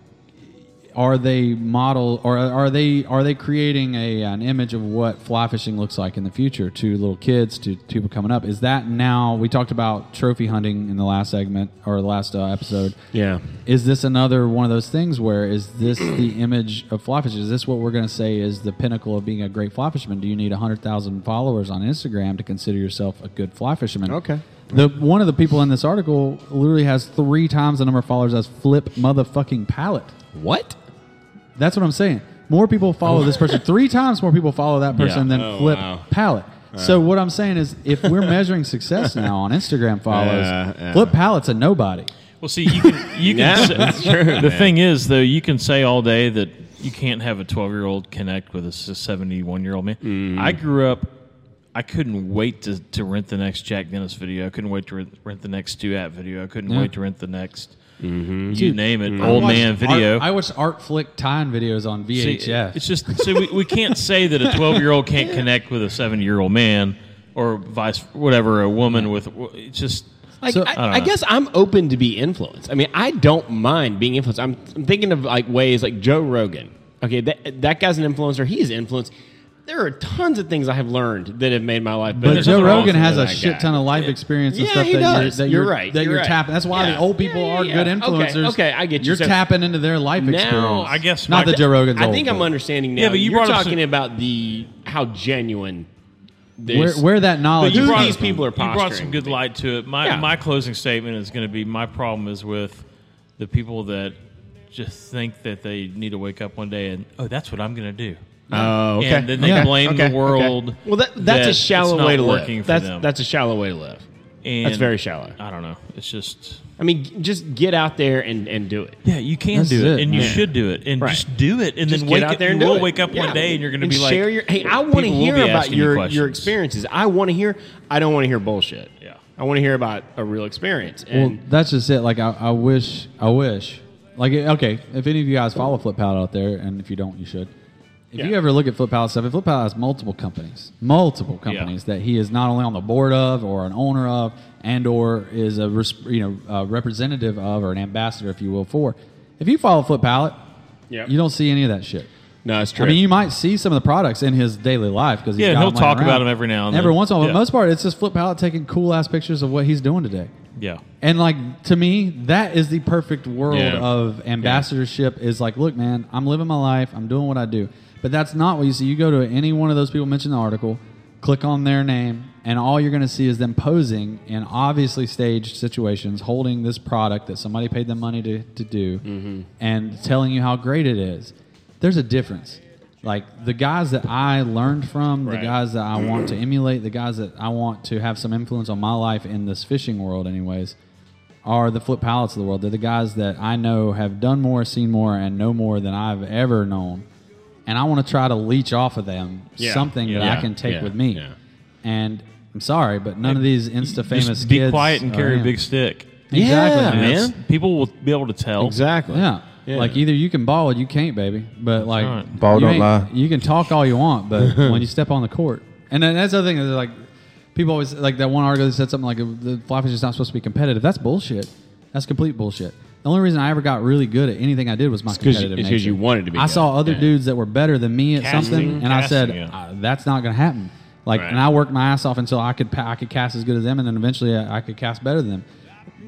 S5: are they model or are they are they creating a an image of what fly fishing looks like in the future to little kids to, to people coming up? Is that now? We talked about trophy hunting in the last segment or the last uh, episode.
S6: Yeah.
S5: Is this another one of those things where is this the image of fly fishing? Is this what we're going to say is the pinnacle of being a great fly fisherman? Do you need 100,000 followers on Instagram to consider yourself a good fly fisherman? Okay. The one of the people in this article literally has three times the number of followers as Flip motherfucking Pallet.
S6: What?
S5: That's what I'm saying. More people follow this person. Three times more people follow that person
S6: Yeah.
S5: than
S6: Oh,
S5: Flip
S6: wow.
S5: Pallet. So what I'm saying is, if we're measuring success now on Instagram follows,
S4: Yeah, yeah.
S5: Flip Pallet's a nobody.
S4: Well, see, you can you can.
S5: Yeah,
S4: say-
S5: that's true,
S4: The
S5: man.
S4: thing is, though, you can say all day that you can't have a twelve-year-old connect with a seventy-one-year-old man.
S5: Mm.
S4: I grew up. I couldn't wait to, to rent the next Jack Dennis video. I couldn't wait to rent, rent the next Stuart video. I couldn't
S5: Yeah. Mm-hmm.
S4: wait to rent the next. You
S5: Dude,
S4: name it,
S5: I
S4: old
S5: watched
S4: man video.
S5: art- I watched art flick time videos on
S4: See,
S5: VHF.
S4: it's just so we, we can't say that a twelve year old can't connect with a seventy year old man or vice whatever a woman with it's just
S6: Like, I,
S4: don't
S6: I,
S4: know.
S6: guess I'm open to be influenced. I mean, I don't mind being influenced. I'm, I'm thinking of like ways like Joe Rogan. Okay, that, that guy's an influencer. He is influenced. There are tons of things I have learned that have made my life better.
S5: But Joe Rogan has a shit ton of life experience and
S6: Yeah,
S5: stuff
S6: he
S5: that,
S6: does.
S5: You're, that
S6: You're right.
S5: That
S6: You're
S5: you're,
S6: right.
S5: tapping. That's why
S6: Yeah.
S5: the old people
S6: Yeah,
S5: are
S6: yeah,
S5: good
S6: yeah. Okay,
S5: influencers.
S6: okay, I get you.
S5: You're
S6: So-
S5: tapping into their life
S6: Now,
S5: experience.
S6: I guess
S5: not
S6: my-
S5: that Joe Rogan's
S6: I
S5: old,
S6: think
S5: but-
S6: I'm understanding now.
S5: Yeah, but you
S6: are
S5: brought up
S6: talking about the how genuine.
S5: Where-
S6: This,
S5: where that knowledge
S6: Who
S5: is coming
S6: these
S5: from.
S6: people are
S4: you brought some
S6: posturing.
S4: good light to it. My
S6: Yeah.
S4: my closing statement is going to be my problem is with the people that just think that they need to wake up one day and oh that's what I'm going to do.
S6: Oh, okay.
S4: And then they
S6: Okay,
S4: blame
S6: okay,
S4: the world.
S6: okay. Well, that- that's a
S4: it's
S6: shallow
S4: not
S6: way to live.
S4: working For
S6: That's-
S4: them.
S6: that's a shallow way to live.
S4: And
S6: That's very shallow.
S4: I don't know. It's just
S6: I mean, g- just get out there and, and do it.
S4: Yeah, you can do it, and you should do it, and
S6: Right.
S4: just do it, and
S6: Just
S4: then
S6: get
S4: wake
S6: out
S4: up,
S6: there
S4: you
S6: and do
S4: will
S6: it.
S4: wake up one
S6: Yeah.
S4: day, and you're going to
S6: And
S4: be like,
S6: share your. Hey, I want to
S4: people will be
S6: hear about
S4: asking you
S6: your
S4: questions.
S6: your experiences. I want to hear. I don't want to hear bullshit. Yeah, I want to hear about a real experience.
S5: Well,
S6: And
S5: that's just it. Like I, I wish, I wish. Like eh, okay, if any of you guys follow Flip Palette out there, and if you don't, you should. If you ever look at Flip Palette stuff, and Flip Palette has multiple companies, multiple companies that he is not only on the board of, or an owner of, and or is a res- you know a representative of, or an ambassador, if you will, for. If you follow Flip Palette,
S6: Yep.
S5: you don't see any of that shit.
S6: No, it's
S5: I mean, you might see some of the products in his daily life because
S4: Yeah, he'll talk about 'em every now and then.
S5: every once in a while. But
S4: Yeah.
S5: most part, it's just Flip Palette taking cool ass pictures of what he's doing today.
S4: yeah,
S5: And like to me, that is the perfect world
S4: Yeah.
S5: of ambassadorship. Is like, look, man, I'm living my life. I'm doing what I do. But that's not what you see. You go to any one of those people mentioned in the article, click on their name, and all you're going to see is them posing in obviously staged situations, holding this product that somebody paid them money to, to do, and telling you how great it is. There's a difference. Like the guys that I learned from, the
S6: Right.
S5: guys that I want to emulate, the guys that I want to have some influence on my life in this fishing world, anyways are the flip pallets of the world. They're the guys that I know have done more, seen more, and know more than I've ever known. And I want to try to leech off of them
S6: Yeah.
S5: something that
S6: Yeah.
S5: I can take
S6: Yeah.
S5: with me.
S6: Yeah.
S5: And I'm sorry, but none of these Insta famous
S4: just be
S5: kids
S4: quiet and
S6: Oh,
S5: are
S4: carry a
S5: in.
S4: big stick.
S5: Exactly,
S4: Yeah,
S5: man.
S4: man. People will be able to tell
S6: exactly.
S5: Yeah. Like either you can ball or you can't, baby. But like
S4: right.
S7: Ball
S5: you
S7: don't
S5: ain't-
S7: lie.
S5: You can talk all you want, but when you step on the court, and then that's the other thing is like people always like that one article that said something like the fly fish is not supposed to be competitive. That's bullshit. That's complete bullshit. The only reason I ever got really good at anything I did was my
S6: 'cause you-
S5: competitive
S6: it's 'cause
S5: nature.
S6: you wanted to be
S5: I
S6: good.
S5: saw other
S6: Yeah.
S5: dudes that were better than me at
S6: Casting.
S5: something, and I said,
S6: Casting, yeah.
S5: "Uh, "That's not going to happen." Like, and I worked my ass off until I could pa- I could cast as good as them, and then eventually uh, I, I could cast better than them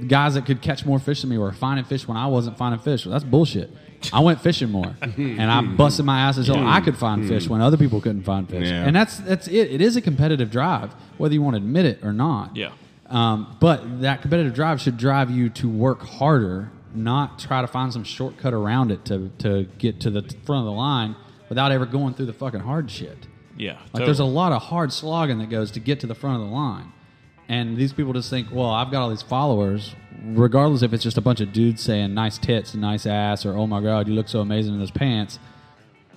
S5: guys that could catch more fish than me were finding fish when I wasn't finding fish. Well, that's bullshit. I went fishing more, and I busted my ass until I could find fish when other people couldn't find fish.
S6: Yeah.
S5: And that's that's it. It is a competitive drive, whether you want to admit it or not.
S4: Yeah.
S5: Um, but that competitive drive should drive you to work harder, not try to find some shortcut around it to to get to the front of the line without ever going through the fucking hard shit.
S4: Yeah,
S5: Like there's a lot of hard slogging that goes to get to the front of the line. And these people just think, well, I've got all these followers, regardless if it's just a bunch of dudes saying nice tits and nice ass or oh my God, you look so amazing in those pants.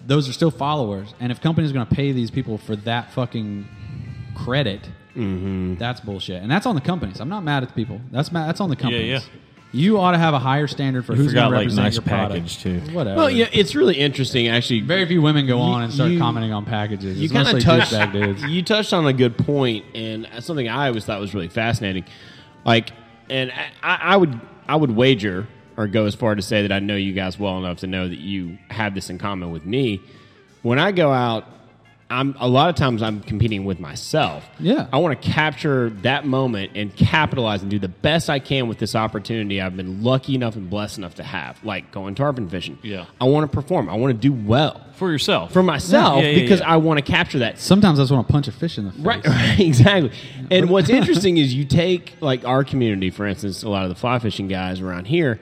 S5: Those are still followers. And if companies are going to pay these people for that fucking credit,
S4: Mm-hmm.
S5: that's bullshit. And that's on the companies. I'm not mad at the people. That's ma- that's on the companies.
S4: yeah.
S5: You ought to have a higher standard for
S4: I
S5: who's
S4: forgot,
S5: going to
S4: like,
S5: represent
S4: nice
S5: your product.
S4: package, too.
S5: Whatever.
S6: Well, yeah, it's really interesting. Actually,
S5: very few women go on and start
S6: you-
S5: commenting on packages.
S6: you
S5: It's
S6: kind
S5: mostly
S6: of
S5: juice
S6: touched
S5: bag dudes.
S6: you touched on a good point and something I always thought was really fascinating. Like, and I, I would I would wager or go as far to say that I know you guys well enough to know that you have this in common with me. When I go out, I'm a lot of times I'm competing with myself.
S5: Yeah.
S6: I want to capture that moment and capitalize and do the best I can with this opportunity I've been lucky enough and blessed enough to have, like going tarpon fishing.
S4: Yeah.
S6: I want to perform. I want to do well
S4: for yourself,
S6: for myself
S4: Yeah, yeah, yeah,
S6: because
S4: yeah.
S6: I want to capture that
S5: Sometimes I just want to punch a fish in the face.
S6: Right, right, exactly. And what's interesting is you take like our community, for instance, a lot of the fly fishing guys around here,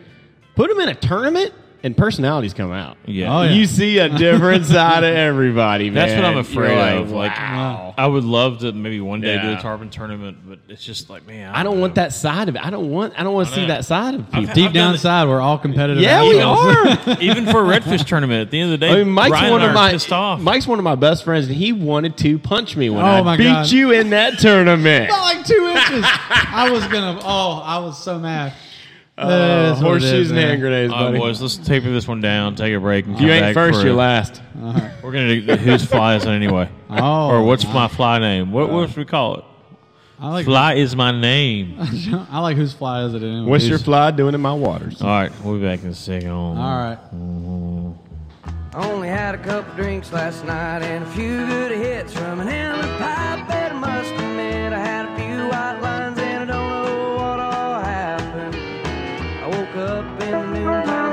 S6: put them in a tournament, and personalities come out.
S4: Yeah. Oh, yeah.
S6: you see a different side of everybody. Man.
S4: That's what I'm afraid
S6: You're
S4: of. Like,
S6: wow.
S4: I would love to maybe one day do
S6: Yeah.
S4: a tarpon tournament, but it's just like, man,
S6: I don't want that side of it. I don't want. I don't want to see that side of people.
S5: Deep down inside, we're all competitive.
S6: Yeah, we
S5: assholes.
S6: are.
S4: even for a redfish tournament. At the end of the day,
S6: I mean, Mike's
S4: Ryan
S6: one
S4: and I
S6: of
S4: are
S6: my
S4: pissed off.
S6: Mike's one of my best friends, and he wanted to punch me when
S5: Oh,
S6: I
S5: my
S6: beat
S5: God.
S6: you in that tournament.
S5: Not like two inches. I was gonna. Oh, I was so mad.
S6: Uh,
S5: That is what it
S6: horseshoes
S5: is,
S6: and
S5: man.
S6: hand grenades,
S4: All right,
S6: buddy.
S4: boys, let's taper this one down, take a break, and
S6: You
S4: come
S6: ain't
S4: back
S6: first,
S4: for
S6: you're
S4: a-
S6: last.
S4: We're gonna do the whose fly is it anyway,
S5: Oh,
S4: or what's my fly name? What what should we call it?
S5: I like
S4: Fly is my name.
S5: I like whose fly is it anyway.
S6: What's your fly doing in my waters?
S4: All right, we'll be back in a second. All
S5: right.
S25: I Only had a couple drinks last night and a few good hits from an endless pipe. But I must admit I had a few white lines and I don't know what all happened. I woke up in the noontime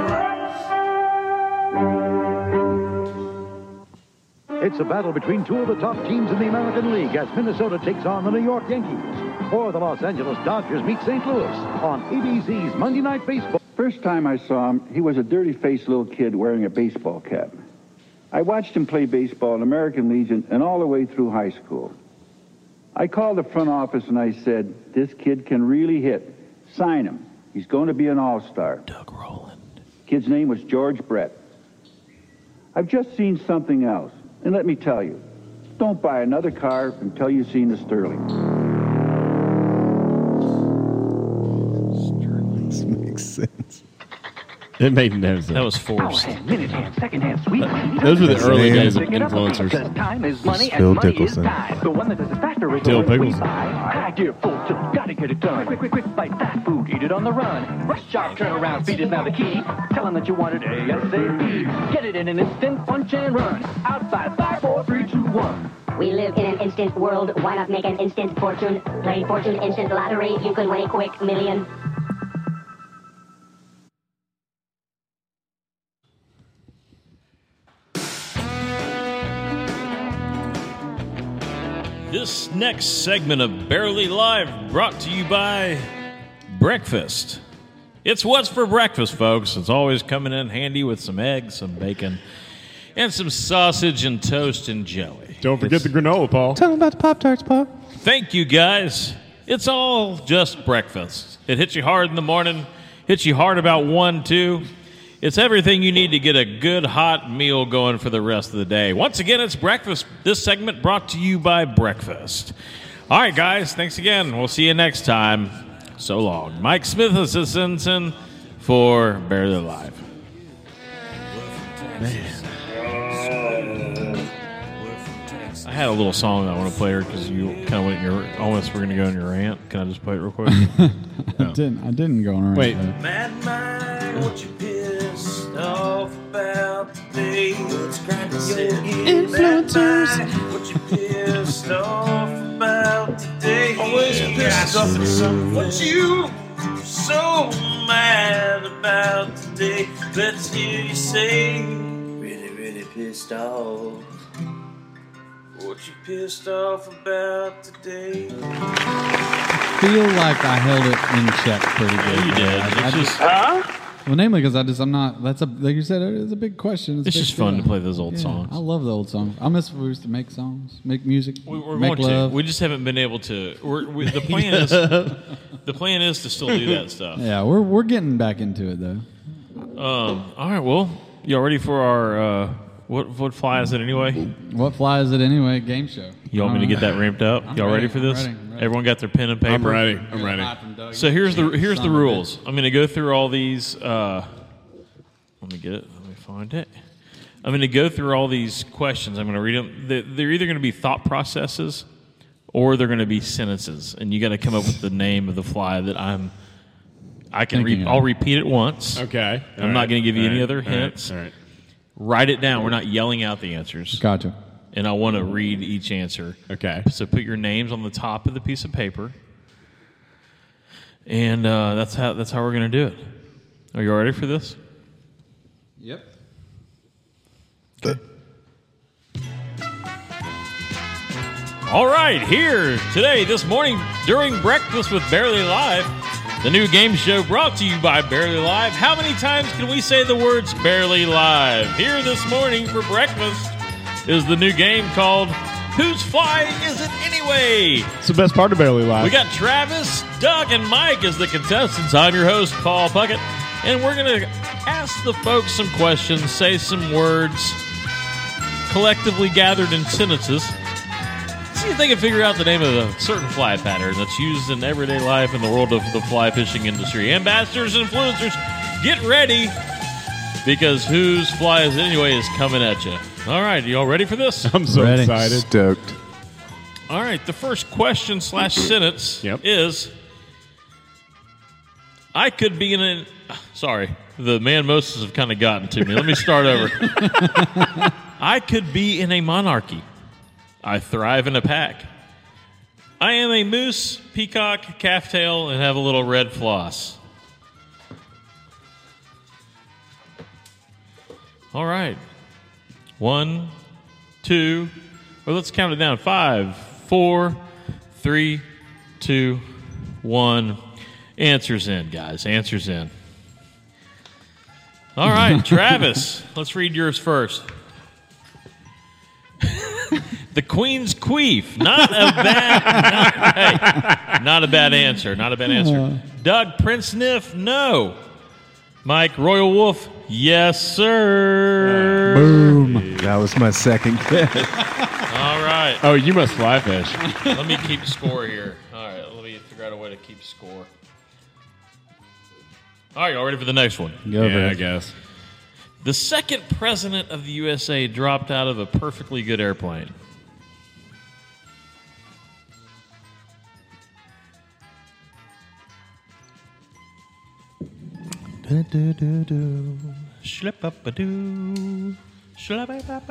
S13: It's a battle between two of the top teams in the American League as Minnesota takes on the New York Yankees, or the Los Angeles Dodgers meet St. Louis on ABC's Monday Night Baseball.
S26: First time I saw him, he was a dirty faced little kid wearing a baseball cap. I watched him play baseball in American Legion and all the way through high school. I called the front office and I said, This kid can really hit. Sign him. He's going to be an all star. Doug Rowland. Kid's name was George Brett. I've just seen something else, and let me tell you don't buy another car until you've seen the Sterling.
S6: This makes sense. It made no sense. That was
S13: Power hand, Oh, minute hand, second hand, sweep hand.
S6: Those were the early
S13: Damn.
S6: days of
S13: Pick it up,
S6: influencers.
S13: because Time is money,
S6: Phil
S13: and money
S6: Dickelson.
S13: is time. The one that does it faster is the
S6: Dill
S13: one we
S6: Pickles.
S13: buy. Pack your full tilt, gotta get it done. Quick, quick, quick, bite that food, eat it on the run. Rush job, turn around, speed is now the key. Tell them that you want it ASAP. Get it in an instant, punch and run. Out by five, four, three, two, one.
S1: We live in an instant world. Why not make an instant fortune? Play Fortune Instant Lottery. You could win a quick million.
S4: This next segment of Barely Live brought to you by Breakfast. It's what's for breakfast, folks. It's always coming in handy with some eggs, some bacon, and some sausage and toast and jelly.
S6: Don't forget the granola, Paul. Tell
S7: them about the Pop Tarts, Paul.
S4: Thank you, guys. It's all just breakfast. It hits you hard in the morning, hits you hard about one, two. It's everything you need to get a good hot meal going for the rest of the day. Once again, it's breakfast. This segment brought to you by Breakfast. All right, guys, thanks again. We'll see you next time. So long. Mike Smith, assistant for Barely Alive. I had a little song that I want to play here because you kind of went in your almost we're going to go in your rant. Can I just play it real quick?
S5: I didn't. I didn't go on.
S4: Wait.
S12: Mad mind, what you pissed off about today? What's grinding your
S5: Influencers.
S12: What you pissed off about today? Always pissed off at something. What you so mad about today? Let's hear you say. Really, really pissed off. What you pissed off about today?
S5: feel like I held it in check pretty good.
S12: you did.
S5: I-
S12: It's
S5: I
S12: just- Huh?
S5: Well, namely because I just I'm not. That's a like you said. It's a big question.
S4: It's
S5: a big
S4: just fun
S5: deal.
S4: to play those old songs.
S5: uh, I love the old songs. I miss when we used to make songs, make music,
S4: We, we're
S5: make
S4: going
S5: love.
S4: to. We just haven't been able to. We're, we, the plan is the plan is to still do that stuff.
S5: Yeah, we're we're getting back into it though.
S4: Um, all right. Well, y'all ready for our uh, what what fly is it anyway?
S5: What fly is it anyway? Game show.
S4: You want me to get that ramped up?
S5: I'm
S4: Y'all Uh, ready,
S5: ready,
S4: for
S5: I'm
S4: this?
S5: ready, I'm ready.
S4: Everyone got their pen and paper.
S6: I'm ready, I'm ready.
S4: So here's the here's
S6: Son
S4: the
S6: of a bitch.
S4: rules. I'm going to go through all these. Uh, let me get it. Let me find it. I'm going to go through all these questions. I'm going to read them. They're, they're either going to be thought processes, or they're going to be sentences, and you got to come up with the name of the fly that I'm. I can. Re-
S6: Thinking of.
S4: I'll repeat it once.
S6: Okay.
S4: I'm
S6: All
S4: not
S6: right.
S4: going to give you
S6: All
S4: any
S6: right.
S4: other
S6: All right.
S4: hints.
S6: All right.
S4: Write it down. We're not yelling out the answers.
S5: Gotcha.
S4: And I want to read each answer.
S6: Okay.
S4: So put your names on the top of the piece of paper. And uh, that's how that's how we're gonna do it. Are you all ready for this?
S5: Yep.
S4: All right, here today, this morning, during breakfast with Barely Live, the new game show brought to you by Barely Live. How many times can we say the words Barely Live? Here this morning for breakfast is the new game called Whose Fly Is It Anyway?
S6: It's the best part of Barely Live.
S4: We got Travis, Doug, and Mike as the contestants. I'm your host, Paul Puckett, and we're going to ask the folks some questions, say some words, collectively gathered in sentences. See if they can figure out the name of a certain fly pattern that's used in everyday life in the world of the fly fishing industry. Ambassadors and influencers, get ready because whose fly is it anyway is coming at you. All right, y'all ready for this?
S6: I'm so excited.
S27: Stoked.
S4: All right, the first question slash sentence is I could be in an. Sorry, the man Moses have kind of gotten to me. Let me start over. I could be in a monarchy. I thrive in a pack. I am a moose, peacock, calf tail, and have a little red floss. All right. One, two, well, let's count it down. Five, four, three, two, one. Answers in, guys. Answers in. All right, Travis, let's read yours first. the Queen's Queef. Not a bad not, hey, not a bad answer. Not a bad answer. Doug Prince Niff, no. Mike Royal Wolf, yes, sir.
S7: Boom. That was my second guess.
S4: All right.
S6: Oh, you must fly fish.
S4: let me keep score here. All right, let me figure out a way to keep score. All right, y'all ready for the next one?
S6: Go Yeah, for it. I guess.
S4: The second president of the USA dropped out of a perfectly good airplane. Slip up a doo. Slip up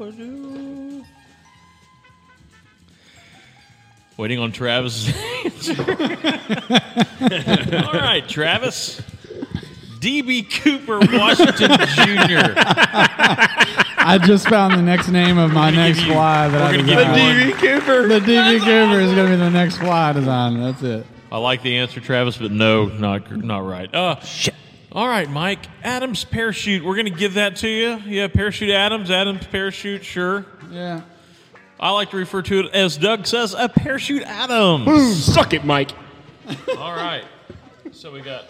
S4: a doo. Waiting on Travis. All right, Travis. DB Cooper Washington Jr.
S5: I just found the next name of my next fly that I
S4: gonna give
S5: designed.
S4: you
S5: Cooper. The DB Cooper is going to be the next fly design. That's it.
S4: I like the answer, Travis, but no, not not right. Uh, Shit. All right, Mike. Adams parachute. We're gonna give that to you. Yeah, parachute Adams. Adams parachute. Sure.
S5: Yeah.
S4: I like to refer to it as Doug says a parachute Adams.
S21: Boom. Suck it, Mike.
S4: All right. So we got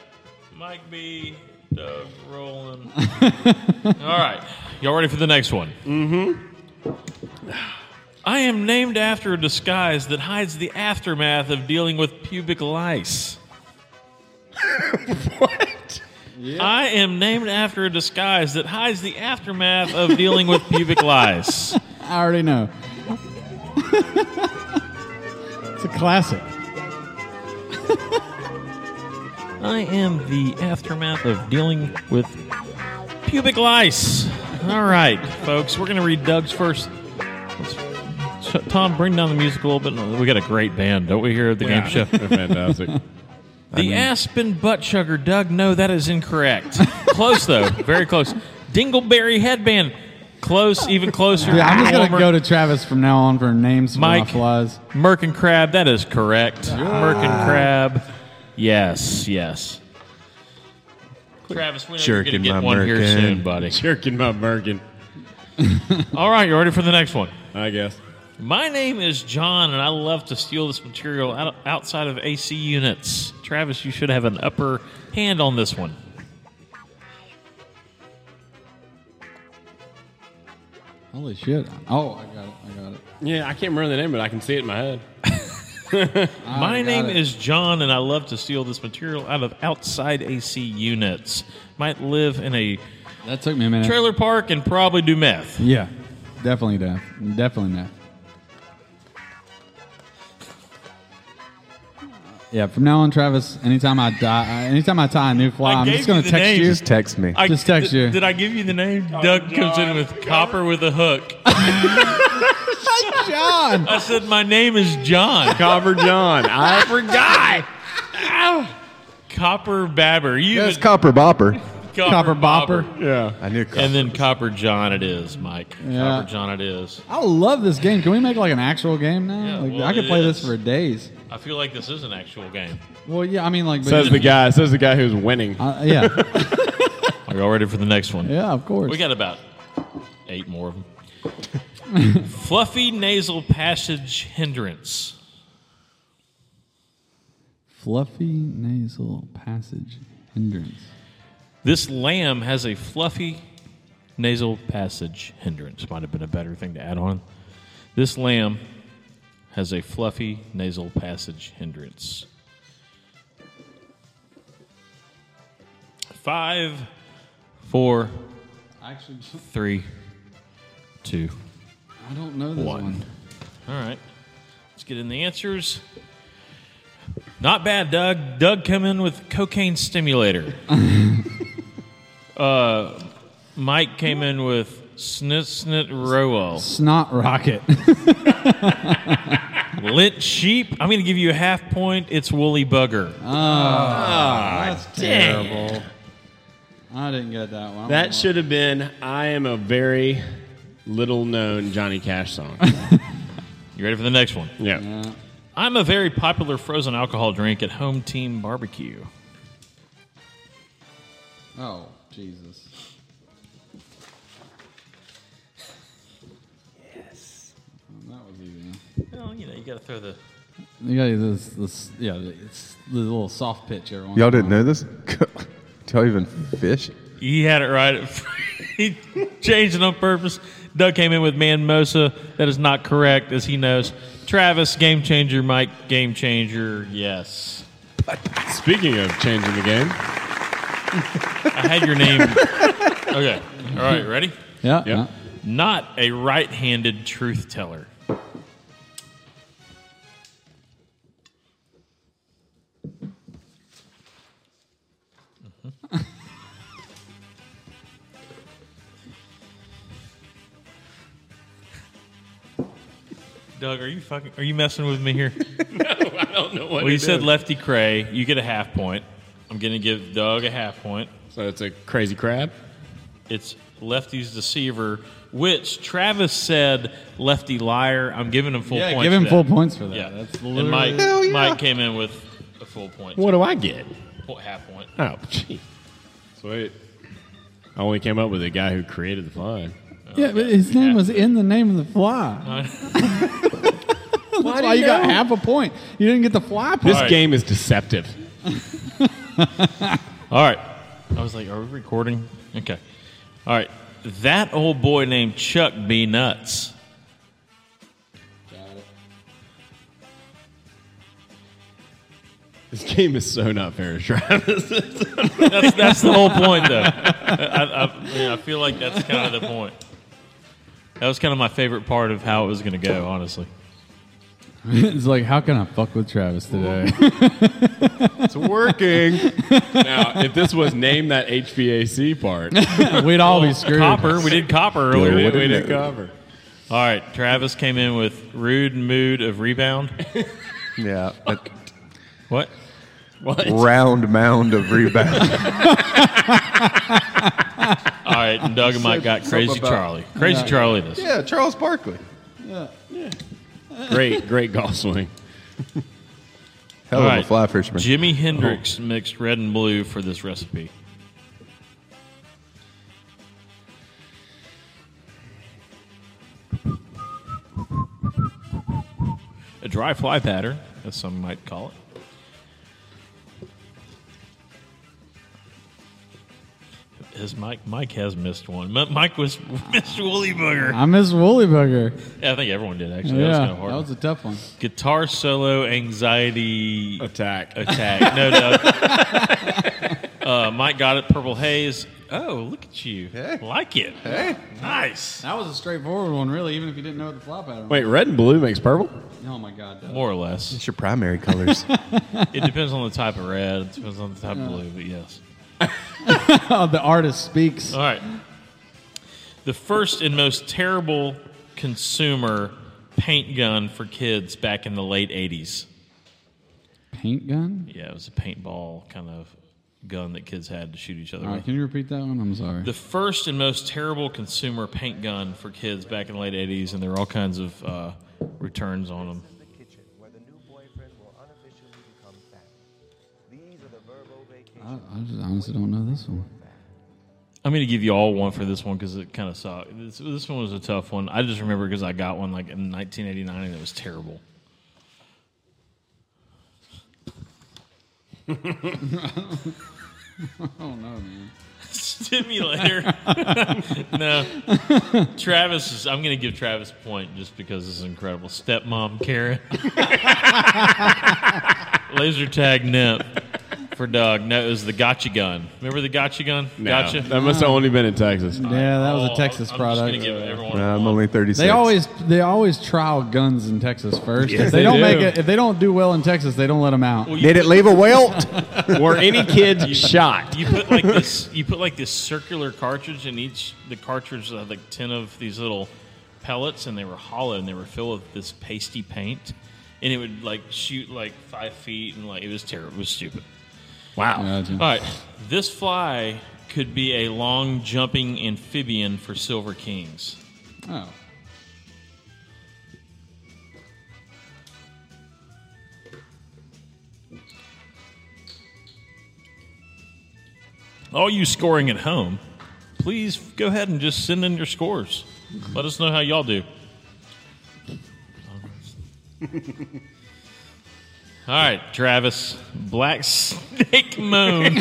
S4: Mike B, Doug Roland. All right. Y'all ready for the next one? Mm-hmm. I am named after a disguise that hides the aftermath of dealing with pubic lice. what? I am named after a disguise that hides the aftermath of dealing with pubic lice.
S5: I already know. it's a classic.
S4: I am the aftermath of dealing with pubic lice. All right, folks, we're going to read Doug's first. Let's- so- Tom, bring down the music a little bit. No, We got a great band, don't we, here at the
S6: Yeah,
S4: Game Show?
S6: they're fantastic.
S4: The
S6: I mean-
S4: Aspen Butt Chugger, Doug, no, that is incorrect. close, though, very close. Dingleberry Headband, close, even closer.
S5: Dude, I'm just going to
S4: Wilmer-
S5: go to Travis from now on for names for my
S4: Mike.
S5: flies.
S4: Merkin Crab, that is correct. Merkin Crab, yes, yes. Travis, we know you're going to get one here soon, buddy.
S6: Jerking my merkin.
S4: All right, you ready for the next one?
S6: I guess.
S4: My name is John, and I love to steal this material out, outside of AC units. Travis, you should have an upper hand on this one.
S5: Holy shit. Oh, I got it. I got it.
S6: Yeah, I can't remember the name, but I can see it in my head.
S4: My
S6: got
S4: name
S6: it.
S4: is John, and I love to steal this material out of outside AC units. Might live in a
S5: that took me a minute.
S4: trailer park and probably do meth.
S5: Yeah. Definitely deaf. Definitely deaf. Yeah, from now on, Travis. Anytime I die, uh, anytime I tie a new fly,
S4: I
S5: I'm
S4: gave
S5: just gonna
S4: you the
S5: text
S4: name.
S5: you.
S4: Just
S7: text me.
S4: I-
S5: just text
S4: did,
S5: you.
S4: Did I give you the name? Doug comes in with copper with a hook.
S5: John.
S4: I said my name is John. Copper John. I forgot. Copper Babber. You
S7: That's
S4: even-
S7: Copper Bopper.
S4: Copper Bopper.
S6: Yeah.
S7: I knew
S4: And then Copper John it is, Mike.
S5: Yeah.
S4: Copper John it is.
S5: I love this game. Can we make like an actual game now? like
S4: well,
S5: I could
S4: it
S5: play
S4: is.
S5: this for days.
S4: I feel like this is an actual game.
S5: Well, yeah, I mean, like but-
S6: Says the guy. Says the guy who's winning.
S5: Uh, yeah.
S4: Are y'all ready for the next one?
S5: Yeah, of course.
S4: We got about eight more of them. Fluffy nasal passage hindrance.
S5: Fluffy nasal passage hindrance.
S4: This lamb has a fluffy nasal passage hindrance. Might have been a better thing to add on. This lamb has a fluffy nasal passage hindrance. Five, four,
S5: Actually,
S4: three, two.
S5: I don't know this one.
S4: All right. Let's get in the answers. Not bad, Doug. Doug came in with cocaine stimulator. uh, Mike came in with snit snit roel.
S5: Snot rocket.
S4: Lint sheep. I'm going to give you a half point. It's woolly bugger. Oh,
S5: that's terrible. I didn't get that one.
S21: That should have been I am a very little known Johnny Cash song.
S4: you ready for the next one?
S21: Yeah.
S4: I'm a very popular frozen alcohol drink at Home Team Barbecue.
S5: Oh, Jesus. Yes. That was easy.
S4: Well, you know, you got to throw the.
S5: You got this, this, yeah, it's the little soft pitch every once
S7: Y'all
S5: in a
S7: didn't know this? Y'all even fish?
S4: He had it right. at- he changed it on purpose. Doug came in with Man Mosa. That is not correct, as he knows. Travis, game changer. Mike, game changer. Yes.
S21: Speaking of changing the game,
S4: I had your name. Okay. All right. Ready?
S5: Yeah.
S4: Not a right handed truth teller. Mm-hmm. Doug, are you fucking? Are you messing with me here? no, I
S21: don't know
S4: well, you said Lefty Cray. You get a half point. I'm going to give Doug a half point.
S21: So it's a crazy crab?
S4: It's Lefty's Deceiver, which Travis said Lefty Liar. I'm giving him full
S5: Yeah,
S4: points.
S5: give him
S4: for
S5: full points for that.
S4: Yeah.
S5: That's
S4: and Mike,
S5: literally- Hell yeah.
S4: Mike came in with a full point.
S21: What do I get?
S4: Po- Half point.
S21: Oh, gee. Sweet. I only came up with the guy who created the fly.
S5: Yeah, but his name was in the name of the fly. That's
S21: Why do
S5: why
S21: you
S5: you got
S21: know?
S5: half a point. You didn't get the fly point.
S21: This game is deceptive.
S4: All right. I was like, are we recording? Okay. All right. That old boy named Chuck B. Nuts.
S21: This game is so not fair, Travis.
S4: That's, that's the whole point, though. I, I, yeah, I feel like that's kind of the point. That was kind of my favorite part of how it was going to go, honestly.
S5: it's like, how can I fuck with Travis today?
S21: it's working. now, if this was name that HVAC part,
S5: We'd all be screwed.
S4: Copper. We did copper
S21: we
S4: earlier.
S21: did, we did cover.
S4: All right, Travis came in with rude mood of rebound.
S7: Yeah. that
S4: What? What?
S7: Round mound of rebound.
S4: All right, and Doug and Mike got
S7: Something
S4: crazy
S7: about-
S4: Charlie. Crazy
S7: Yeah.
S4: Charlie. This.
S7: Yeah, Charles Barkley.
S21: Great, great golf swing.
S7: Hell
S4: All
S7: of a
S4: right,
S7: fly fisherman. Oh.
S4: Jimi Hendrix mixed red and blue for this recipe. A dry fly pattern, as some might call it. His Mike Mike has missed one. Mi- Mike was missed Woolly Booger.
S5: I miss Woolly Bugger.
S4: Yeah, I think everyone did actually. that was
S5: yeah,
S4: kind of hard.
S5: that was a tough one.
S4: Guitar solo anxiety
S21: attack.
S4: Attack. No doubt. uh, Mike got it. Purple haze. Oh, look at you. Like it.
S5: Hey.
S4: Nice.
S5: That was a straightforward one, really, even if you didn't know the fly pattern.
S21: Wait, red and blue makes purple?
S5: Oh, my God. Doug.
S4: More or less.
S7: It's your primary colors.
S4: It depends on the type of red. It depends on the type of blue, but yes.
S5: Oh, the artist speaks.
S4: All right. The first and most terrible consumer paint gun for kids back in the late 80s.
S5: Paint gun?
S4: Yeah, it was a paintball kind of gun that kids had to shoot each other
S5: All
S4: with.
S5: right, can you repeat that one? I'm sorry.
S4: The first and most terrible consumer paint gun for kids back in the late 80s, and there were all kinds of uh, returns on them.
S5: I, I just honestly don't know this one.
S4: I'm going to give you all one for this one because it kind of sucked. This, this one was a tough one. I just remember because I got one like in 1989 and it was terrible.
S5: I don't know, man.
S4: Stimulator. no. Travis is, I'm going to give Travis a point just because this is incredible. Stepmom Karen. Laser tag nymph. for Doug. No, it was the Gotcha Gun. Remember the Gotcha Gun?
S6: No,
S4: gotcha.
S6: That must have only been in Texas.
S5: Yeah, that
S4: Oh,
S5: was a Texas product.
S7: I'm only 36.
S5: They always they always trial guns in Texas first.
S7: Yes,
S5: if they,
S7: they
S5: don't
S7: do.
S5: make it, if they don't do well in Texas, they don't let them out.
S4: Did it leave a welt?
S5: Were
S21: any kids shot?
S4: You put like this. You put like this circular cartridge in each. The cartridge had like ten of these little pellets, and they were hollow, and they were filled with this pasty paint, and it would like shoot like five feet, and like it was terrible. It was stupid.
S21: Wow.
S7: Mm.
S4: All right, this fly could be a long jumping amphibian for silver kings.
S5: Oh.
S4: All you scoring at home, please go ahead and just send in your scores. Let us know how y'all do. All right, Travis, Black Snake Moon.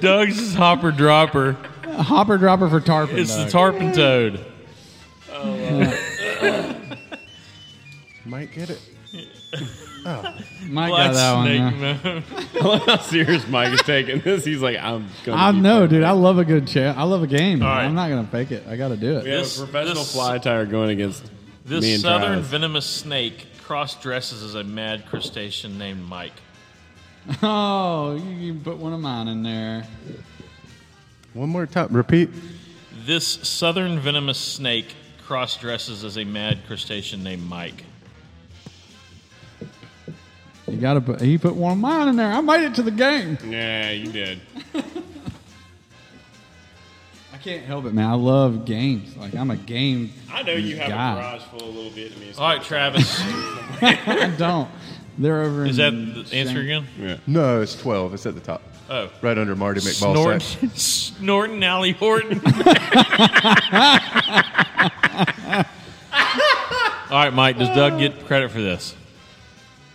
S4: Doug's hopper dropper.
S5: Hopper dropper for tarpon.
S4: It's the
S5: dog.
S4: tarpon toad.
S7: Might get it.
S5: Mike got that one. yeah.
S6: I love how serious Mike is taking this. He's like, I'm going
S5: I know, dude. I love a good chair. I love a game. I'm not gonna fake it. I got to do it.
S6: We have a
S4: This-
S6: professional
S4: this-
S6: fly tire going against
S4: This
S6: me and
S4: southern
S6: Travis.
S4: venomous snake cross dresses as a mad crustacean named Mike.
S5: Oh, you can put one of mine in there.
S7: One more time. Repeat.
S4: This southern venomous snake cross dresses as a mad crustacean named Mike.
S5: You got to put. You put one of mine in there. I made it to the game.
S6: Yeah, you did.
S5: I can't help it, man. I love games. Like I'm a game.
S6: I know you have
S5: guy.
S6: a garage full of little Vietnamese.
S4: All right, Travis.
S5: I don't. They're over.
S4: Is that
S5: in
S4: the answer again?
S6: Yeah.
S7: No, it's 12. It's at the top.
S4: Oh.
S7: Right under Marty McBall's sack.
S4: Snorton, Snorton Alley Horton. All right, Mike. Does Doug get credit for this?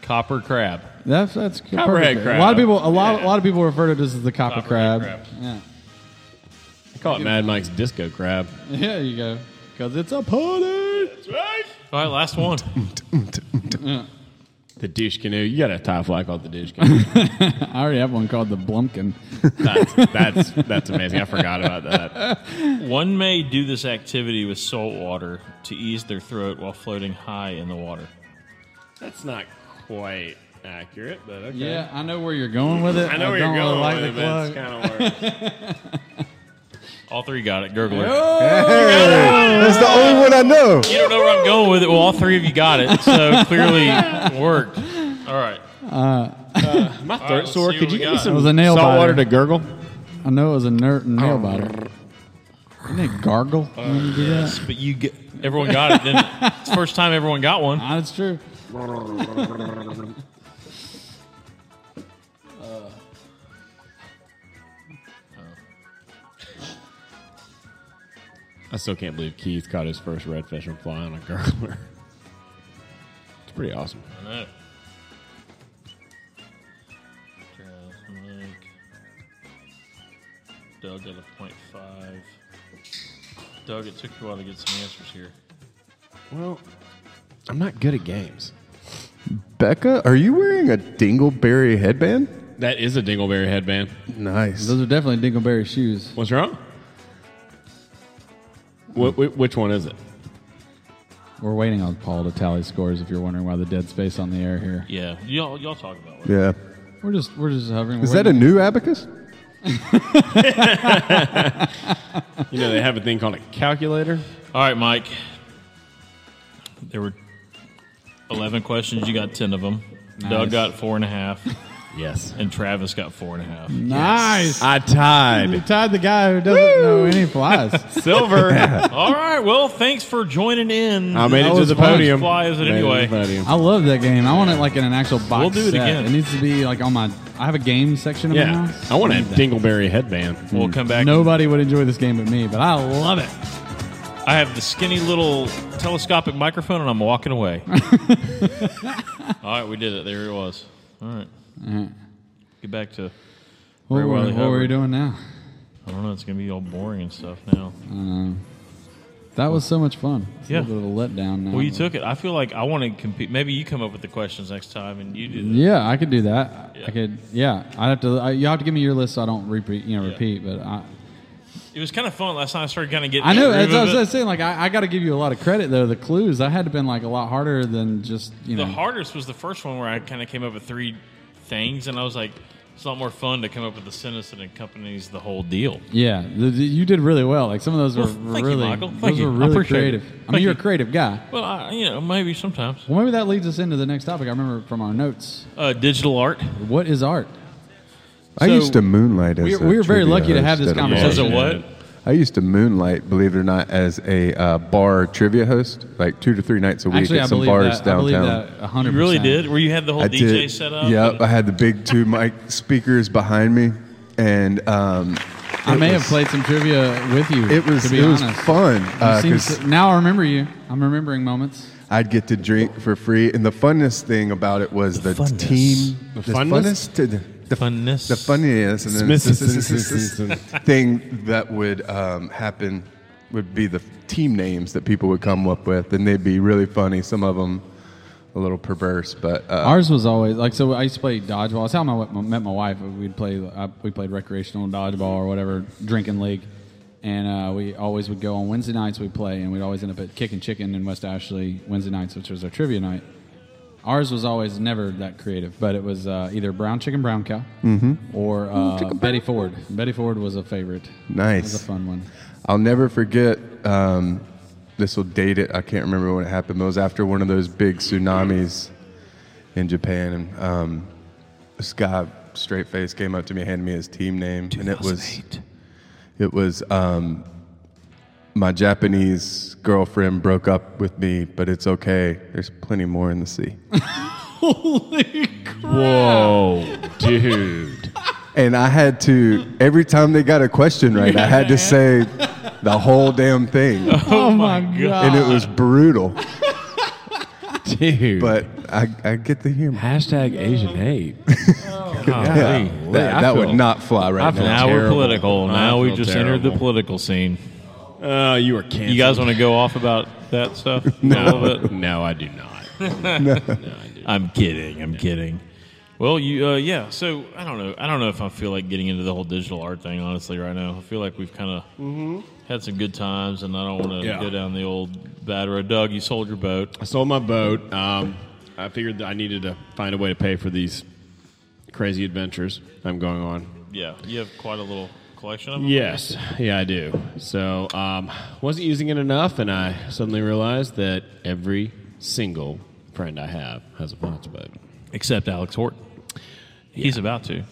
S4: Copper crab.
S5: That's that's perfect.
S4: Copperhead
S5: A lot
S4: crab.
S5: of people, a lot, a lot of people refer to this as the copper crab.
S4: Copperhead
S5: Yeah,
S6: I call it Mad Mike's Disco Crab.
S5: yeah, you go because it's a party. That's
S6: right.
S4: All right, last one.
S6: The douche canoe. You got a tie fly called the douche canoe.
S5: I already have one called the Blumpkin.
S6: that's, that's that's amazing. I forgot about that.
S4: One may do this activity with salt water to ease their throat while floating high in the water.
S6: That's not quite accurate, but okay.
S5: Yeah, I know where you're going with it.
S6: I know
S5: I
S6: where
S5: don't
S6: you're
S5: really
S6: going
S5: like
S6: with
S5: the
S6: it, but it's
S5: plug.
S6: kind of worse.
S4: All three got it. Gurgler.
S7: That's the only one I know.
S4: You don't know where I'm going with it. Well, all three of you got it, so clearly it worked. All right.
S5: Uh,
S6: My
S4: throat let's sore. see Could what you we give me got. some
S5: It was a nail
S6: salt
S5: biter.
S6: water to gurgle?
S5: I know it was a ner- nail biter. Isn't it gargle? when you do
S4: Yes, but you get everyone got it. Didn't it? It's the first time everyone got one.
S5: That's true.
S6: I still can't believe Keith caught his first redfish and fly on a gurgler. It's pretty awesome.
S4: I know. Doug at a point five. Doug, it took you a while to get some answers here.
S6: Well, I'm not good at games.
S7: Becca, are you wearing a dingleberry headband?
S6: That is a dingleberry headband.
S7: Nice.
S5: Those are definitely Dingleberry shoes.
S6: What's wrong? What, wh- which one is it?
S5: We're waiting on Paul to tally scores. If you're wondering why the dead space on the air here,
S4: Yeah, y'all, y'all talk about it.
S7: Yeah.
S5: we're just we're just hovering.
S7: Is
S5: We're
S7: that a
S5: waiting.
S7: new abacus?
S6: You know, they have a thing called a calculator.
S4: All right, Mike. There were eleven questions. You got ten of them.
S6: Nice.
S4: Doug got four and a half,
S6: Yes.
S4: and Travis got four and a half.
S5: Nice.
S6: I
S5: You
S6: tied.
S5: tied the guy who doesn't know any flies.
S6: Silver.
S4: All right. Well, thanks for joining in.
S6: I made it
S4: That
S6: to
S4: was
S6: the
S4: fun.
S6: podium.
S4: Why is it
S6: Made to
S4: anyway?
S6: the podium.
S5: I love that game. I want it like in an actual box.
S4: We'll do it
S5: set.
S4: again.
S5: It needs to be like on my. I have a game section of my
S6: Yeah.
S5: house.
S6: I want a
S5: Need that.
S6: dingleberry headband.
S4: We'll come back.
S5: Nobody would enjoy this game but me, but I love it.
S4: I have the skinny little telescopic microphone, and I'm walking away. All right, we did it. There it was. All right. Get back to.
S5: What,
S4: Ray
S5: were,
S4: Wiley
S5: what were we
S4: Hubbard.
S5: doing now?
S4: I don't know. It's gonna be all boring and stuff now.
S5: Um, That was so much fun. It's
S4: Yeah.
S5: a little bit of a letdown now.
S4: Well, you took it. I feel like I want to compete. Maybe you come up with the questions next time, and you do. The,
S5: Yeah, I could do that. I could. Yeah, I'd have to. I, you have to give me your list so I don't repeat. You know, repeat. But I,
S4: It was kind of fun last night. I started kind of getting.
S5: I know.
S4: in the
S5: As
S4: groove
S5: I
S4: of
S5: was
S4: it.
S5: just saying, like I, I got to give you a lot of credit though. The clues I had been like a lot harder than just you know.
S4: The hardest was the first one where I kind of came up with three things, and I was like, it's a lot more fun to come up with the sentence that accompanies the whole deal.
S5: yeah, the, the- you did really well. Like some of those
S4: Well,
S5: were
S4: thank you,
S5: really,
S4: Michael. Thank
S5: those
S4: you.
S5: were
S4: I
S5: really
S4: appreciate it.
S5: creative. I mean,
S4: Thank
S5: you're a
S4: you.
S5: creative guy.
S4: Well, I, you know, maybe sometimes.
S5: Well, maybe that leads us into the next topic. I remember from our notes.
S4: Uh, digital art.
S5: What is art?
S7: I used to moonlight as
S5: We-
S7: a
S5: we were very
S7: trivia
S5: lucky to
S7: host
S5: have this
S7: at a bar.
S5: conversation. As a
S4: what?
S7: I used to moonlight, believe it or not, as a uh, bar trivia host, like two to three nights a week
S5: Actually,
S7: at
S5: I
S7: some
S5: believe that.
S7: bars
S5: I
S7: downtown.
S5: believe that 100.
S4: You really did? Where you had the whole
S7: I
S4: DJ
S7: did-
S4: set up?
S7: Yep, I had the big two mic speakers behind me, and um,
S5: I
S7: it
S5: may have
S7: was-
S5: played some trivia with you.
S7: It was-
S5: to be
S7: it was
S5: honest.
S7: fun,
S5: You
S7: uh,
S5: seem
S7: 'cause-
S5: so- now I remember you. I'm remembering moments.
S7: I'd get to drink for free, and the funnest thing about it was the, team.
S5: The
S7: funnest,
S5: funnest?
S7: the, the
S4: funnest,
S7: the funniest, and then-
S6: Smithson.
S7: thing that would um, happen would be the team names that people would come up with, and they'd be really funny. Some of them a little perverse, but uh,
S5: Ours was always like so. I used to play dodgeball. That's how I met- met my wife. We'd play. I, we played recreational dodgeball or whatever drinking league, and uh, we always would go on Wednesday nights. We would play, and we'd always end up at Kickin' Chicken in West Ashley Wednesday nights, which was our trivia night. Ours was always never that creative, but it was uh, either brown chicken, brown cow,
S7: Mhm.
S5: or uh, Betty Ford. Betty Ford was a favorite.
S7: Nice.
S5: It was a fun one.
S7: I'll never forget. Um, this will date it. I can't remember when it happened. But it was after one of those big tsunamis in Japan, and um, this guy, straight face, came up to me, handed me his team name, and it was, it was um, my Japanese girlfriend broke up with me, but it's okay. There's plenty more in the sea.
S28: Holy
S7: Whoa, dude. And I had to, every time they got a question right, I had to say the whole damn thing.
S28: Oh my God.
S7: And it was brutal.
S6: Dude.
S7: But I, I get the humor.
S6: Hashtag Asian hate.
S7: yeah, that, that would not fly right now.
S4: now we're political. Now we just entered the political scene.
S6: Uh, you are canceled.
S4: You guys want to go off about that stuff?
S6: No. no, I do not.
S4: I'm kidding. I'm kidding. Well, you, uh, yeah. So I don't know. I don't know if I feel like getting into the whole digital art thing honestly right now. I feel like we've kind of had some good times, and I don't want to
S6: Mm-hmm. Yeah.
S4: go down the old bad road. Doug, you sold your boat.
S6: I sold my boat. Um, I figured that I needed to find a way to pay for these crazy adventures I'm going on.
S4: Yeah, you have quite a little collection of them.
S6: Yes, yeah, I do. So um, wasn't using it enough, and I suddenly realized that every single friend I have has a Fox boat,
S4: except Alex Horton. He's about to.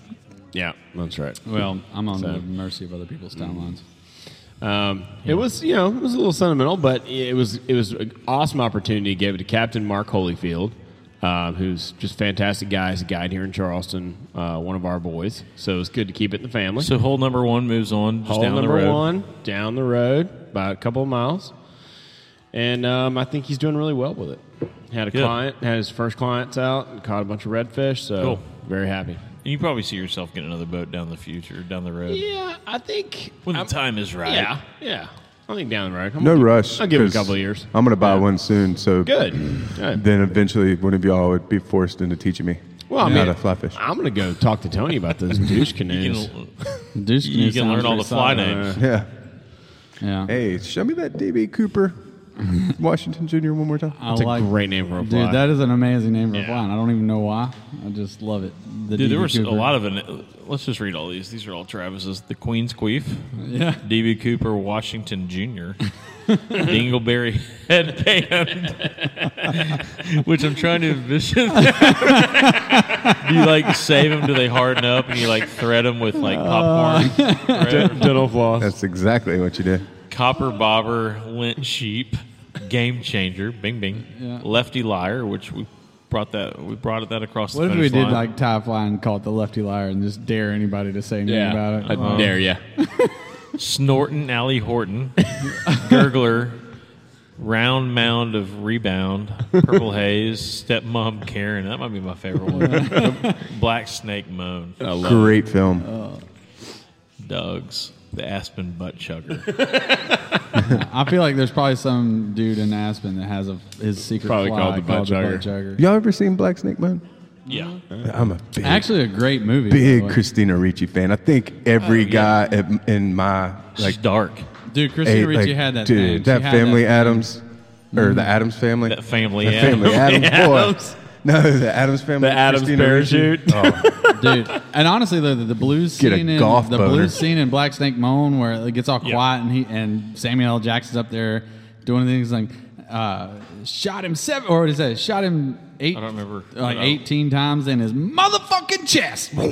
S6: Yeah, that's right.
S5: Well, I'm on
S6: So-
S5: the mercy of other people's timelines.
S6: Um, It was, you know, it was a little sentimental, but it was it was an awesome opportunity. Gave it to Captain Mark Holyfield, um, who's just a fantastic guy. He's a guide here in Charleston, uh, one of our boys. So it was good to keep it in the family.
S4: So hole number one moves on. Just
S6: hole
S4: down
S6: number
S4: the road.
S6: one down the road, about a couple of miles, and um, I think he's doing really well with it. Had a
S4: Good.
S6: client, had his first clients out, and caught a bunch of redfish. So
S4: Cool.
S6: very happy.
S4: You probably see yourself getting another boat down the future, down the road.
S6: Yeah, I think
S4: when the time is right.
S6: Yeah, yeah. I think down the road. I'm
S7: No
S6: gonna-
S7: rush.
S6: I'll give it a
S7: 'cause
S6: couple of years.
S7: I'm going to buy one soon. So
S6: Good.
S7: Then eventually one of y'all would be forced into teaching me
S6: Well, I
S7: how
S6: mean,
S7: to fly fish.
S6: I'm gonna go talk to Tony about those douche canoes.
S5: douche
S4: You canoes can learn sounds all the fly pretty solid. names.
S7: Yeah.
S5: Yeah.
S7: Hey, show me that DB Cooper, Washington Jr. one more time.
S5: I like- Dude, that is an amazing name for a fly. and I don't even know why. I just love it. The
S4: Dude, there
S5: DB
S4: was a
S5: Cooper.
S4: lot of an. Let's just read all these. These are all Travis's. The Queen's Queef.
S5: Yeah.
S4: DB Cooper, Washington Jr. Dingleberry headband, which I'm trying to envision. Do you like save them? Do they harden up? And you like thread them with like popcorn?
S5: Uh,
S4: thread?
S6: floss.
S7: That's exactly what you did.
S4: Copper Bobber, Lint Sheep, Game Changer, Bing Bing,
S5: Yeah.
S4: Lefty Liar, which we brought that we brought that across.
S5: What
S4: the
S5: if we
S4: finish
S5: did
S4: line.
S5: like tie fly and call it the lefty liar and just dare anybody to say anything
S4: Yeah,
S5: about
S4: I
S5: it? Uh,
S4: dare ya. Snortin' Alley Horton, Gurgler, Round Mound of Rebound, Purple Haze, Stepmom Karen. That might be my favorite one. Black Snake Moan.
S6: Uh,
S7: Great film.
S4: Doug's The Aspen Butt Chugger.
S5: I feel like there's probably some dude in Aspen that has a his secret
S6: Probably
S5: fly
S6: called the butt
S5: butt
S7: jugger. Y'all ever seen Black Snake Moan?
S6: Yeah.
S7: I'm a big,
S5: Actually, a great movie. by the
S7: big
S5: way.
S7: Christina Ricci fan. I think
S6: Oh,
S7: every guy at, in my like
S4: dark
S5: Dude, Christina
S7: Hey,
S5: Ricci
S7: like,
S5: had that
S7: dude,
S5: thing. She
S7: that
S5: had
S7: family
S5: that Mm-hmm.
S7: Adams, or the Adams family.
S4: That family
S7: That
S4: Adams.
S7: family Adams, boy.
S4: Adams.
S7: No, the Adams family.
S5: The Adams
S7: Christina Ricci. Oh,
S5: dude. And honestly, the the, the blues
S7: Get a
S5: scene in
S7: golf
S5: the
S7: boner.
S5: blues scene in Black Snake Moan where it gets all quiet and he and Samuel L. Jackson's up there doing things like uh, shot him seven or what is that? Shot him eight. I don't remember. Like
S4: No.
S5: eighteen times in his motherfucking chest.
S4: I,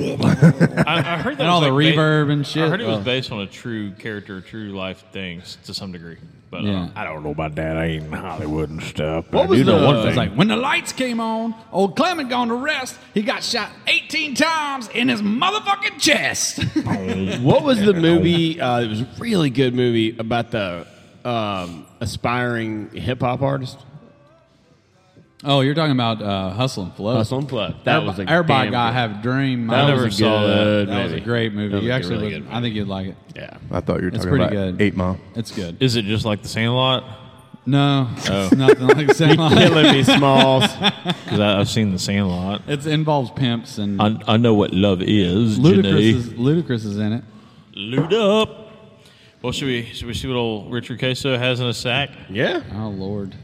S4: I heard that
S5: And all
S4: was
S5: the
S4: like ba-
S5: reverb and shit.
S4: I heard it was
S5: Oh.
S4: based on a true character, true life things to some degree. But uh,
S5: Yeah.
S4: I don't know about that. I ain't in Hollywood and stuff.
S5: What
S4: I
S5: was
S4: do
S5: the
S4: know one
S5: it was
S4: thing.
S5: Uh, like when the lights came on? Old Clement gone to rest. He got shot eighteen times in his motherfucking chest.
S6: what was the movie? Uh, it was a really good movie about the um, aspiring hip hop artist.
S5: Oh, you're talking about uh, Hustle and Flow.
S6: Hustle and Flow. That
S5: Everybo-
S6: was a
S5: Everybody
S6: damn
S5: Gotta
S6: good-
S5: Have a Dream.
S6: That
S5: I
S6: was a good
S5: That was a
S6: movie.
S5: great movie.
S6: That was
S5: You
S6: a
S5: actually,
S6: really
S5: would,
S6: good
S5: I think you'd like it. Yeah,
S7: I thought you were
S5: It's
S7: talking
S5: pretty
S7: about
S5: good.
S7: Eight Mile.
S5: It's good.
S4: Is it just like the Sandlot?
S5: No,
S6: Oh.
S5: it's nothing like the Sandlot.
S4: You're killing me, Smalls. Because I've seen the Sandlot.
S5: It involves pimps and
S4: I, I know what love is.
S5: Ludacris.
S4: Janae.
S5: Is, Ludacris is in it.
S4: Loot up. Well, should we should we see what old Richard Queso has in a sack?
S6: Yeah.
S5: Oh Lord,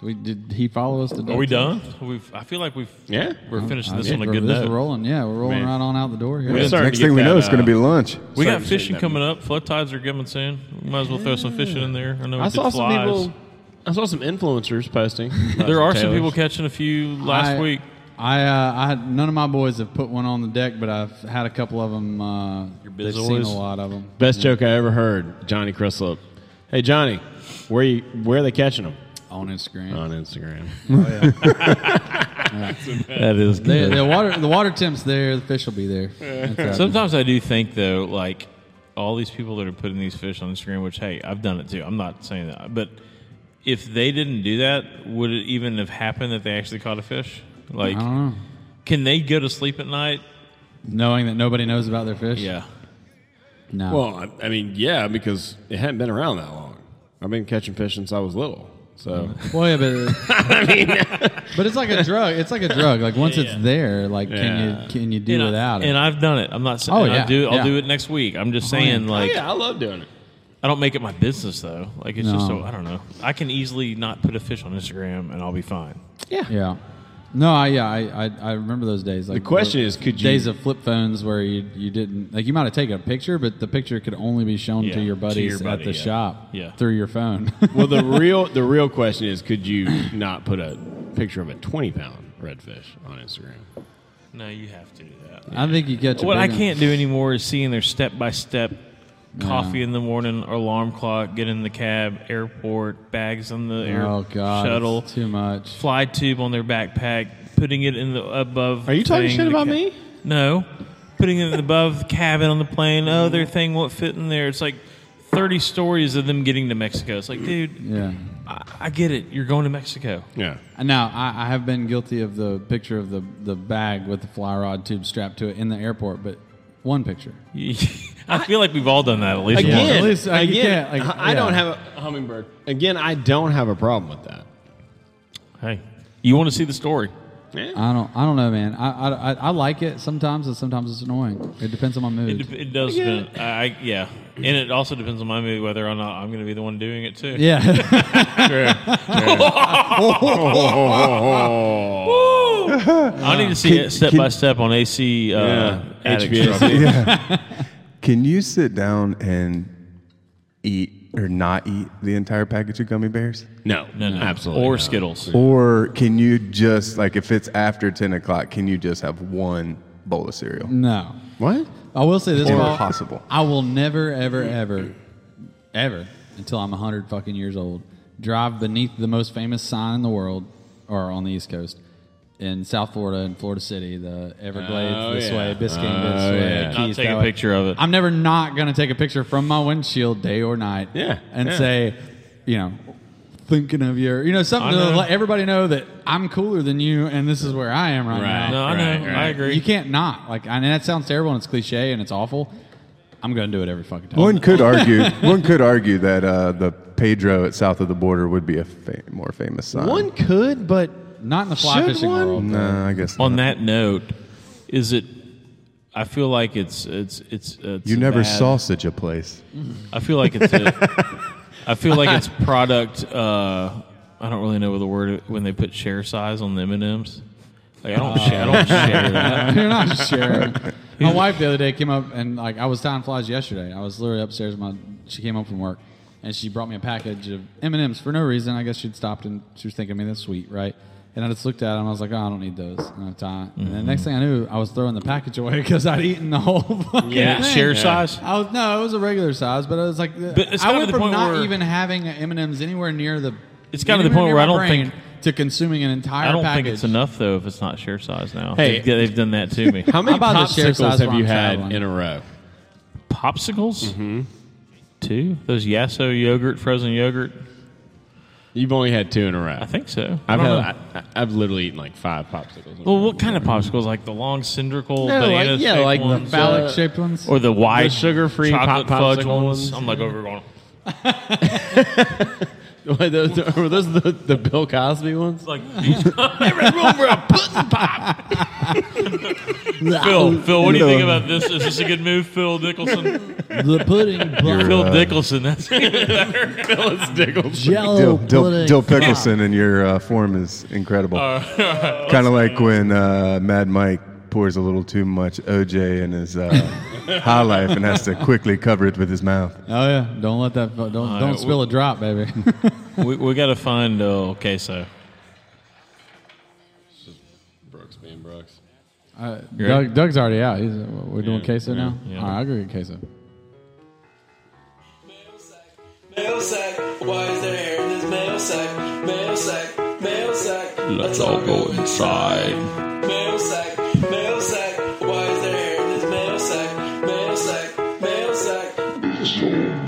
S5: Do we, did he follow us? To
S4: Are we done? We've. I feel like we've. We're finishing this on a good
S5: This
S4: note.
S5: is rolling. Yeah, we're rolling
S4: Man.
S5: right on out the door here.
S4: We're starting
S7: Next
S4: to get
S7: thing we
S4: that,
S7: know, it's going
S4: uh,
S7: to be lunch.
S4: We got fishing coming up. Flood tides are coming soon. We might as well throw some fishing in there. I know we
S6: I
S4: did
S6: saw some
S4: flies.
S6: people. I saw some influencers posting.
S4: There are some people catching a few last
S5: I-
S4: week.
S5: I, uh, I had, none of my boys have put one on the deck, but I've had a couple of them. Uh, they've seen a
S6: Bizoys.
S5: lot of them.
S6: Best joke I ever heard. Johnny Crislip. Hey Johnny, where you where are they catching them?
S5: On
S4: Oh,
S5: Instagram.
S6: On Instagram.
S4: That is
S5: They-
S4: good.
S5: the water. The water temp's there. The fish will be there. That's right.
S4: Sometimes I do think though, like all these people that are putting these fish on Instagram, which hey, I've done it too. I'm not saying that, but if they didn't do that, would it even have happened that they actually caught a fish? Like,
S5: I don't know.
S4: can they go to sleep at night?
S5: knowing that nobody knows about their fish.
S4: Yeah.
S5: No.
S6: Well, I, I mean, yeah, because it hadn't been around that long. I've been catching fish since I was little. So Oh,
S5: Well, yeah, but but it's like a drug. It's like a drug. Like once it's there, like can
S6: Yeah.
S5: you can you do
S4: And I-
S5: without
S4: And
S5: it?
S4: I've done it. I'm not saying
S5: Oh,
S4: I'll
S5: yeah,
S4: do. I'll
S5: yeah.
S4: do it next week. I'm just saying,
S6: Oh,
S4: like,
S6: yeah, I love doing it.
S4: I don't make it my business though. Like, it's just
S5: No.
S4: so I don't know. I can easily not put a fish on Instagram and I'll be fine.
S5: yeah. No, I yeah, I, I I remember those days. Like
S6: The question
S5: where-
S6: is, could you-
S5: days of flip phones where you you didn't like you might have taken a picture, but the picture could only be shown
S6: Yeah,
S5: to
S6: to your
S5: your buddies
S6: buddy,
S5: at the
S6: yeah.
S5: shop
S6: Yeah.
S5: through your phone.
S6: Well, the real the real question is, could you not put a picture of a twenty pound redfish on Instagram?
S4: No, you have to do that.
S5: I think you get
S4: What I can't do anymore is seeing their step by step coffee in the morning, alarm clock, get in the cab, airport, bags on the air
S5: Oh God, it's
S4: shuttle,
S5: too much.
S4: fly tube on their backpack, putting it in the above.
S6: Are you talking
S4: thing,
S6: shit
S4: the
S6: about me?
S4: No, putting it in the above cabin on the plane. Oh, their thing won't fit in there. It's like thirty stories of them getting to Mexico. It's like, dude,
S5: Yeah.
S4: I, I get it. You're going to Mexico.
S6: Yeah.
S5: Now I, I have been guilty of the picture of the the bag with the fly rod tube strapped to it in the airport, but one picture.
S4: I feel like we've all done that at least
S6: Again,
S4: once.
S5: At least, like, uh, you
S6: again,
S5: can't, like,
S6: I I don't
S5: yeah.
S6: have a hummingbird. Again, I don't have a problem with that.
S4: Hey, you want to see the story?
S5: I don't. I don't know, man. I, I, I, I like it sometimes, and sometimes it's annoying. It depends on my mood.
S4: It, dep- it does.
S5: Yeah.
S4: depend- I, I yeah, and it also depends on my mood whether or not I'm going to be the one doing it too.
S5: Yeah.
S4: I need to see
S7: Can-
S4: it step
S7: can-
S4: by step on AC. Uh,
S7: Yeah,
S4: Attic
S7: HVAC.
S4: Struggle.
S7: Yeah. Can you sit down and eat or not eat the entire package of gummy bears?
S6: No, no, no. absolutely.
S4: Or
S6: not.
S4: Skittles.
S7: Or can you just like if it's after ten o'clock, can you just have one bowl of cereal?
S5: No.
S6: What?
S5: I will say this:
S7: Or
S5: Paul,
S7: possible.
S5: I will never, ever, ever, ever until I'm hundred fucking years old drive beneath the most famous sign in the world, or on the East Coast. In South Florida, in Florida City, the Everglades
S6: Oh,
S5: this
S6: yeah.
S5: way, Biscayne
S6: Oh,
S5: this way,
S6: yeah.
S5: Keys
S6: I'll take
S5: that
S6: a
S5: way.
S6: picture of it.
S5: I'm never not going to take a picture from my windshield, day or night.
S6: Yeah,
S5: and
S6: yeah.
S5: say, you know, thinking of your, you know, something
S6: I
S5: to
S6: know.
S5: let everybody know that I'm cooler than you, and this is where I am right,
S6: Right,
S5: now.
S6: No, I know. right, I right. agree.
S5: You can't not like, and that sounds terrible and it's cliche and it's awful, I'm going to do it every fucking time.
S7: One could argue. one could argue that uh, the Pedro at south of the border would be a fa- more famous sign.
S5: One
S21: could, but
S5: not in the fly fishing world.
S7: No, I guess.
S4: On that note, is it? I feel like it's it's it's. it's
S7: you never
S4: bad-
S7: saw such a place.
S4: I feel like it's. A, I feel like it's product. Uh, I don't really know the word when they put share size on the M and M's. Like I don't. share, I don't share that.
S5: You're not sharing. My wife the other day came up and like I was tying flies yesterday. I was literally upstairs. with My she came home from work and she brought me a package of M and M's for no reason. I guess she'd stopped and she was thinking, "Man, that's sweet, right?" And I just looked at them. I was like, "Oh, I don't need those." And I tie. And the
S21: Mhm.
S5: next thing I knew, I was throwing the package away because I'd eaten the whole fucking
S21: Yeah,
S5: thing.
S21: share Yeah. size?
S5: I was, no, it was a regular size, but it was like
S21: But it's
S5: I
S21: gotta
S5: went
S21: the
S5: from
S21: point
S5: not
S21: where-
S5: even having M and M's anywhere near the.
S4: It's gotten to the point
S5: anywhere near
S4: where I
S5: my
S4: don't
S5: brain
S4: think-
S5: to consuming an entire.
S4: I don't
S5: package.
S4: think it's enough though if it's not share size now.
S5: Hey.
S4: they've, they've done that to me.
S5: How many How about the share popsicles size have while you I'm had traveling?
S4: in a row? Popsicles? Mm-hmm. Two? Those Yasso yogurt, frozen yogurt.
S21: You've only had two in a row. I
S4: think so.
S21: I've had,
S4: I don't
S21: I, I- I've literally eaten like five popsicles.
S4: Well, what kind of popsicles? Like the long cylindrical,
S21: No, like-
S4: banana
S21: yeah, like the
S4: ones, uh,
S21: phallic-shaped ones?
S4: or the wide
S21: The sugar-free
S4: chocolate
S21: pop-
S4: fudge
S21: popsicle ones.
S4: ones. I'm like over going.
S21: Were those, were those the, the Bill Cosby ones?
S4: Like
S21: every room where I put the pop.
S4: Phil, Phil, what do you think about this? Is this a good move, Phil Nicholson?
S21: The pudding
S4: You're,
S21: pop.
S4: Phil
S7: uh,
S4: Dickelson. That's
S21: Phyllis Dickelson.
S7: Dill, Dill, Dill Pickleson in your uh, form is incredible.
S4: All right.
S7: kind of like when uh, Mad Mike pours a little too much OJ in his uh, high life and has to quickly cover it with his mouth.
S5: Oh yeah, don't let that don't
S4: right,
S5: don't
S4: we-
S5: spill a drop, baby.
S4: we we got to find uh, queso.
S21: Brooks being Brooks.
S5: Uh,
S4: You're
S5: Doug,
S4: right.
S5: Doug's already out. He's, we're doing
S21: Yeah,
S5: queso
S21: yeah,
S5: now.
S21: yeah.
S5: All right, I'll go get queso.
S9: Mail sack, why is there hair in this mail sack? Mail sack, mail sack,
S4: Let's all go inside.
S9: mail sack, mail sack, why is there hair in this mail sack? Mail sack, mail sack.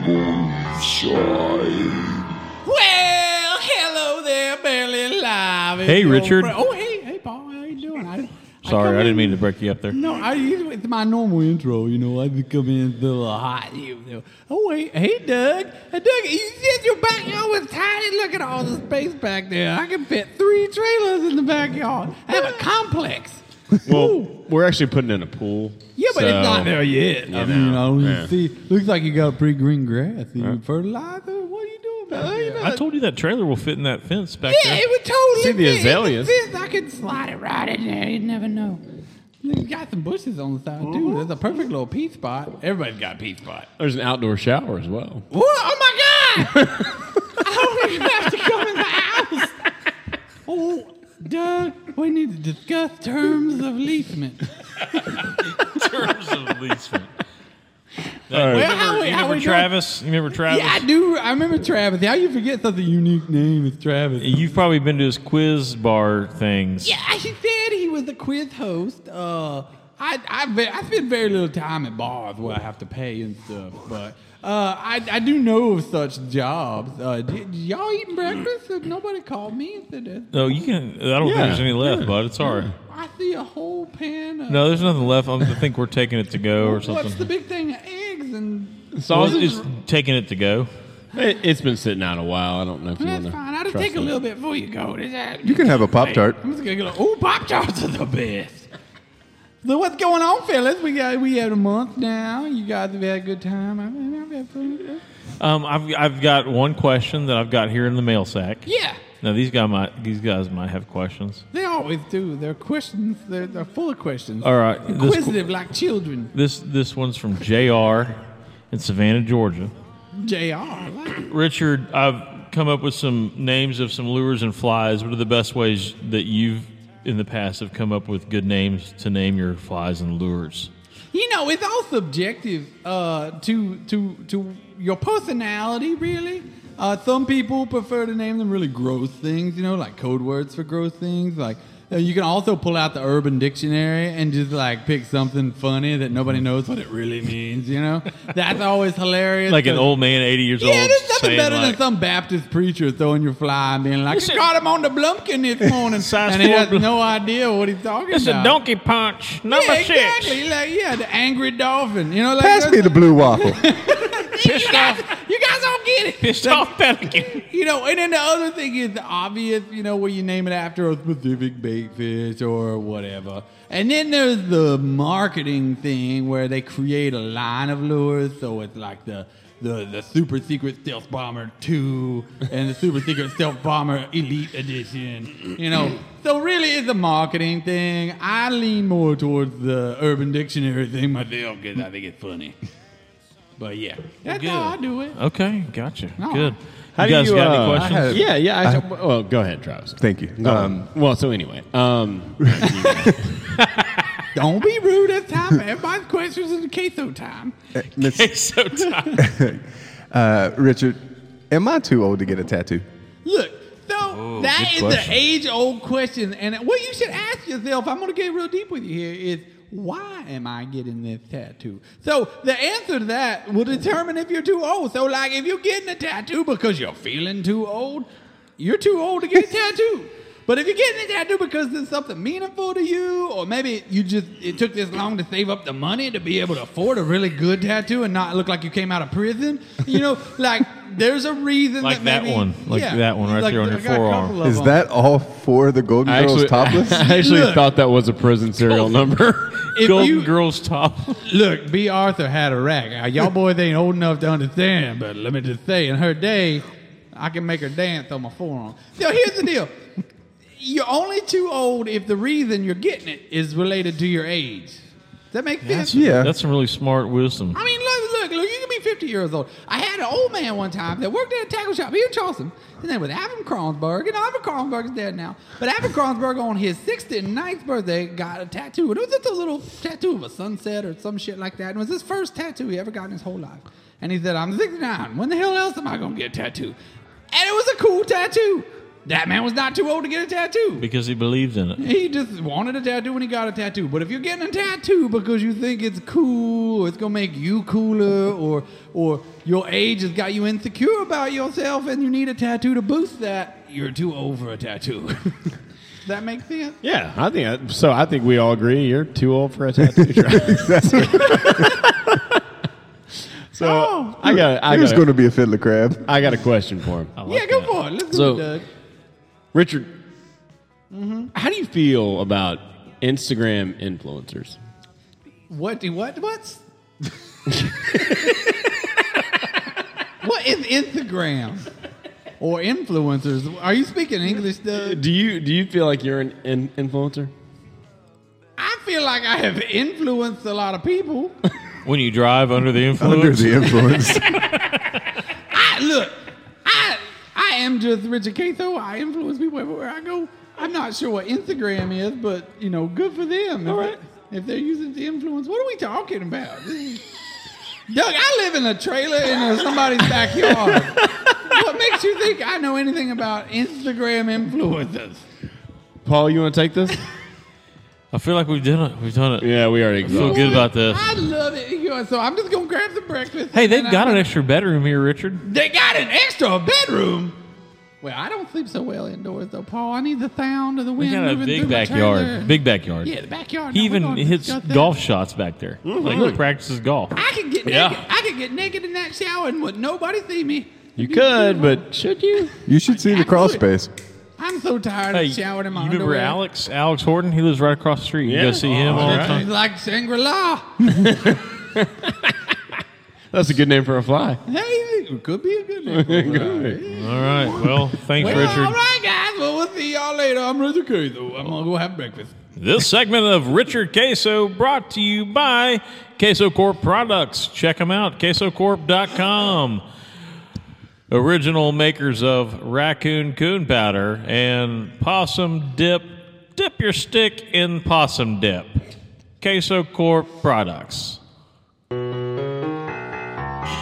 S5: Well, hello there, barely live.
S4: Hey,
S5: It's your
S4: Richard.
S5: fri- Oh, hey, hey, Paul, how you doing? I,
S4: Sorry,
S5: come
S4: I, didn't
S5: in-
S4: mean to break you up there.
S5: No, I usually it's my normal intro. You know, I just come in a little hot. You know, oh hey, hey, Doug, hey, Doug, you said your backyard was tiny. Look at all the space back there. I can fit three trailers in the backyard. I have a complex.
S21: Well, we're actually putting in a pool.
S5: Yeah, but
S21: so,
S5: it's not there yet.
S21: you
S5: I mean, I
S21: know,
S5: don't
S21: yeah.
S5: see. Looks like you got pretty green grass. You fertilizer? What are Oh, you doing? Back there?
S4: I told you that trailer will fit in that fence back
S5: yeah,
S4: there.
S5: it would totally
S4: See the
S5: fit in
S4: azaleas.
S5: fence. I could slide it right in there. You never know. You got some bushes on the side,
S4: Mm-hmm.
S5: dude. That's a perfect little pea spot. Everybody's got a pea spot.
S21: There's an outdoor shower as well.
S5: Whoa, oh my god! I don't even have to come in the house. Oh, Doug, we need to discuss terms of leasement.
S4: terms of leasement.
S5: All
S4: You
S5: right. Well,
S4: remember,
S5: how we-
S4: you
S5: how
S4: remember
S5: we doing?
S4: Travis? You remember Travis?
S5: Yeah, I do. I remember Travis. How you forget such a unique name is Travis?
S4: You've probably been to his quiz bar things.
S5: Yeah, he said he was a quiz host. Uh, I I, ve- I spend very little time at bars where I have to pay and stuff, but. Uh, I, I do know of such jobs. Uh, did y'all eating breakfast? If nobody called me and said, that.
S4: No, you can. I don't think
S21: Yeah.
S4: there's any left,
S21: Yeah.
S4: bud. It's all right.
S5: I see a whole pan of.
S4: No, there's nothing left. I'm, I think we're taking it to go or something.
S5: What's the big thing? Eggs and.
S4: Well, it's taking it to go.
S21: It, it's been sitting out a while. I don't know if you want
S5: That's
S21: to.
S5: fine. I'll just
S21: trust
S5: take a
S21: it.
S5: little bit before you go. Is that-
S7: You can have a Pop-Tart.
S5: I'm just gonna go. Oh, pop tarts are the best. So what's going on, fellas? We got we had a month now. You guys have had a good time. I mean, I've had fun.
S4: Um, I've I've got one question that I've got here in the mail sack.
S5: Yeah.
S4: Now these guys might these guys might have questions.
S5: They always do. They're questions. They're, they're full of questions.
S4: All right, this qu-
S5: Inquisitive like children.
S4: This this one's from Jr. in Savannah, Georgia.
S5: Jr. Like,
S4: Richard, I've come up with some names of some lures and flies. What are the best ways that you've in the past have come up with good names to name your flies and lures?
S5: you know, it's all subjective uh, to to to your personality, really. Uh, some people prefer to name them really gross things, you know, like code words for gross things, like Uh, You can also pull out the Urban Dictionary and just like pick something funny that nobody knows what it really means. You know, that's always hilarious.
S4: Like an
S5: 'cause-
S4: old man, 80 years old.
S5: Yeah, there's nothing
S4: saying,
S5: better
S4: like,
S5: than some Baptist preacher throwing your fly and being like, "I caught him on the Blumpkin this morning," and he
S4: four
S5: has
S4: Blum-
S5: no idea what he's talking
S4: It's a
S5: about.
S4: donkey punch, number
S5: yeah,
S4: six.
S5: Exactly. Like, yeah, the angry dolphin. You know, like
S29: Pass me the blue waffle.
S5: pissed off. You guys don't get it.
S4: Pissed off pelican.
S5: You know, and then the other thing is the obvious, you know, where you name it after a specific bait fish or whatever. And then there's the marketing thing where they create a line of lures, so it's like the the, the super secret stealth bomber 2 and the super secret stealth bomber elite edition you know so really it's a marketing thing i lean more towards the urban dictionary thing myself because i think it's funny but yeah that's how i do it
S4: Okay, gotcha.
S5: No.
S4: Good.
S5: How
S4: you
S5: do
S4: guys
S5: you,
S4: got
S5: uh,
S4: any questions?
S5: I have-
S6: yeah, yeah. I,
S5: I-
S6: well, go ahead, Travis.
S7: Thank you.
S6: Go on.
S7: Um,
S6: well, so anyway, um,
S5: Don't be rude at time. Everybody's questions in the queso time.
S7: Uh, Miss-
S4: so time.
S7: uh, Richard, am I too old to get a tattoo?
S5: Look, so that
S7: good
S5: is
S7: question.
S5: the age old question. And what you should ask yourself, I'm going to get real deep with you here, is why am I getting this tattoo? So the answer to that will determine if you're too old. So, like, if you're getting a tattoo because you're feeling too old, you're too old to get a tattoo. But if you're getting a tattoo because there's something meaningful to you, or maybe you just it took this long to save up the money to be able to afford a really good tattoo and not look like you came out of prison, you know, like there's a reason
S4: Like
S5: that,
S4: that
S5: maybe-
S4: one. Like that one right there on your
S5: I got a couple
S4: forearm.
S5: of
S7: Is
S5: them.
S7: that all for the Golden
S6: I
S7: Girls
S6: actually,
S7: topless?
S6: I actually
S5: Look.
S6: thought that was a prison serial number.
S5: If Golden you-
S4: Girls top.
S5: Look, B. Arthur had a rack. Now, Y'all boys ain't old enough to understand, but let me just say, in her day, I can make her dance on my forearm. So here's the deal: you're only too old if the reason you're getting it is related to your age. Does that make sense?
S4: That's, That's some really smart wisdom.
S5: I mean, look, look, look, you can be 50 years old. I had an old man one time that worked at a tackle shop here in Charleston. His name was Avin Kronberg, and Avin Kronberg's dead now. But Avin Kronberg, on his 69th birthday, got a tattoo. And it was just a little tattoo of a sunset or some shit like that. And it was his first tattoo he ever got in his whole life. And he said, I'm 69. When the hell else am I going to get a tattoo? And it was a cool tattoo. That man was not too old to get a tattoo.
S4: Because he believed in it.
S5: He just wanted a tattoo when he got a tattoo. But if you're getting a tattoo because you think it's cool, or it's gonna make you cooler, or or your age has got you insecure about yourself, and you need a tattoo to boost that, you're too old for a tattoo. Does that make sense?
S6: yeah, I think I, so. I think we all agree you're too old for a tattoo. Travis. so
S5: Oh,
S6: I got. I
S7: There's
S6: got.
S7: going to be a fiddler crab.
S6: I got a question for him.
S5: Oh, yeah, go for it. Let's do
S6: So-
S5: it, Doug.
S6: Richard,
S5: Mhm.
S6: how do you feel about Instagram influencers?
S5: What do what what's what is Instagram or influencers? Are you speaking English, Doug?
S6: Do you do you feel like you're an, an influencer?
S5: I feel like I have influenced a lot of people.
S4: When you drive under the influence.
S7: Under the influence.
S5: I look, I I am just Richard Cato. I influence people everywhere I go. I'm not sure what Instagram is, but you know, good for them. All right. If they're using the influence, what are we talking about? This is- Doug, I live in a trailer in uh, somebody's backyard. what makes you think I know anything about Instagram influencers?
S6: Paul, you want to take this?
S4: I feel like we've done it. We've done it.
S6: Yeah, we already.
S4: I feel good about this.
S5: I love it. You know, So I'm just gonna grab some breakfast.
S4: Hey, they've
S5: and
S4: got
S5: I'm-
S4: an extra bedroom here, Richard.
S5: They got an extra bedroom. Well, I don't sleep so well indoors though, Paul. I need the sound of the
S4: We
S5: wind.
S4: got a
S5: moving
S4: big
S5: through my trailer.
S4: backyard. Big backyard.
S5: Yeah, the backyard. Oh
S4: He
S5: Now, we're
S4: even
S5: gonna
S4: hits
S5: discuss that.
S4: golf shots back there. Like he
S5: Look.
S4: practices golf.
S5: I could get
S4: Yeah.
S5: naked. I could get naked in that shower and would nobody see me.
S6: You could, but should you?
S7: You should see the crawl space.
S5: I'm so tired
S4: Hey,
S5: of showering
S4: you
S5: in my
S4: remember
S5: underwear.
S4: Alex? Alex Horton? He lives right across the street. You
S6: Yeah.
S4: go see him
S6: Oh,
S4: all the
S6: right.
S4: time.
S5: He's like Shangri-La.
S6: That's a good name for a fly.
S5: Hey, it could be a good name.
S4: All right. Well, thanks,
S5: well,
S4: Richard.
S5: all right, guys. Well, we'll see y'all later. I'm Richard Cato. I'm gonna go have breakfast.
S4: This segment of Richard Queso brought to you by Queso Corp Products. Check them out, quesocorp.com. Original makers of raccoon coon powder and possum dip. Dip your stick in possum dip. Queso Corp Products.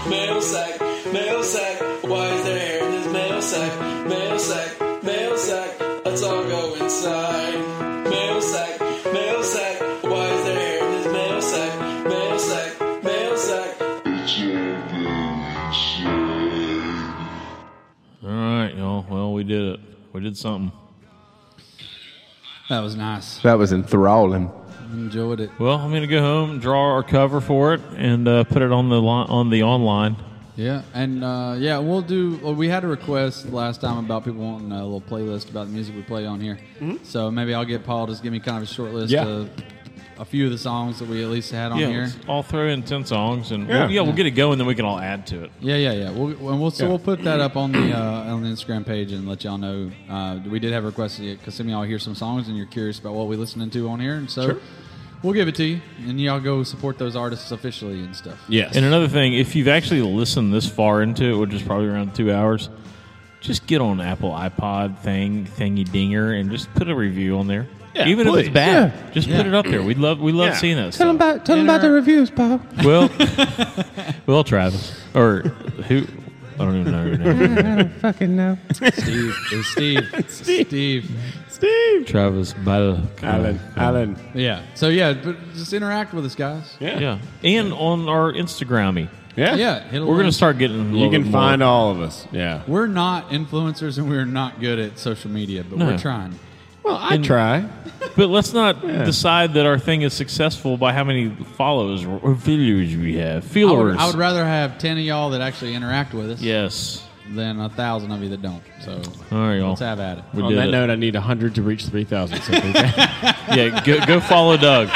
S12: Mail sack, mail sack, why is there hair in this mail sack? Mail sack, mail sack, let's all go inside.
S4: we did it. We did something.
S5: That was nice.
S4: That was enthralling.
S5: Enjoyed it.
S4: Well, I'm gonna go home, draw our cover for it, and uh, put it on the li- on the online.
S5: Yeah, and uh, yeah, we'll do. Well, we had a request last time about people wanting a little playlist about the music we play on here. So maybe I'll get Paul to just give me kind of a short list
S4: Yeah.
S5: of a few of the songs that we at least had on
S4: yeah,
S5: here.
S4: let's all throw in ten songs, and
S5: Yeah.
S4: we'll, yeah, we'll get it going, then we can all add to it.
S5: Yeah, yeah, yeah. We'll, and we'll so
S4: Yeah.
S5: we'll put that up on the uh, on the Instagram page and let y'all know. Uh, we did have requests because some of y'all hear some songs and you're curious about what we listening to on here, and so
S4: Sure.
S5: we'll give it to you, and y'all go support those artists officially and stuff.
S4: Yes. And another thing, if you've actually listened this far into it, which is probably around two hours, just get on Apple iPod thing thingy dinger and just put a review on there.
S5: Yeah,
S4: Even if
S5: please.
S4: it's bad,
S5: Yeah.
S4: just
S5: Yeah.
S4: put it up there. We love we love
S5: Yeah.
S4: seeing that.
S30: Tell them about tell them about the reviews, Paul.
S4: Well, well, Travis or who? I don't even know your
S30: I
S4: name.
S30: don't fucking know.
S5: Steve, it's Steve, Steve, Steve,
S4: Travis Bell.
S5: Allen. Allen. Yeah. So yeah, but just interact with us, guys.
S4: Yeah. And on our Instagrammy.
S5: Yeah. Yeah, hit a
S4: We're
S5: little-
S4: gonna start getting. a
S5: You
S4: little
S5: can
S4: bit
S5: find
S4: more.
S5: all
S21: of us. Yeah.
S5: We're not influencers and we're not good at social media, but
S4: No.
S5: we're trying.
S21: Well,
S5: I
S21: try.
S4: But let's not
S5: Yeah.
S4: decide that our thing is successful by how many followers or or videos we have.
S5: I
S4: Feelers.
S5: would, I would rather have 10 of y'all that actually interact with us
S4: yes.
S5: than a 1,000 of you that don't. So
S4: All right, y'all.
S5: let's have at it.
S21: On that note, I need 100 to reach 3,000. So
S4: yeah, go, go follow Doug.